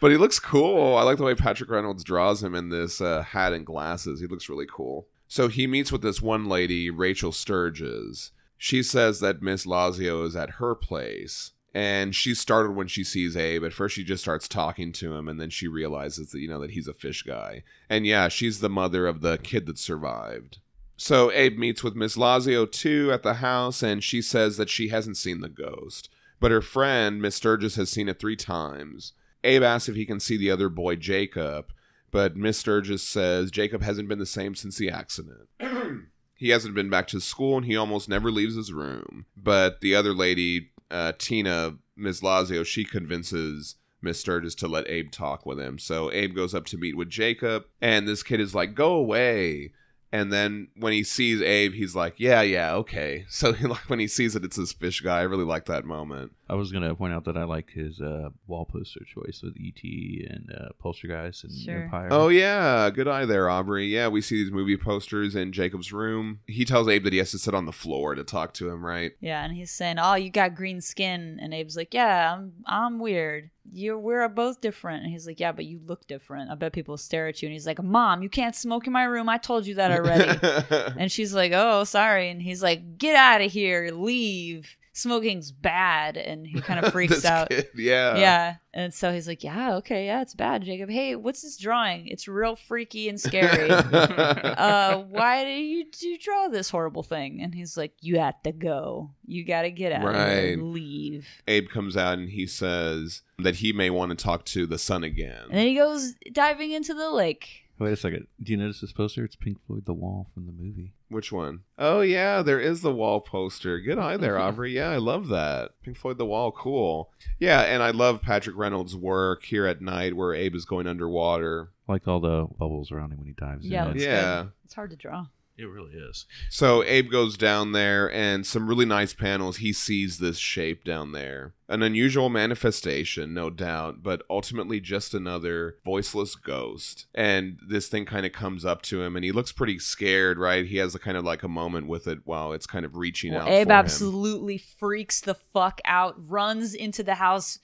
Speaker 2: but he looks cool. I like the way Patrick Reynolds draws him in this uh, hat and glasses. He looks really cool. So he meets with this one lady, Rachel Sturges. She says that Miss Lazio is at her place. And she's startled when she sees Abe. At first, she just starts talking to him, and then she realizes that you know that he's a fish guy. And yeah, she's the mother of the kid that survived. So Abe meets with Miss Lazio too at the house, and she says that she hasn't seen the ghost, but her friend Miss Sturgis has seen it three times. Abe asks if he can see the other boy, Jacob, but Miss Sturgis says Jacob hasn't been the same since the accident. he hasn't been back to school and he almost never leaves his room. But the other lady, uh, Tina, Miss Lazio, she convinces Miss Sturgis to let Abe talk with him. So Abe goes up to meet with Jacob, and this kid is like, go away. And then when he sees Abe, he's like, yeah, yeah, okay. So he, like when he sees it, it's this fish guy. I really like that moment.
Speaker 3: I was gonna point out that I like his uh, wall poster choice with E.T. and uh, Poltergeist and
Speaker 4: Sure.
Speaker 3: Empire.
Speaker 2: Oh yeah, good eye there, Aubrey. Yeah, we see these movie posters in Jacob's room. He tells Abe that he has to sit on the floor to talk to him, right?
Speaker 4: Yeah, and he's saying, "Oh, you got green skin," and Abe's like, "Yeah, I'm I'm weird. You we're both different." And he's like, "Yeah, but you look different. I bet people stare at you." And he's like, "Mom, you can't smoke in my room. I told you that already." and she's like, "Oh, sorry." And he's like, "Get out of here. Leave. Smoking's bad." And he kind of freaks
Speaker 2: This
Speaker 4: out.
Speaker 2: kid, yeah.
Speaker 4: Yeah. And so he's like, "Yeah, okay, yeah, it's bad, Jacob. Hey, what's this drawing? It's real freaky and scary." uh, why do you, do you draw this horrible thing? And he's like, you had to go. You got to get out. of here and
Speaker 2: Right.
Speaker 4: Leave.
Speaker 2: Abe comes out and he says that he may want to talk to the son again.
Speaker 4: And then he goes diving into the lake.
Speaker 3: Wait a second. Do you notice this poster? It's Pink Floyd, The Wall from the movie.
Speaker 2: Which one? Oh yeah, there is the wall poster. Good eye there,
Speaker 4: Mm-hmm.
Speaker 2: Aubrey. Yeah, I love that. Pink Floyd the Wall, cool. Yeah, and I love Patrick Reynolds' work here at night where Abe is going underwater.
Speaker 3: I like all the bubbles around him when he dives
Speaker 4: Yeah.
Speaker 3: in.
Speaker 4: It's
Speaker 3: It's-
Speaker 2: yeah.
Speaker 4: good. It's hard to draw.
Speaker 3: It really is.
Speaker 2: So Abe goes down there, and some really nice panels. He sees this shape down there. An unusual manifestation, no doubt, but ultimately just another voiceless ghost. And this thing kind of comes up to him, and he looks pretty scared, right? He has a kind of like a moment with it while it's kind of reaching
Speaker 4: Well,
Speaker 2: out.
Speaker 4: Abe
Speaker 2: for him.
Speaker 4: absolutely freaks the fuck out, runs into the house.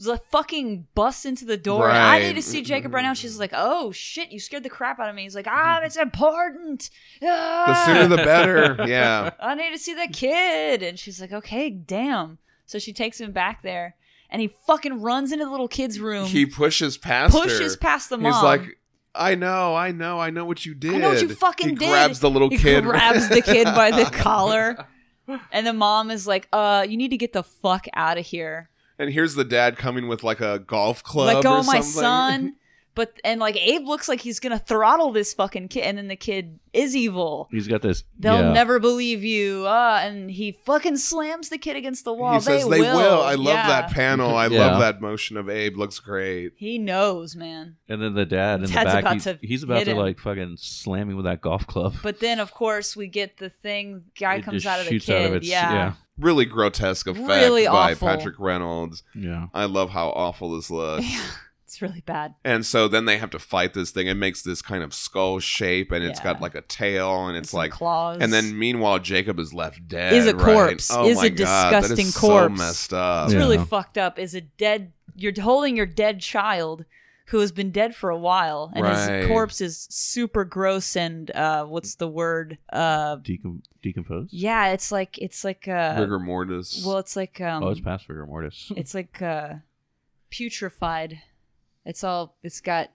Speaker 4: The fucking busts into the door. and I need to
Speaker 2: Right.
Speaker 4: see Jacob right now. She's like, "Oh shit, you scared the crap out of me." He's like, "Ah, it's important."
Speaker 2: The
Speaker 4: Ah.
Speaker 2: sooner the better. Yeah.
Speaker 4: I need to see that kid. And she's like, okay, damn. So she takes him back there and he fucking runs into the little kid's room,
Speaker 2: He pushes past
Speaker 4: pushes
Speaker 2: her.
Speaker 4: past the mom.
Speaker 2: He's like, I know, I know, I know what you did.
Speaker 4: I know what you fucking
Speaker 2: he
Speaker 4: did.
Speaker 2: grabs the little
Speaker 4: he
Speaker 2: kid.
Speaker 4: grabs the kid by the collar. And the mom is like, uh, you need to get the fuck out of here.
Speaker 2: And here's the dad coming with like a golf club.
Speaker 4: Let go
Speaker 2: or
Speaker 4: of oh, my
Speaker 2: something.
Speaker 4: son. But and like Abe looks like he's gonna throttle this fucking kid, and then the kid is evil.
Speaker 3: He's got this.
Speaker 4: They'll
Speaker 3: yeah.
Speaker 4: never believe you. Uh, and he fucking slams the kid against the wall.
Speaker 2: He says they, will. I love
Speaker 4: Yeah.
Speaker 2: that panel. I
Speaker 3: Yeah.
Speaker 2: love that motion of Abe. Looks great.
Speaker 4: He knows, man.
Speaker 3: And then the dad in the
Speaker 4: Ted's
Speaker 3: back,
Speaker 4: about
Speaker 3: he's,
Speaker 4: to
Speaker 3: he's about
Speaker 4: hit
Speaker 3: to
Speaker 4: him.
Speaker 3: like fucking slam him with that golf club.
Speaker 4: But then, of course, we get the thing. Guy
Speaker 3: It
Speaker 4: comes
Speaker 3: just
Speaker 4: out of the
Speaker 3: shoots
Speaker 4: kid.
Speaker 3: its-
Speaker 4: yeah.
Speaker 2: really grotesque effect
Speaker 4: Really
Speaker 2: by
Speaker 4: awful.
Speaker 2: Patrick Reynolds.
Speaker 3: Yeah.
Speaker 2: I love how awful this looks.
Speaker 4: Yeah, it's really bad.
Speaker 2: And so then they have to fight this thing. It makes this kind of skull shape, and it's got
Speaker 4: Yeah.
Speaker 2: like a tail, and it's
Speaker 4: Some
Speaker 2: like.
Speaker 4: claws.
Speaker 2: And then meanwhile, Jacob is left dead.
Speaker 4: Is a
Speaker 2: right?
Speaker 4: corpse.
Speaker 2: Oh
Speaker 4: Is
Speaker 2: my
Speaker 4: a
Speaker 2: God, that is
Speaker 4: disgusting
Speaker 2: so
Speaker 4: corpse.
Speaker 2: messed up.
Speaker 4: it's
Speaker 3: Yeah.
Speaker 4: really fucked up. Is a dead. You're holding your dead child who has been dead for a while, and
Speaker 2: Right.
Speaker 4: his corpse is super gross and uh, what's the word? Uh,
Speaker 3: Decom- decompose?
Speaker 4: yeah, it's like it's like uh,
Speaker 2: Rigor mortis.
Speaker 4: well, it's like um,
Speaker 3: oh, it's past rigor mortis.
Speaker 4: it's like uh, putrefied. It's all it's got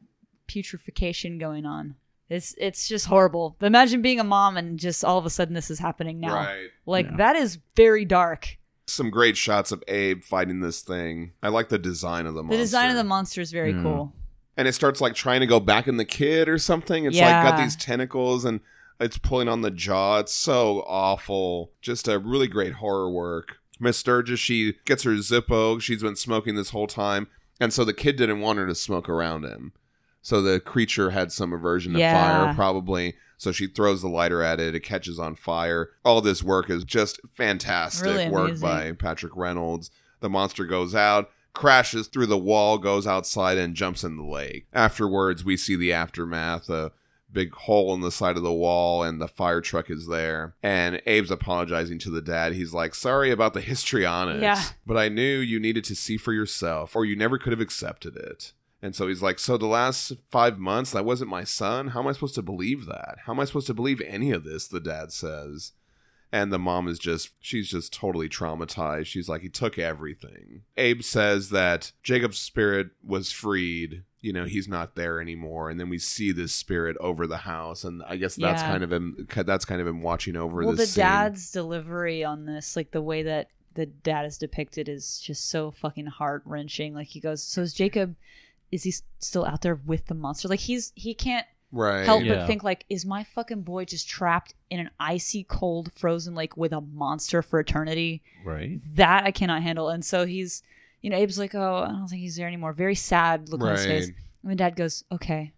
Speaker 4: putrefaction going on. It's it's just horrible. But imagine being a mom and just all of a sudden this is happening now.
Speaker 2: Right.
Speaker 4: Like
Speaker 3: Yeah.
Speaker 4: that is very dark.
Speaker 2: Some great shots of Abe fighting this thing. I like the design of the monster.
Speaker 4: The design of the monster is very
Speaker 3: Yeah.
Speaker 4: cool.
Speaker 2: and it starts like trying to go back in the kid or something. It's like got
Speaker 4: Yeah.
Speaker 2: these tentacles and it's pulling on the jaw. It's so awful. Just a really great horror work. Miss Sturgis, she gets her Zippo. She's been smoking this whole time. And so the kid didn't want her to smoke around him. So the creature had some aversion to
Speaker 4: Yeah.
Speaker 2: fire, probably. So she throws the lighter at it. It catches on fire. All this work is just fantastic
Speaker 4: Really
Speaker 2: work
Speaker 4: amazing.
Speaker 2: by Patrick Reynolds. The monster goes out, crashes through the wall, goes outside, and jumps in the lake. Afterwards, we see the aftermath a big hole in the side of the wall, and the fire truck is there. And Abe's apologizing to the dad. He's like, Sorry about the histrionics,
Speaker 4: Yeah.
Speaker 2: but I knew you needed to see for yourself, or you never could have accepted it. And so he's like, So the last five months, that wasn't my son? How am I supposed to believe that? How am I supposed to believe any of this? The dad says. And the mom is just, she's just totally traumatized. She's like, he took everything. Abe says that Jacob's spirit was freed. You know, he's not there anymore. And then we see this spirit over the house. And I guess that's
Speaker 4: Yeah.
Speaker 2: kind of him, that's kind of him watching over
Speaker 4: Well, the
Speaker 2: this scene.
Speaker 4: dad's delivery on this, like the way that the dad is depicted, is just so fucking heart wrenching. Like he goes, "So is Jacob? Is he s- still out there with the monster? Like he's he can't
Speaker 2: Right.
Speaker 4: help
Speaker 3: Yeah.
Speaker 4: but think like is my fucking boy just trapped in an icy cold frozen lake with a monster for eternity
Speaker 3: right.
Speaker 4: that i cannot handle and so he's you know abe's like oh i don't think he's there anymore very sad look on his face
Speaker 2: Right.
Speaker 4: and my dad goes okay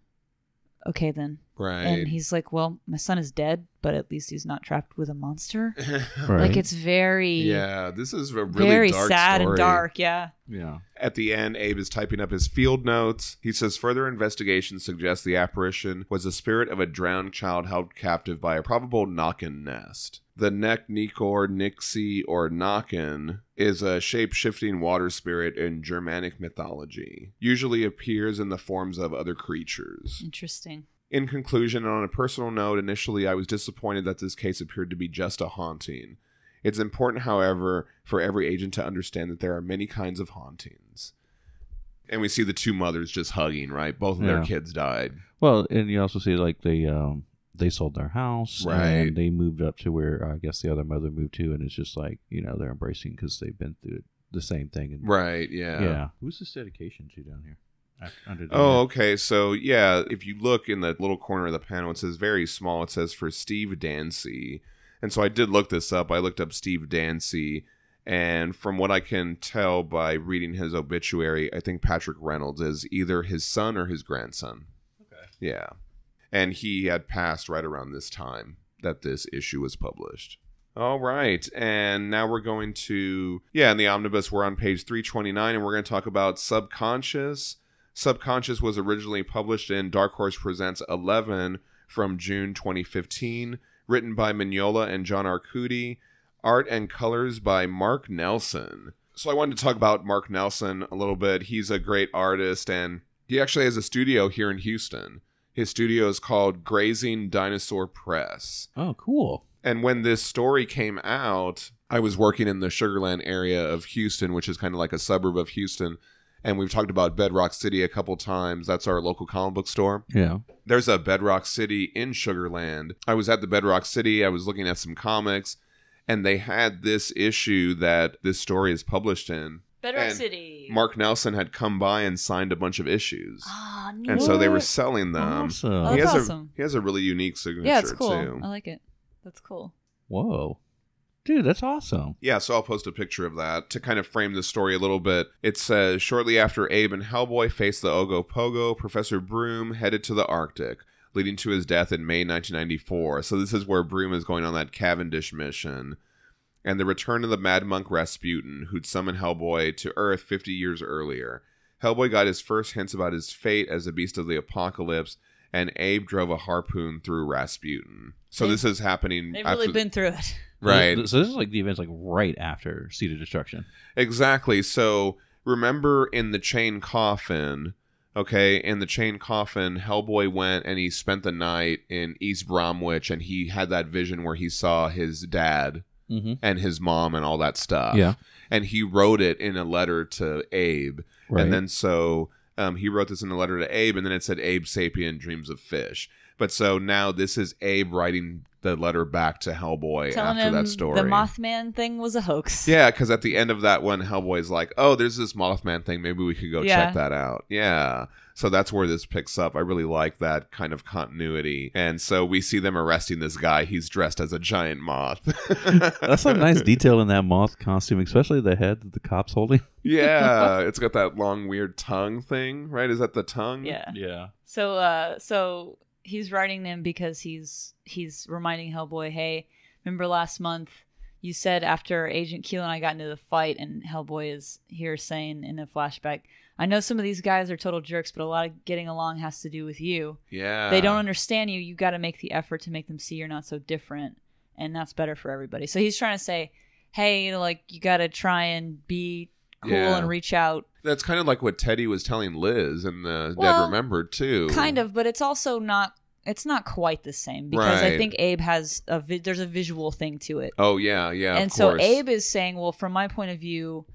Speaker 4: okay then and
Speaker 2: Right.
Speaker 4: he's like well my son is dead but at least he's not trapped with a monster
Speaker 3: Right.
Speaker 4: like it's very
Speaker 2: yeah. This is a really
Speaker 4: very
Speaker 2: dark
Speaker 4: sad
Speaker 2: story.
Speaker 4: and dark yeah
Speaker 3: Yeah.
Speaker 2: At the end, Abe is typing up his field notes. He says further investigation suggests the apparition was the spirit of a drowned child held captive by a probable Nakin nest. The Nek Nikor, Nixie, or Nakin is a shape shifting water spirit in Germanic mythology. Usually appears in the forms of other creatures.
Speaker 4: interesting
Speaker 2: In conclusion, and on a personal note, initially I was disappointed that this case appeared to be just a haunting. It's important, however, for every agent to understand that there are many kinds of hauntings. And we see the two mothers just hugging, right? Both of their
Speaker 3: Yeah.
Speaker 2: kids died.
Speaker 3: Well, and you also see like they um they sold their house,
Speaker 2: Right.
Speaker 3: And they moved up to where I guess the other mother moved to, and it's just like you know they're embracing because they've been through the same thing. And,
Speaker 2: Right, yeah.
Speaker 3: Yeah. Who's this dedication to down here? Af- Under the
Speaker 2: Oh, okay. So, yeah, if you look in the little corner of the panel, it says very small. It says for Steve Dancy. And so I did look this up. I looked up Steve Dancy. And from what I can tell by reading his obituary, I think Patrick Reynolds is either his son or his grandson. Okay. Yeah. And he had passed right around this time that this issue was published. All right. And now we're going to, yeah, in the omnibus, we're on page 329, and we're going to talk about subconscious. Subconscious was originally published in Dark Horse Presents 11 from June 2015, written by Mignola and John Arcudi, art and colors by Mark Nelson. So I wanted to talk about Mark Nelson a little bit. He's a great artist and he actually has a studio here in Houston. His studio is called Grazing Dinosaur Press
Speaker 3: Oh, cool.
Speaker 2: and when this story came out, I was working in the Sugarland area of Houston, which is kind of like a suburb of Houston. And we've talked about Bedrock City a couple times. That's our local comic book store
Speaker 3: Yeah.
Speaker 2: there's a Bedrock City in Sugarland. I was at the Bedrock City, I was looking at some comics, and they had this issue that this story is published in.
Speaker 4: bedrock
Speaker 2: And
Speaker 4: city
Speaker 2: Mark Nelson had come by and signed a bunch of issues.
Speaker 4: Ah,
Speaker 2: And so they were
Speaker 3: What?
Speaker 2: selling them.
Speaker 3: awesome.
Speaker 4: Oh,
Speaker 2: He
Speaker 4: that's
Speaker 2: has
Speaker 4: awesome.
Speaker 2: a he has a really unique signature
Speaker 4: yeah it's cool
Speaker 2: too.
Speaker 4: i like it that's cool
Speaker 3: Whoa, dude, that's awesome.
Speaker 2: Yeah, so I'll post a picture of that to kind of frame the story a little bit. It says shortly after Abe and Hellboy faced the Ogopogo, Professor Broom headed to the Arctic, leading to his death in May 1994. So this is where Broom is going on that Cavendish mission. and the return of the mad monk Rasputin, who'd summoned Hellboy to Earth 50 years earlier. Hellboy got his first hints about his fate as a beast of the apocalypse, and Abe drove a harpoon through Rasputin. So
Speaker 4: They've-
Speaker 2: this is happening.
Speaker 4: They've
Speaker 2: after-
Speaker 4: really been through it.
Speaker 2: right.
Speaker 3: So this is like the events like right after Seed of Destruction.
Speaker 2: Exactly. So remember in the chain coffin, okay, in the chain coffin, Hellboy went and he spent the night in East Bromwich and he had that vision where he saw his dad
Speaker 3: Mm-hmm.
Speaker 2: and his mom and all that stuff.
Speaker 3: Yeah.
Speaker 2: And he wrote it in a letter to Abe.
Speaker 3: Right.
Speaker 2: And then so um, he wrote this in a letter to Abe, and then it said Abe Sapien dreams of fish. But so now this is Abe writing the letter back to Hellboy
Speaker 4: Telling
Speaker 2: after
Speaker 4: him
Speaker 2: that story.
Speaker 4: the Mothman thing was a hoax.
Speaker 2: Yeah, because at the end of that one, Hellboy's like, "Oh, there's this Mothman thing. Maybe we could go
Speaker 4: Yeah.
Speaker 2: check that out." Yeah. So that's where this picks up. I really like that kind of continuity, and so we see them arresting this guy. He's dressed as a giant moth.
Speaker 3: That's some nice detail in that moth costume, especially the head that the cops holding.
Speaker 2: Yeah, it's got that long, weird tongue thing, right? Is that the tongue?
Speaker 4: Yeah.
Speaker 3: Yeah.
Speaker 4: So uh so he's writing them because he's he's reminding Hellboy, hey, remember last month you said after Agent Keel and I got into the fight and Hellboy is here saying in a flashback, I know some of these guys are total jerks, but a lot of getting along has to do with you.
Speaker 2: Yeah.
Speaker 4: they don't understand you, you gotta make the effort to make them see you're not so different and that's better for everybody. So he's trying to say, Hey, you know, like you gotta try and be cool
Speaker 2: Yeah.
Speaker 4: and reach out
Speaker 2: That's kind of like what Teddy was telling Liz in the Dead
Speaker 4: Well,
Speaker 2: Remembered too.
Speaker 4: kind of but it's also not it's not quite the same because i
Speaker 2: Right.
Speaker 4: think abe has a vi- there's a visual thing to it
Speaker 2: Oh yeah, yeah. of
Speaker 4: and so
Speaker 2: course.
Speaker 4: abe is saying well from my point of view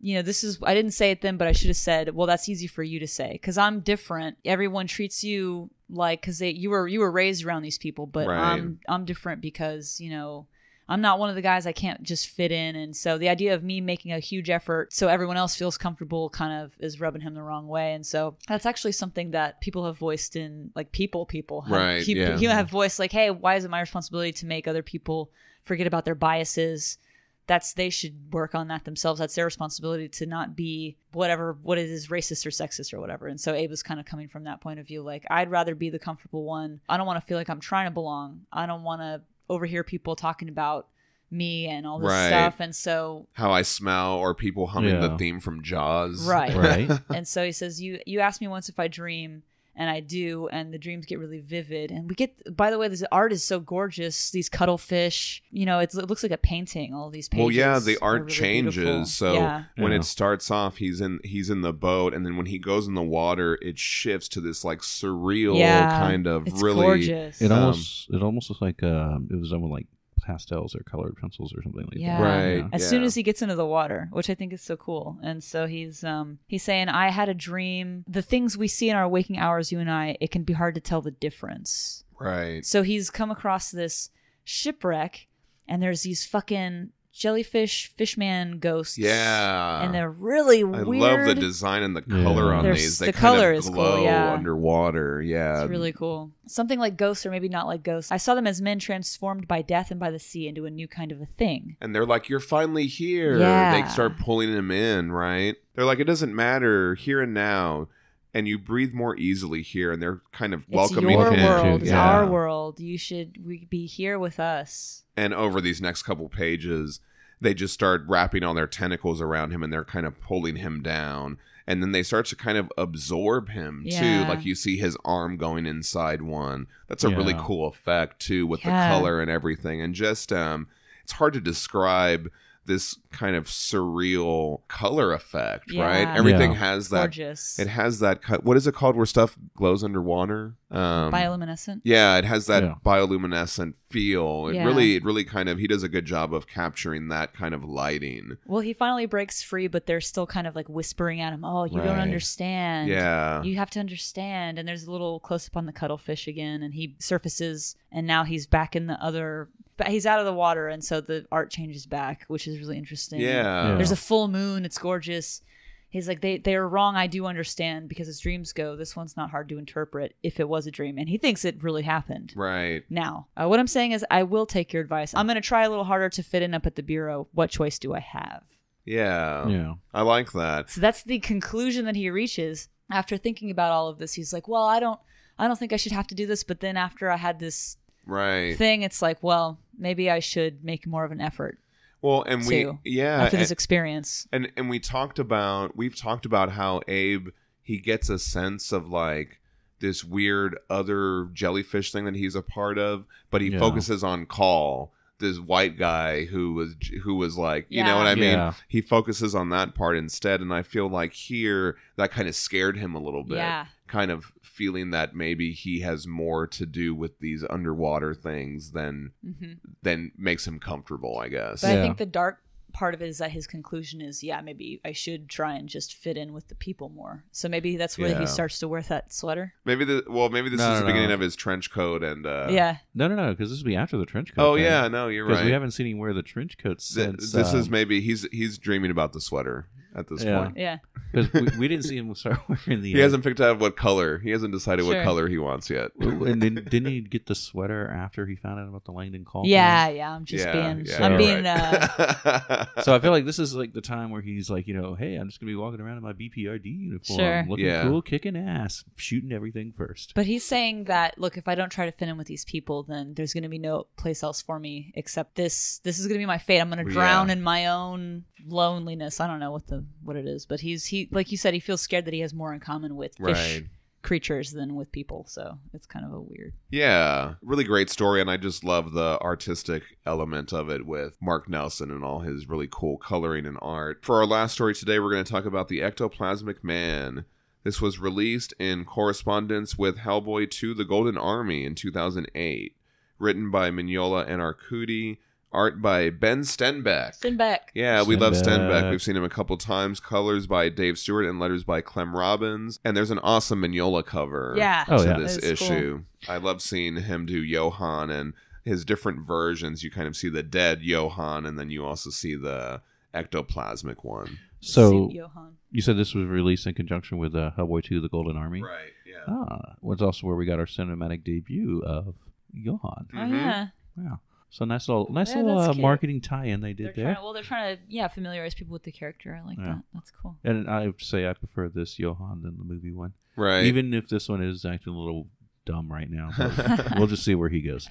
Speaker 4: you know this is i didn't say it then but i should have said well that's easy for you to say because i'm different everyone treats you like because they you were you were raised around these people but
Speaker 2: Right.
Speaker 4: i'm i'm different because you know i'm not one of the guys i can't just fit in and so the idea of me making a huge effort so everyone else feels comfortable kind of is rubbing him the wrong way and so that's actually something that people have voiced in like people people have,
Speaker 2: Right,
Speaker 4: peop-
Speaker 2: yeah.
Speaker 4: you have voiced like hey why is it my responsibility to make other people forget about their biases that's they should work on that themselves. That's their responsibility to not be whatever what it is racist or sexist or whatever. And so Abe was kind of coming from that point of view, like I'd rather be the comfortable one. I don't want to feel like I'm trying to belong. I don't want to overhear people talking about me and all this
Speaker 2: Right.
Speaker 4: stuff. And so
Speaker 2: how I smell or people humming the
Speaker 3: Yeah.
Speaker 2: theme from Jaws.
Speaker 4: right,
Speaker 3: Right.
Speaker 4: and so he says, "You you asked me once if I dream." And I do, and the dreams get really vivid. And we get, by the way, this art is so gorgeous. These cuttlefish, you know, it's, it looks like a painting. All these pages.
Speaker 2: Well, yeah, the
Speaker 4: are
Speaker 2: art
Speaker 4: really
Speaker 2: changes.
Speaker 4: beautiful.
Speaker 2: So
Speaker 4: Yeah.
Speaker 2: when
Speaker 3: Yeah.
Speaker 2: it starts off, he's in he's in the boat, and then when he goes in the water, it shifts to this like surreal
Speaker 4: Yeah.
Speaker 2: kind of
Speaker 4: It's
Speaker 2: really.
Speaker 4: gorgeous.
Speaker 3: It
Speaker 2: Um,
Speaker 3: almost it almost looks like um, it was almost like pastels or colored pencils or something like
Speaker 4: Yeah.
Speaker 3: that.
Speaker 2: Right.
Speaker 4: as soon
Speaker 2: yeah.
Speaker 4: as he gets into the water, which I think is so cool. And so he's um he's saying, I had a dream. The things we see in our waking hours, you and I, it can be hard to tell the difference.
Speaker 2: Right.
Speaker 4: So he's come across this shipwreck and there's these fucking jellyfish fishman ghosts.
Speaker 2: Yeah.
Speaker 4: And they're really
Speaker 2: I
Speaker 4: weird.
Speaker 2: love the design and the
Speaker 3: Yeah.
Speaker 2: color on
Speaker 4: They're s-
Speaker 2: these. They
Speaker 4: the
Speaker 2: kind
Speaker 4: color
Speaker 2: of
Speaker 4: is cool,
Speaker 2: glow
Speaker 4: yeah.
Speaker 2: underwater. Yeah.
Speaker 4: It's really cool. Something like ghosts or maybe not like ghosts. I saw them as men transformed by death and by the sea into a new kind of a thing.
Speaker 2: and they're like, "You're finally here."
Speaker 4: Yeah.
Speaker 2: They start pulling him in, right? They're like, "It doesn't matter here and now." And you breathe more easily here, and they're kind of welcoming
Speaker 4: it's your
Speaker 2: him.
Speaker 4: world. It's
Speaker 3: Yeah.
Speaker 4: our world. You should we be here with us.
Speaker 2: and over these next couple pages they just start wrapping all their tentacles around him and they're kind of pulling him down and then they start to kind of absorb him
Speaker 4: Yeah.
Speaker 2: too like you see his arm going inside one that's a really
Speaker 3: Yeah.
Speaker 2: cool effect too with
Speaker 4: Yeah.
Speaker 2: the color and everything and just um it's hard to describe this kind of surreal color effect
Speaker 4: Yeah.
Speaker 2: right everything
Speaker 3: Yeah.
Speaker 2: has that
Speaker 4: Gorgeous.
Speaker 2: it has that cut what is it called where stuff glows underwater um
Speaker 4: Bioluminescent.
Speaker 2: yeah, it has that
Speaker 3: Yeah.
Speaker 2: bioluminescent feel. It
Speaker 4: Yeah.
Speaker 2: really, it really kind of he does a good job of capturing that kind of lighting.
Speaker 4: Well, he finally breaks free, but they're still kind of like whispering at him, "Oh, you don't
Speaker 2: Right.
Speaker 4: understand.
Speaker 2: yeah,
Speaker 4: You have to understand." And there's a little close up on the cuttlefish again, and he surfaces, and now he's back in the other. But he's out of the water, and so the art changes back, which is really interesting.
Speaker 2: yeah,
Speaker 4: There's a full moon. It's gorgeous. He's like, they they are wrong. I do understand because as dreams go, this one's not hard to interpret if it was a dream. And he thinks it really happened.
Speaker 2: right.
Speaker 4: Now, uh, what I'm saying is, I will take your advice. I'm going to try a little harder to fit in up at the bureau. What choice do I have?
Speaker 2: Yeah.
Speaker 3: Yeah.
Speaker 2: I like that.
Speaker 4: So that's the conclusion that he reaches after thinking about all of this. He's like, well, I don't, I don't think I should have to do this. But then after I had this
Speaker 2: Right.
Speaker 4: thing, it's like, well, maybe I should make more of an effort.
Speaker 2: Well, and we
Speaker 4: too,
Speaker 2: yeah,
Speaker 4: after
Speaker 2: and,
Speaker 4: this experience.
Speaker 2: and and we talked about we've talked about how Abe he gets a sense of like this weird other jellyfish thing that he's a part of, but he
Speaker 3: Yeah.
Speaker 2: focuses on call this white guy who was who was like you know
Speaker 4: Yeah.
Speaker 2: what I mean.
Speaker 3: Yeah.
Speaker 2: He focuses on that part instead, and I feel like here that kind of scared him a little bit.
Speaker 4: Yeah,
Speaker 2: kind of feeling that maybe he has more to do with these underwater things than
Speaker 4: hmm
Speaker 2: than makes him comfortable, I guess.
Speaker 4: but
Speaker 3: Yeah.
Speaker 4: I think the dark part of it is that his conclusion is, yeah, maybe I should try and just fit in with the people more. So maybe that's where
Speaker 2: Yeah.
Speaker 4: he starts to wear that sweater.
Speaker 2: maybe the well, maybe this
Speaker 3: No,
Speaker 2: is the
Speaker 3: no,
Speaker 2: beginning
Speaker 3: no.
Speaker 2: of his trench coat and uh
Speaker 4: yeah,
Speaker 3: No, no, no, because this will be after the trench coat.
Speaker 2: Oh
Speaker 3: thing.
Speaker 2: yeah, no, you're
Speaker 3: because
Speaker 2: right.
Speaker 3: we haven't seen him wear the trench coat
Speaker 2: Th-
Speaker 3: since.
Speaker 2: this is
Speaker 3: um,
Speaker 2: maybe he's he's dreaming about the sweater at this
Speaker 3: Yeah.
Speaker 2: point.
Speaker 4: yeah.
Speaker 3: 'cause we, we didn't see him start wearing the. uh,
Speaker 2: He hasn't picked out what color. He hasn't decided what
Speaker 4: Sure.
Speaker 2: color he wants yet.
Speaker 3: and then didn't he get the sweater after he found out about the Langdon call? thing?
Speaker 4: Yeah, yeah. I'm just
Speaker 2: Yeah,
Speaker 4: being.
Speaker 2: yeah,
Speaker 4: I'm
Speaker 2: you're
Speaker 4: being. Uh,
Speaker 2: right.
Speaker 3: So I feel like this is like the time where he's like, you know, hey, I'm just gonna be walking around in my BPRD uniform,
Speaker 4: Sure.
Speaker 3: looking
Speaker 2: Yeah.
Speaker 3: cool, kicking ass, shooting everything first.
Speaker 4: but he's saying that look, if I don't try to fit in with these people, then there's going to be no place else for me except this. This is going to be my fate. I'm going to
Speaker 2: Yeah.
Speaker 4: drown in my own loneliness. I don't know what the what it is, but he's he like you said, he feels scared that he has more in common with fish
Speaker 2: right.
Speaker 4: creatures than with people. So it's kind of a weird.
Speaker 2: Yeah, really great story, and I just love the artistic element of it with Mark Nelson and all his really cool coloring and art. For our last story today, we're going to talk about the Ectoplasmic Man. This was released in correspondence with Hellboy 2 The Golden Army in 2008, written by Mignola and Arcudi, art by Ben Stenbeck.
Speaker 4: Sinbeck.
Speaker 2: Yeah, we love Stenbeck.
Speaker 3: Stenbeck.
Speaker 2: We've seen him a couple times. Colors by Dave Stewart and letters by Clem Robbins. And there's an awesome Mignola cover
Speaker 4: Yeah.
Speaker 3: Oh,
Speaker 2: to
Speaker 3: yeah.
Speaker 2: this
Speaker 4: That's cool.
Speaker 2: issue. I love seeing him do Johan and his different versions. You kind of see the dead Johan, and then you also see the ectoplasmic one.
Speaker 3: So
Speaker 4: Saint Johann.
Speaker 3: you said this was released in conjunction with uh, Hellboy 2: The Golden Army.
Speaker 2: Right. Yeah.
Speaker 3: Ah, was also where we got our cinematic debut of Johan.
Speaker 2: Mhm.
Speaker 4: Oh yeah.
Speaker 3: Wow. So nice little, nice
Speaker 4: Yeah,
Speaker 3: little
Speaker 4: that's
Speaker 3: uh,
Speaker 4: cute.
Speaker 3: marketing tie-in they
Speaker 4: They're
Speaker 3: did
Speaker 4: trying
Speaker 3: there.
Speaker 4: to, well, they're trying to yeah familiarize people with the character. I like
Speaker 3: Yeah.
Speaker 4: that. That's cool.
Speaker 3: And I have to say, I prefer this Johan than the movie one.
Speaker 2: Right.
Speaker 3: Even if this one is acting a little dumb right now, but we'll just see where he goes.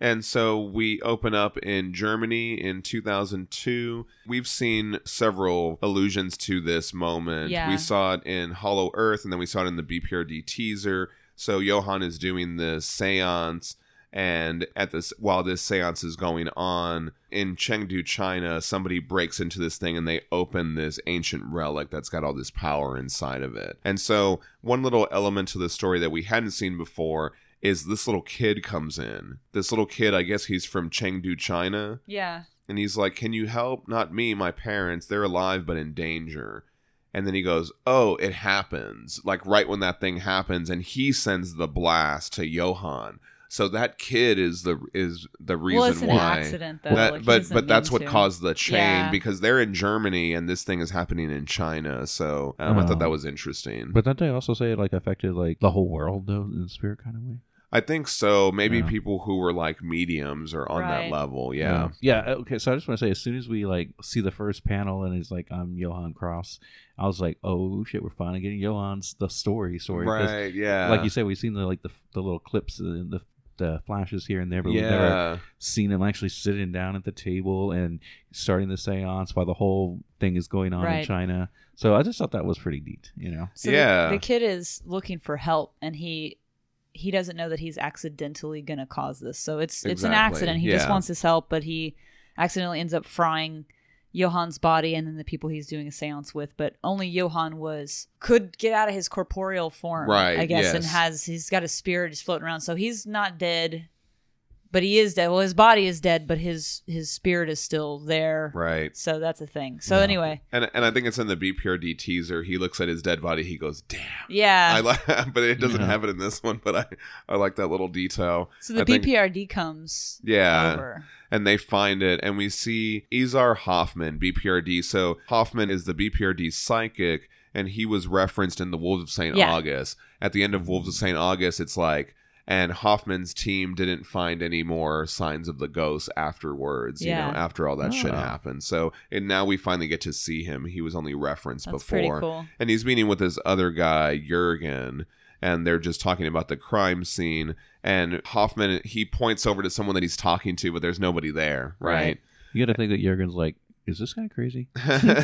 Speaker 2: And so we open up in Germany in 2002. We've seen several allusions to this moment.
Speaker 4: Yeah.
Speaker 2: We saw it in Hollow Earth, and then we saw it in the BPRD teaser. So Johan is doing this seance, and at this while this seance is going on in Chengdu, China, somebody breaks into this thing and they open this ancient relic that's got all this power inside of it. And so one little element to the story that we hadn't seen before is this little kid comes in. This little kid, I guess he's from Chengdu, China,
Speaker 4: Yeah.
Speaker 2: and he's like, "Can you help? Not me, my parents. They're alive but in danger." And then he goes, "Oh, it happens." Like right when that thing happens and he sends the blast to Johan. So that kid is the is the reason
Speaker 4: well, it's an
Speaker 2: why
Speaker 4: accident though.
Speaker 2: that,
Speaker 4: like, he
Speaker 2: but
Speaker 4: doesn't
Speaker 2: but that's
Speaker 4: mean
Speaker 2: what
Speaker 4: to.
Speaker 2: caused the chain
Speaker 4: Yeah.
Speaker 2: because they're in Germany and this thing is happening in China. So um, I
Speaker 3: Oh.
Speaker 2: thought that was interesting.
Speaker 3: But didn't they also say it like affected like the whole world though in a spirit kind of way?
Speaker 2: I think so. Maybe
Speaker 3: Yeah.
Speaker 2: people who were like mediums are on that
Speaker 4: Right.
Speaker 2: level. Yeah.
Speaker 3: Um, yeah. Yeah, Okay. So I just want to say, as soon as we like see the first panel and it's like I'm Johan Cross, I was like, oh shit, we're finally getting Johan's the story story. 'Cause
Speaker 2: Right. Yeah.
Speaker 3: Like you said, we've seen the like the, the little clips and the the flashes here and there, but we've never
Speaker 2: yeah.
Speaker 3: seen him actually sitting down at the table and starting the seance while the whole thing is going on in
Speaker 4: Right.
Speaker 3: China. So I just thought that was pretty neat, you know?
Speaker 4: So the-
Speaker 2: Yeah.
Speaker 4: The, kid is looking for help, and he he doesn't know that he's accidentally gonna cause this. So it's it's an
Speaker 2: Exactly,
Speaker 4: accident. He just
Speaker 2: yeah.
Speaker 4: wants his help, but he accidentally ends up frying Johan's body and then the people he's doing a séance with. But only Johan was could get out of his corporeal form,
Speaker 2: Right,
Speaker 4: I guess, and
Speaker 2: yes.
Speaker 4: has he's got his spirit just floating around. So he's not dead. But he is dead. Well, his body is dead, but his his spirit is still there.
Speaker 2: Right.
Speaker 4: So that's a thing. So
Speaker 3: Yeah.
Speaker 4: anyway,
Speaker 2: And and I think it's in the BPRD teaser. He looks at his dead body. He goes, "Damn."
Speaker 4: yeah.
Speaker 2: I like, but it doesn't
Speaker 3: Yeah.
Speaker 2: have it in this one. But I I like that little detail.
Speaker 4: so the
Speaker 2: I think-
Speaker 4: BPRD comes
Speaker 2: Yeah.
Speaker 4: over.
Speaker 2: and they find it and we see Izar Hoffman BPRD so Hoffman is the BPRD psychic and he was referenced in the Wolves of St.
Speaker 4: Yeah.
Speaker 2: August at the end of Wolves of St. August it's like and Hoffman's team didn't find any more signs of the ghosts afterwards
Speaker 4: Yeah.
Speaker 2: you know after all that shit
Speaker 3: Oh.
Speaker 2: happened so and now we finally get to see him he was only referenced
Speaker 4: That's
Speaker 2: before
Speaker 4: pretty cool.
Speaker 2: and he's meeting with this other guy, Jurgen, and they're just talking about the crime scene. And Hoffman, he points over to someone that he's talking to, but there's nobody there, right?
Speaker 4: Right.
Speaker 3: You got to think that Jurgen's like, is this guy crazy?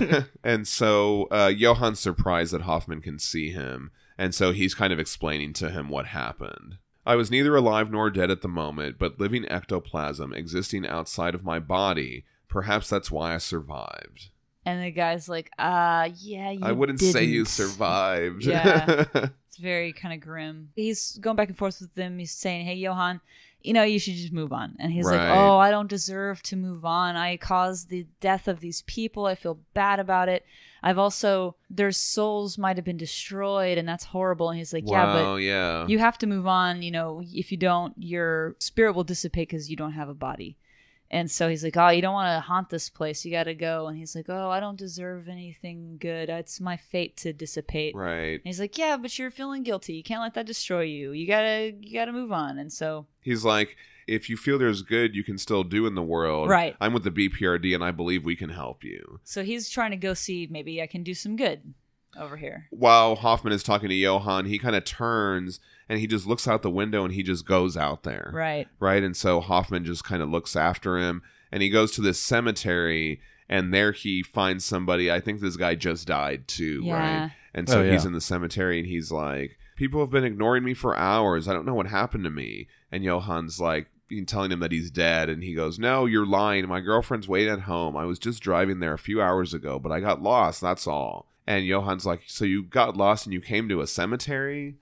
Speaker 2: and so uh, Johan's surprised that Hoffman can see him, and so he's kind of explaining to him what happened. I was neither alive nor dead at the moment, but living ectoplasm existing outside of my body. Perhaps that's why I survived.
Speaker 4: And the guy's like, uh, yeah, you
Speaker 2: I wouldn't say you
Speaker 4: didn't."
Speaker 2: survived.
Speaker 4: Yeah. It's very kind of grim. He's going back and forth with them. He's saying, hey, Johan, you know, you should just move on. And he's
Speaker 2: Right.
Speaker 4: like, oh, I don't deserve to move on. I caused the death of these people. I feel bad about it. I've also, their souls might have been destroyed, and that's horrible. And he's like, yeah, but
Speaker 2: wow, yeah.
Speaker 4: you have to move on you know if you don't your spirit will dissipate because you don't have a body and so he's like oh you don't want to haunt this place you gotta go and he's like oh i don't deserve anything good it's my fate to dissipate
Speaker 2: right.
Speaker 4: and he's like yeah but you're feeling guilty you can't let that destroy you you gotta you gotta move on and so
Speaker 2: He's like, if you feel there's good you can still do in the world,
Speaker 4: Right.
Speaker 2: I'm with the BPRD and I believe we can help you.
Speaker 4: so he's trying to go see maybe i can do some good over here
Speaker 2: While Hoffman is talking to Johan, he kind of turns and he just looks out the window and he just goes out there.
Speaker 4: right
Speaker 2: right? And so Hoffman just kind of looks after him and he goes to this cemetery and there he finds somebody. I think this guy just died too,
Speaker 4: Yeah.
Speaker 2: right? And so
Speaker 3: Oh, yeah.
Speaker 2: he's in the cemetery and he's like, People have been ignoring me for hours. I don't know what happened to me. And Johan's like, telling him that he's dead and he goes no you're lying my girlfriend's waiting at home i was just driving there a few hours ago but i got lost that's all and johan's like so you got lost and you came to a cemetery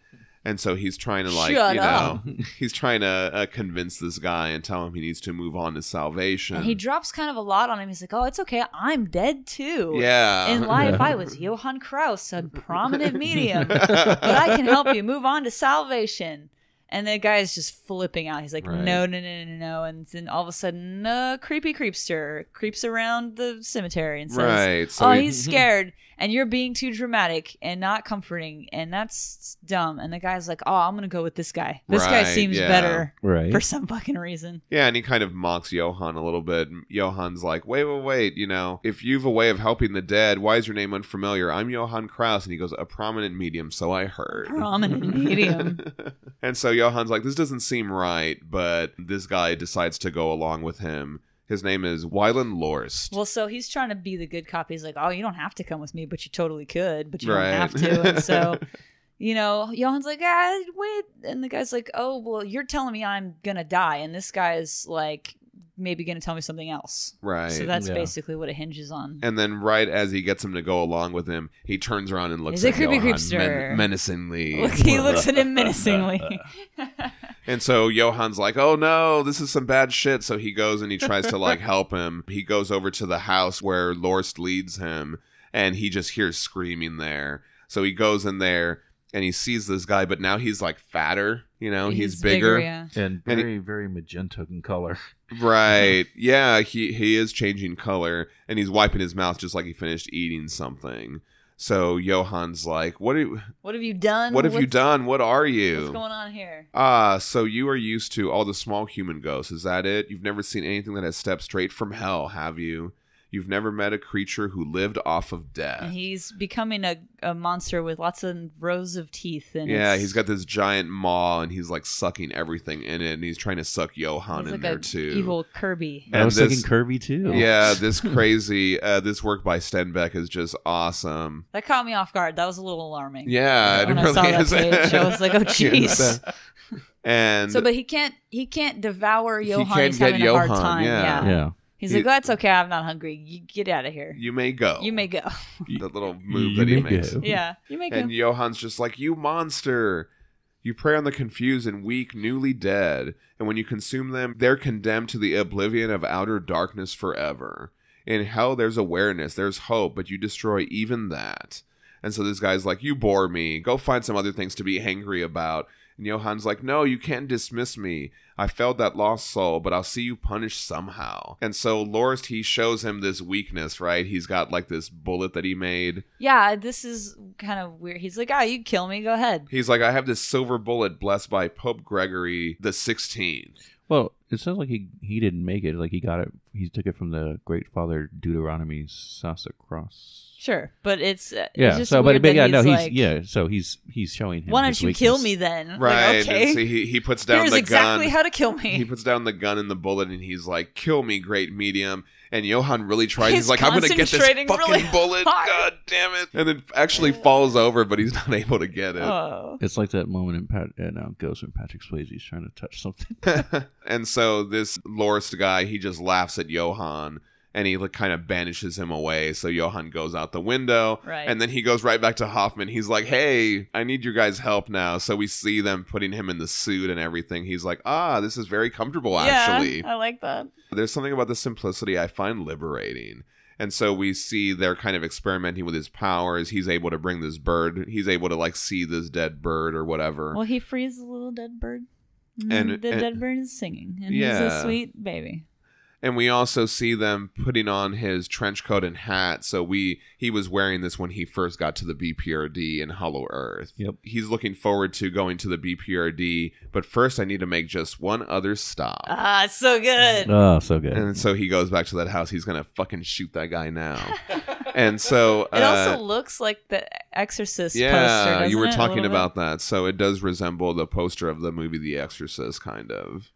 Speaker 2: and so he's trying to like
Speaker 4: Shut
Speaker 2: you
Speaker 4: up.
Speaker 2: know he's trying to uh, convince this guy and tell him he needs to move on to salvation.
Speaker 4: and he drops kind of a lot on him he's like oh it's okay i'm dead too
Speaker 2: yeah.
Speaker 4: In life, I was Johann Kraus, a prominent medium, but I can help you move on to salvation. And the guy is just flipping out. He's like,
Speaker 2: Right.
Speaker 4: no, no, no, no, no. And then all of a sudden, a creepy creepster creeps around the cemetery and says,
Speaker 2: right. So
Speaker 4: oh,
Speaker 2: he-
Speaker 4: he's scared, and you're being too dramatic and not comforting, and that's dumb. And the guy's like, oh, I'm going to go with this guy. This guy
Speaker 2: Right,
Speaker 4: seems
Speaker 2: yeah.
Speaker 4: better
Speaker 3: Right.
Speaker 4: for some fucking reason.
Speaker 2: yeah, and he kind of mocks Johan a little bit. And Johan's like, wait, wait, wait. You know, if you've a way of helping the dead, why is your name unfamiliar? I'm Johann Kraus. And he goes, a prominent medium, so I heard.
Speaker 4: Prominent medium.
Speaker 2: and so Johan's like, this doesn't seem right, but this guy decides to go along with him. His name is Wyland Lorst.
Speaker 4: Well, so he's trying to be the good cop. He's like, "Oh, you don't have to come with me, but you totally could, but you
Speaker 2: Right.
Speaker 4: don't have to." And so, you know, Johan's like, "Ah, wait," and the guy's like, "Oh, well, you're telling me I'm gonna die," and this guy's like, maybe gonna tell me something else.
Speaker 2: right.
Speaker 4: So that's
Speaker 3: Yeah.
Speaker 4: basically what it hinges on.
Speaker 2: And then, right as he gets him to go along with him, he turns around and looks
Speaker 4: He's a
Speaker 2: at
Speaker 4: creepy
Speaker 2: Johann
Speaker 4: creepster.
Speaker 2: men- menacingly.
Speaker 4: Look, he looks at him menacingly.
Speaker 2: And so Johan's like, "Oh no, this is some bad shit." So he goes and he tries to like help him. He goes over to the house where Lorst leads him, and he just hears screaming there. So he goes in there and he sees this guy, but now he's like fatter. You know, Oh, he's, bigger.
Speaker 4: yeah.
Speaker 3: And
Speaker 2: And he-
Speaker 3: very, very magenta in color.
Speaker 2: Right. Yeah, he he is changing color and he's wiping his mouth just like he finished eating something. So Johan's like, "What are you,
Speaker 4: What have you done?
Speaker 2: what have you
Speaker 4: What's-
Speaker 2: done? What are you?"
Speaker 4: What's going on here?
Speaker 2: Ah, so you are used to all the small human ghosts. Is that it? You've never seen anything that has stepped straight from hell, have you? You've never met a creature who lived off of
Speaker 4: And
Speaker 2: death.
Speaker 4: he's becoming a, a monster with lots of rows of teeth. And
Speaker 2: yeah,
Speaker 4: it's-
Speaker 2: he's got this giant maw and he's like sucking everything in it, and he's trying to suck Johan
Speaker 4: he's
Speaker 2: in
Speaker 4: like
Speaker 2: there
Speaker 4: a
Speaker 2: too.
Speaker 4: Evil Kirby.
Speaker 2: And
Speaker 3: I was
Speaker 2: this-
Speaker 3: thinking curvy too.
Speaker 2: Yeah, this crazy, uh, this work by Stenbeck is just awesome.
Speaker 4: That caught me off guard. That was a little alarming.
Speaker 2: Yeah, it
Speaker 4: when
Speaker 2: really
Speaker 4: I saw that
Speaker 2: is.
Speaker 4: page, I was like, "Oh, jeez."
Speaker 2: and
Speaker 4: So, but he can't. He can't devour Johan.
Speaker 2: can't
Speaker 4: He's
Speaker 2: get
Speaker 4: having a
Speaker 2: Johan,
Speaker 4: hard time.
Speaker 2: yeah.
Speaker 4: Yeah.
Speaker 3: Yeah.
Speaker 4: He's
Speaker 2: He-
Speaker 4: like, "That's okay. I'm not hungry. You get out of here.
Speaker 2: you may go.
Speaker 4: You may go.
Speaker 2: that little move
Speaker 3: You
Speaker 2: that he
Speaker 3: may
Speaker 2: makes.
Speaker 3: go.
Speaker 4: yeah. You may go."
Speaker 2: And Johan's just like, You monster! You prey on the confused and weak, newly dead, and when you consume them, they're condemned to the oblivion of outer darkness forever. In hell, there's awareness, there's hope, but you destroy even that. And so this guy's like, You bore me. Go find some other things to be angry about. And Johan's like, No, you can't dismiss me. I failed that lost soul, but I'll see you punished somehow. And so Lorist, he shows him this weakness, right? He's got like this bullet that he made.
Speaker 4: yeah. This is kind of weird. He's like, "Oh, you kill me. Go ahead."
Speaker 2: He's like, I have this silver bullet blessed by Pope Gregory the Sixteenth.
Speaker 3: Well, It sounds like he he didn't make it. Like he got it. He took it from the great father Deuteronomy Sassacross.
Speaker 4: Sure, but it's uh,
Speaker 3: Yeah.
Speaker 4: It's just
Speaker 3: so, but,
Speaker 4: weird
Speaker 3: but
Speaker 4: that
Speaker 3: yeah, no, he's
Speaker 4: like,
Speaker 3: yeah. So he's he's showing him.
Speaker 4: Why
Speaker 3: his
Speaker 4: don't you kill
Speaker 3: weakness.
Speaker 4: me then?
Speaker 2: Right.
Speaker 4: Like, okay.
Speaker 2: And so he, he puts down
Speaker 4: Here's
Speaker 2: the
Speaker 4: exactly
Speaker 2: gun.
Speaker 4: how to kill me.
Speaker 2: he puts down the gun and the bullet and he's like, Kill me, great medium. And Johan really tries. He's,
Speaker 4: He's
Speaker 2: like, I'm gonna get this fucking
Speaker 4: concentrating really
Speaker 2: bullet.
Speaker 4: hard.
Speaker 2: God damn it. And then actually falls over, but he's not able to get it.
Speaker 4: oh.
Speaker 3: It's like that moment in Pat uh, now Ghost when Patrick Swayze's trying to touch something.
Speaker 2: and so this lorist guy, he just laughs at Johan and he like, kind of banishes him away. So Johan goes out the window.
Speaker 4: Right.
Speaker 2: And then he goes right back to Hoffman. He's like, hey, I need your guys' help now. So we see them putting him in the suit and everything. He's like, ah, this is very comfortable, actually.
Speaker 4: Yeah, I like that.
Speaker 2: There's something about the simplicity I find liberating. And so we see they're kind of experimenting with his powers. He's able to bring this bird. He's able to like see this dead bird or whatever.
Speaker 4: Well, he frees the little dead bird.
Speaker 2: And-
Speaker 4: And the
Speaker 2: and-
Speaker 4: dead bird is singing, and he's
Speaker 2: Yeah.
Speaker 4: a sweet baby.
Speaker 2: and we also see them putting on his trench coat and hat so we he was wearing this when he first got to the bprd in hollow earth
Speaker 3: Yep.
Speaker 2: he's looking forward to going to the bprd but first i need to make just one other stop
Speaker 4: Ah, it's so
Speaker 2: Uh,
Speaker 4: good.
Speaker 3: oh, so good.
Speaker 2: and so he goes back to that house he's gonna fucking shoot that guy now and so
Speaker 4: it
Speaker 2: uh,
Speaker 4: also looks like the Exorcist poster.
Speaker 2: yeah, you
Speaker 4: doesn't
Speaker 2: were
Speaker 4: it, a
Speaker 2: talking
Speaker 4: little bit?
Speaker 2: about that. So it does resemble the poster of the movie The Exorcist, kind of.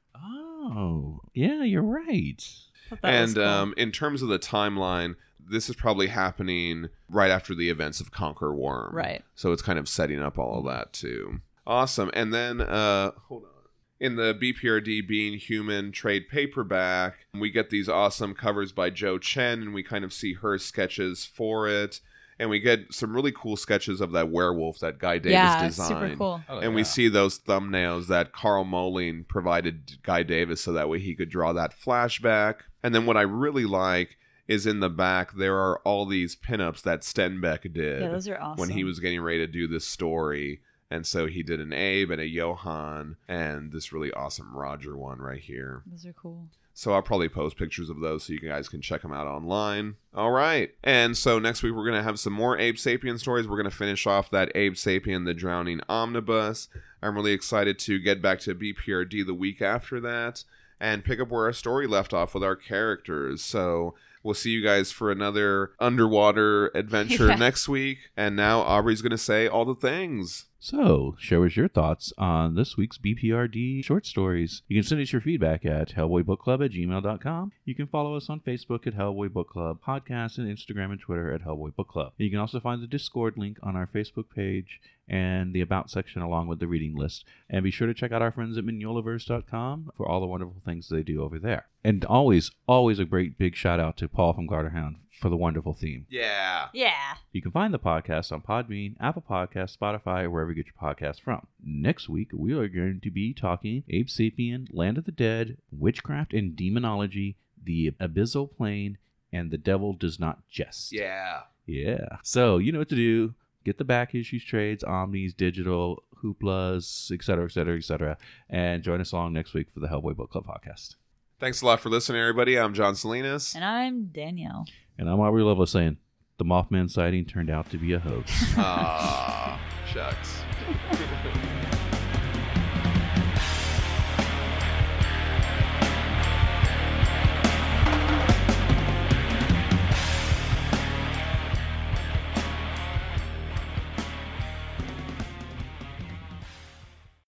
Speaker 3: oh, yeah, you're right.
Speaker 4: Thought that was
Speaker 2: and
Speaker 4: cool.
Speaker 2: um, in terms of the timeline, this is probably happening right after the events of Conquer Worm.
Speaker 4: Right.
Speaker 2: So it's kind of setting up all of that too. Awesome. And then uh, hold on. In the BPRD Being Human trade paperback, we get these awesome covers by Joe Chen, and we kind of see her sketches for it. And we get some really cool sketches of that werewolf that Guy Davis
Speaker 4: yeah, it's
Speaker 2: designed
Speaker 4: super cool.
Speaker 2: and we see those thumbnails that Carl Moline provided Guy Davis so that way he could draw that flashback. And then what I really like is in the back there are all these pinups that Stenbeck did
Speaker 4: Yeah, those are awesome.
Speaker 2: when he was getting ready to do this story. And so he did an Abe and a Johan and this really awesome Roger one right here.
Speaker 4: those are cool.
Speaker 2: So I'll probably post pictures of those so you guys can check them out online. All right. And so next week we're going to have some more Abe Sapien stories. We're going to finish off that Abe Sapien the Drowning Omnibus. I'm really excited to get back to BPRD the week after that and pick up where our story left off with our characters. So we'll see you guys for another underwater adventure
Speaker 4: Yeah.
Speaker 2: next week. And now Aubrey's going to say all the things.
Speaker 3: So, share us your thoughts on this week's BPRD short stories. You can send us your feedback at hellboybookclub at gmail.com. You can follow us on Facebook at Hellboy Book Club Podcast and Instagram and Twitter at Hellboy Book Club. You can also find the Discord link on our Facebook page and the About section along with the reading list. And be sure to check out our friends at Mignolaverse.com for all the wonderful things they do over there. And always, always a great big shout out to Paul from Garterhound for the wonderful theme.
Speaker 2: Yeah.
Speaker 4: Yeah.
Speaker 3: You can find the podcast on Podbean, Apple Podcasts, Spotify, or wherever you get your podcasts from. Next week, we are going to be talking Abe Sapien, Land of the Dead, Witchcraft and Demonology, The Abyssal Plane, and The Devil Does Not Jest.
Speaker 2: Yeah.
Speaker 3: Yeah. So you know what to do. Get the back issues, trades, omnis, digital, hooplas, et cetera, et cetera, et cetera. And join us along next week for the Hellboy Book Club podcast.
Speaker 2: Thanks a lot for listening, everybody. I'm John Salinas.
Speaker 4: And I'm Danielle.
Speaker 3: And I'm Aubrey Lovelace saying, the Mothman sighting turned out to be a hoax.
Speaker 2: Ah, shucks.